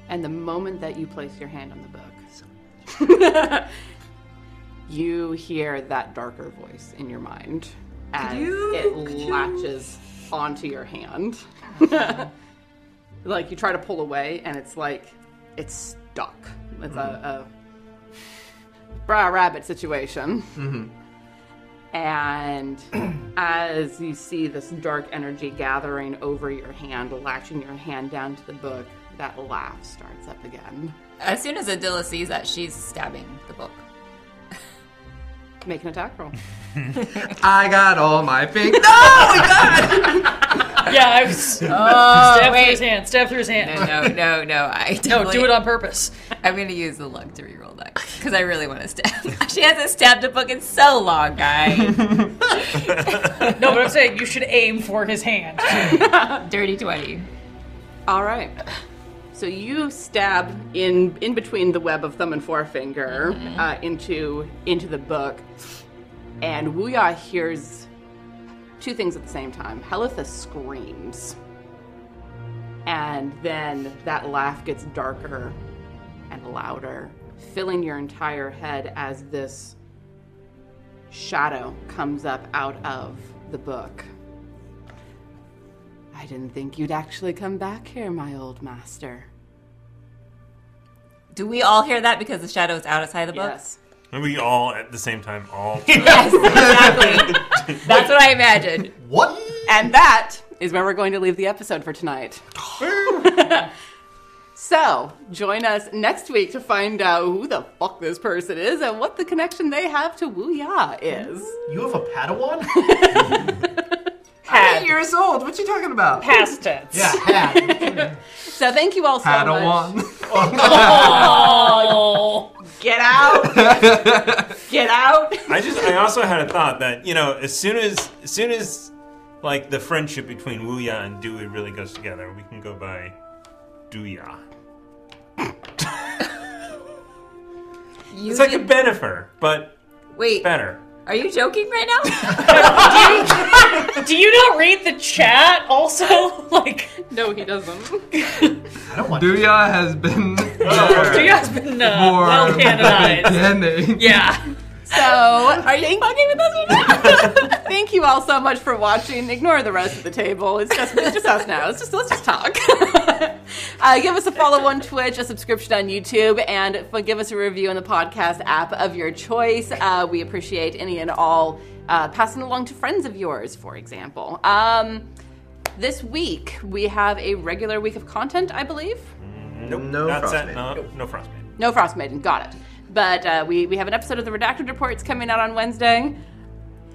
[SPEAKER 7] And the moment that you place your hand on the book, you hear that darker voice in your mind as it latches onto your hand. like you try to pull away, and it's like it's stuck. It's a, a bra rabbit situation.
[SPEAKER 9] Mm-hmm.
[SPEAKER 7] And as you see this dark energy gathering over your hand, latching your hand down to the book, that laugh starts up again.
[SPEAKER 5] As soon as Adila sees that, she's stabbing the book.
[SPEAKER 7] Make an attack roll.
[SPEAKER 9] I got all my fingers.
[SPEAKER 15] yeah, I was.
[SPEAKER 5] Oh,
[SPEAKER 15] stab
[SPEAKER 5] wait.
[SPEAKER 15] through his hand. Stab through his hand.
[SPEAKER 5] No, no, Oh, no, no. I
[SPEAKER 15] no, do
[SPEAKER 5] definitely-
[SPEAKER 15] it on purpose.
[SPEAKER 5] I'm going to use the luck to reroll that because I really want to stab. she hasn't stabbed a book in so long, guys.
[SPEAKER 15] No, but I'm saying you should aim for his hand.
[SPEAKER 5] Dirty 20.
[SPEAKER 7] All right. So you stab in in between the web of thumb and forefinger uh, into into the book, and Wuya hears two things at the same time. Helitha screams, and then that laugh gets darker and louder, filling your entire head as this shadow comes up out of the book. I didn't think you'd actually come back here, my old master.
[SPEAKER 5] Do we all hear that because the shadow is outside the book?
[SPEAKER 7] Yes.
[SPEAKER 12] And we all at the same time all
[SPEAKER 5] Yes, exactly. That's what I imagined.
[SPEAKER 6] What?
[SPEAKER 7] And that is where we're going to leave the episode for tonight. so, join us next week to find out who the fuck this person is and what the connection they have to Wu Ya is.
[SPEAKER 6] You have a Padawan?
[SPEAKER 9] I'm eight years old. What you talking about?
[SPEAKER 15] Past tense.
[SPEAKER 6] Yeah, had.
[SPEAKER 7] So, thank you all so much.
[SPEAKER 15] Oh.
[SPEAKER 7] Get out! Get out!
[SPEAKER 12] I just I also had a thought that you know as soon as as soon as like the friendship between Wuya and Dewey really goes together, we can go by Duya.
[SPEAKER 5] You
[SPEAKER 12] It's like a Benifer, but
[SPEAKER 5] Wait,
[SPEAKER 12] better.
[SPEAKER 5] are you joking right now?
[SPEAKER 15] Do you not read the chat also? Like,
[SPEAKER 7] No, he doesn't.
[SPEAKER 9] Duya has been
[SPEAKER 3] Oh, so you guys been uh,
[SPEAKER 9] More
[SPEAKER 3] well canonized.
[SPEAKER 9] beginning.
[SPEAKER 3] Yeah.
[SPEAKER 7] So, are you fucking with us right now? Thank you all so much for watching. Ignore the rest of the table. It's just it's just us now. It's just let's just talk. uh, give us a follow on Twitch, a subscription on YouTube, and f- give us a review on the podcast app of your choice. Uh, we appreciate any and all uh, passing along to friends of yours, for example. Um, this week we have a regular week of content, I believe.
[SPEAKER 20] Nope. No not set, no, no frostbite.
[SPEAKER 7] No Frost Maiden, got it. But uh, we, we have an episode of the Redacted Reports coming out on Wednesday.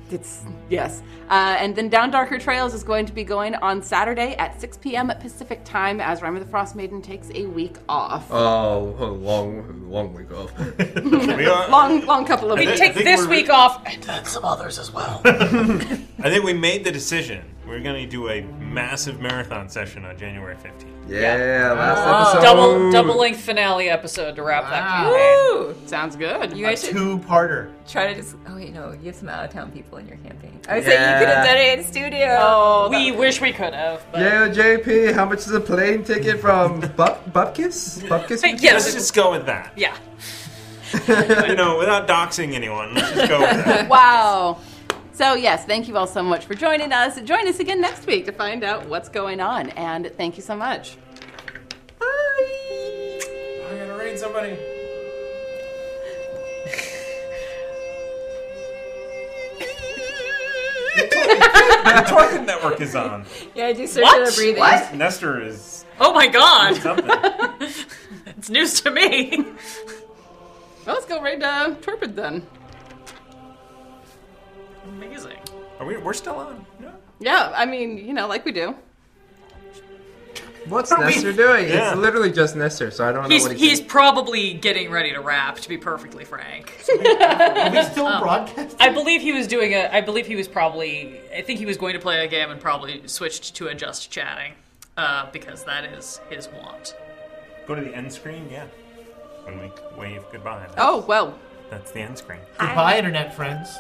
[SPEAKER 7] It's, yes. Uh, and then Down Darker Trails is going to be going on Saturday at 6 p.m. Pacific time as Rhyme of the Frost Maiden takes a week off.
[SPEAKER 9] Oh, a long, long week off.
[SPEAKER 7] long, long couple of
[SPEAKER 3] We
[SPEAKER 7] weeks.
[SPEAKER 3] take this week off and
[SPEAKER 7] then some others as well.
[SPEAKER 20] I think we made the decision. We're going to do a massive marathon session on January 15th.
[SPEAKER 9] Yeah,
[SPEAKER 3] Oh. Double double length finale episode to wrap that campaign.
[SPEAKER 7] Sounds good.
[SPEAKER 5] You guys should
[SPEAKER 6] Two-parter.
[SPEAKER 5] try to just. Oh wait, no, you have some out of town people in your campaign.
[SPEAKER 9] I was saying you could have Yeah. done
[SPEAKER 5] it in studio.
[SPEAKER 3] Oh, we wish we could have. But
[SPEAKER 9] Yeah, JP, how much is a plane ticket from Bup Bupkis? Bupkis?
[SPEAKER 20] Yes. Let's just go with that.
[SPEAKER 3] Yeah.
[SPEAKER 20] you know, without doxing anyone, let's just go with that.
[SPEAKER 7] wow. So, yes, thank you all so much for joining us. Join us again next week to find out what's going on. And thank you so much.
[SPEAKER 20] I gotta raid somebody. the Torquid network is on.
[SPEAKER 5] Yeah, I do
[SPEAKER 3] What? What?
[SPEAKER 20] Nestor is.
[SPEAKER 3] Oh my god.
[SPEAKER 20] Something.
[SPEAKER 3] it's news to me.
[SPEAKER 7] Well, let's go right to Torpid then.
[SPEAKER 3] Amazing.
[SPEAKER 20] Are we? We're still on.
[SPEAKER 7] Yeah, I mean, you know, like we do.
[SPEAKER 9] What's Nestor doing?
[SPEAKER 3] Yeah.
[SPEAKER 9] It's literally just Nestor, so I don't know
[SPEAKER 3] He's
[SPEAKER 9] what
[SPEAKER 3] he's probably getting ready to wrap. To be perfectly frank,
[SPEAKER 6] still
[SPEAKER 15] Oh.
[SPEAKER 6] broadcast?
[SPEAKER 3] I believe he was doing a. I believe he was probably. I think he was going to play a game and probably switched to a just chatting, uh, because that is his want.
[SPEAKER 20] Go to the end screen. Yeah. When we wave goodbye. That's,
[SPEAKER 7] Oh, well.
[SPEAKER 20] That's the end screen.
[SPEAKER 21] Goodbye, internet friends.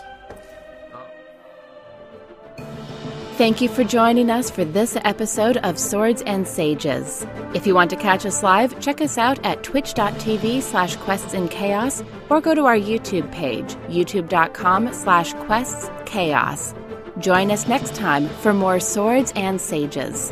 [SPEAKER 1] Thank you for joining us for this episode of Swords and Sages. If you want to catch us live, check us out at twitch.tv slash quests in chaos or go to our YouTube page, youtube.com slash quests chaos. Join us next time for more Swords and Sages.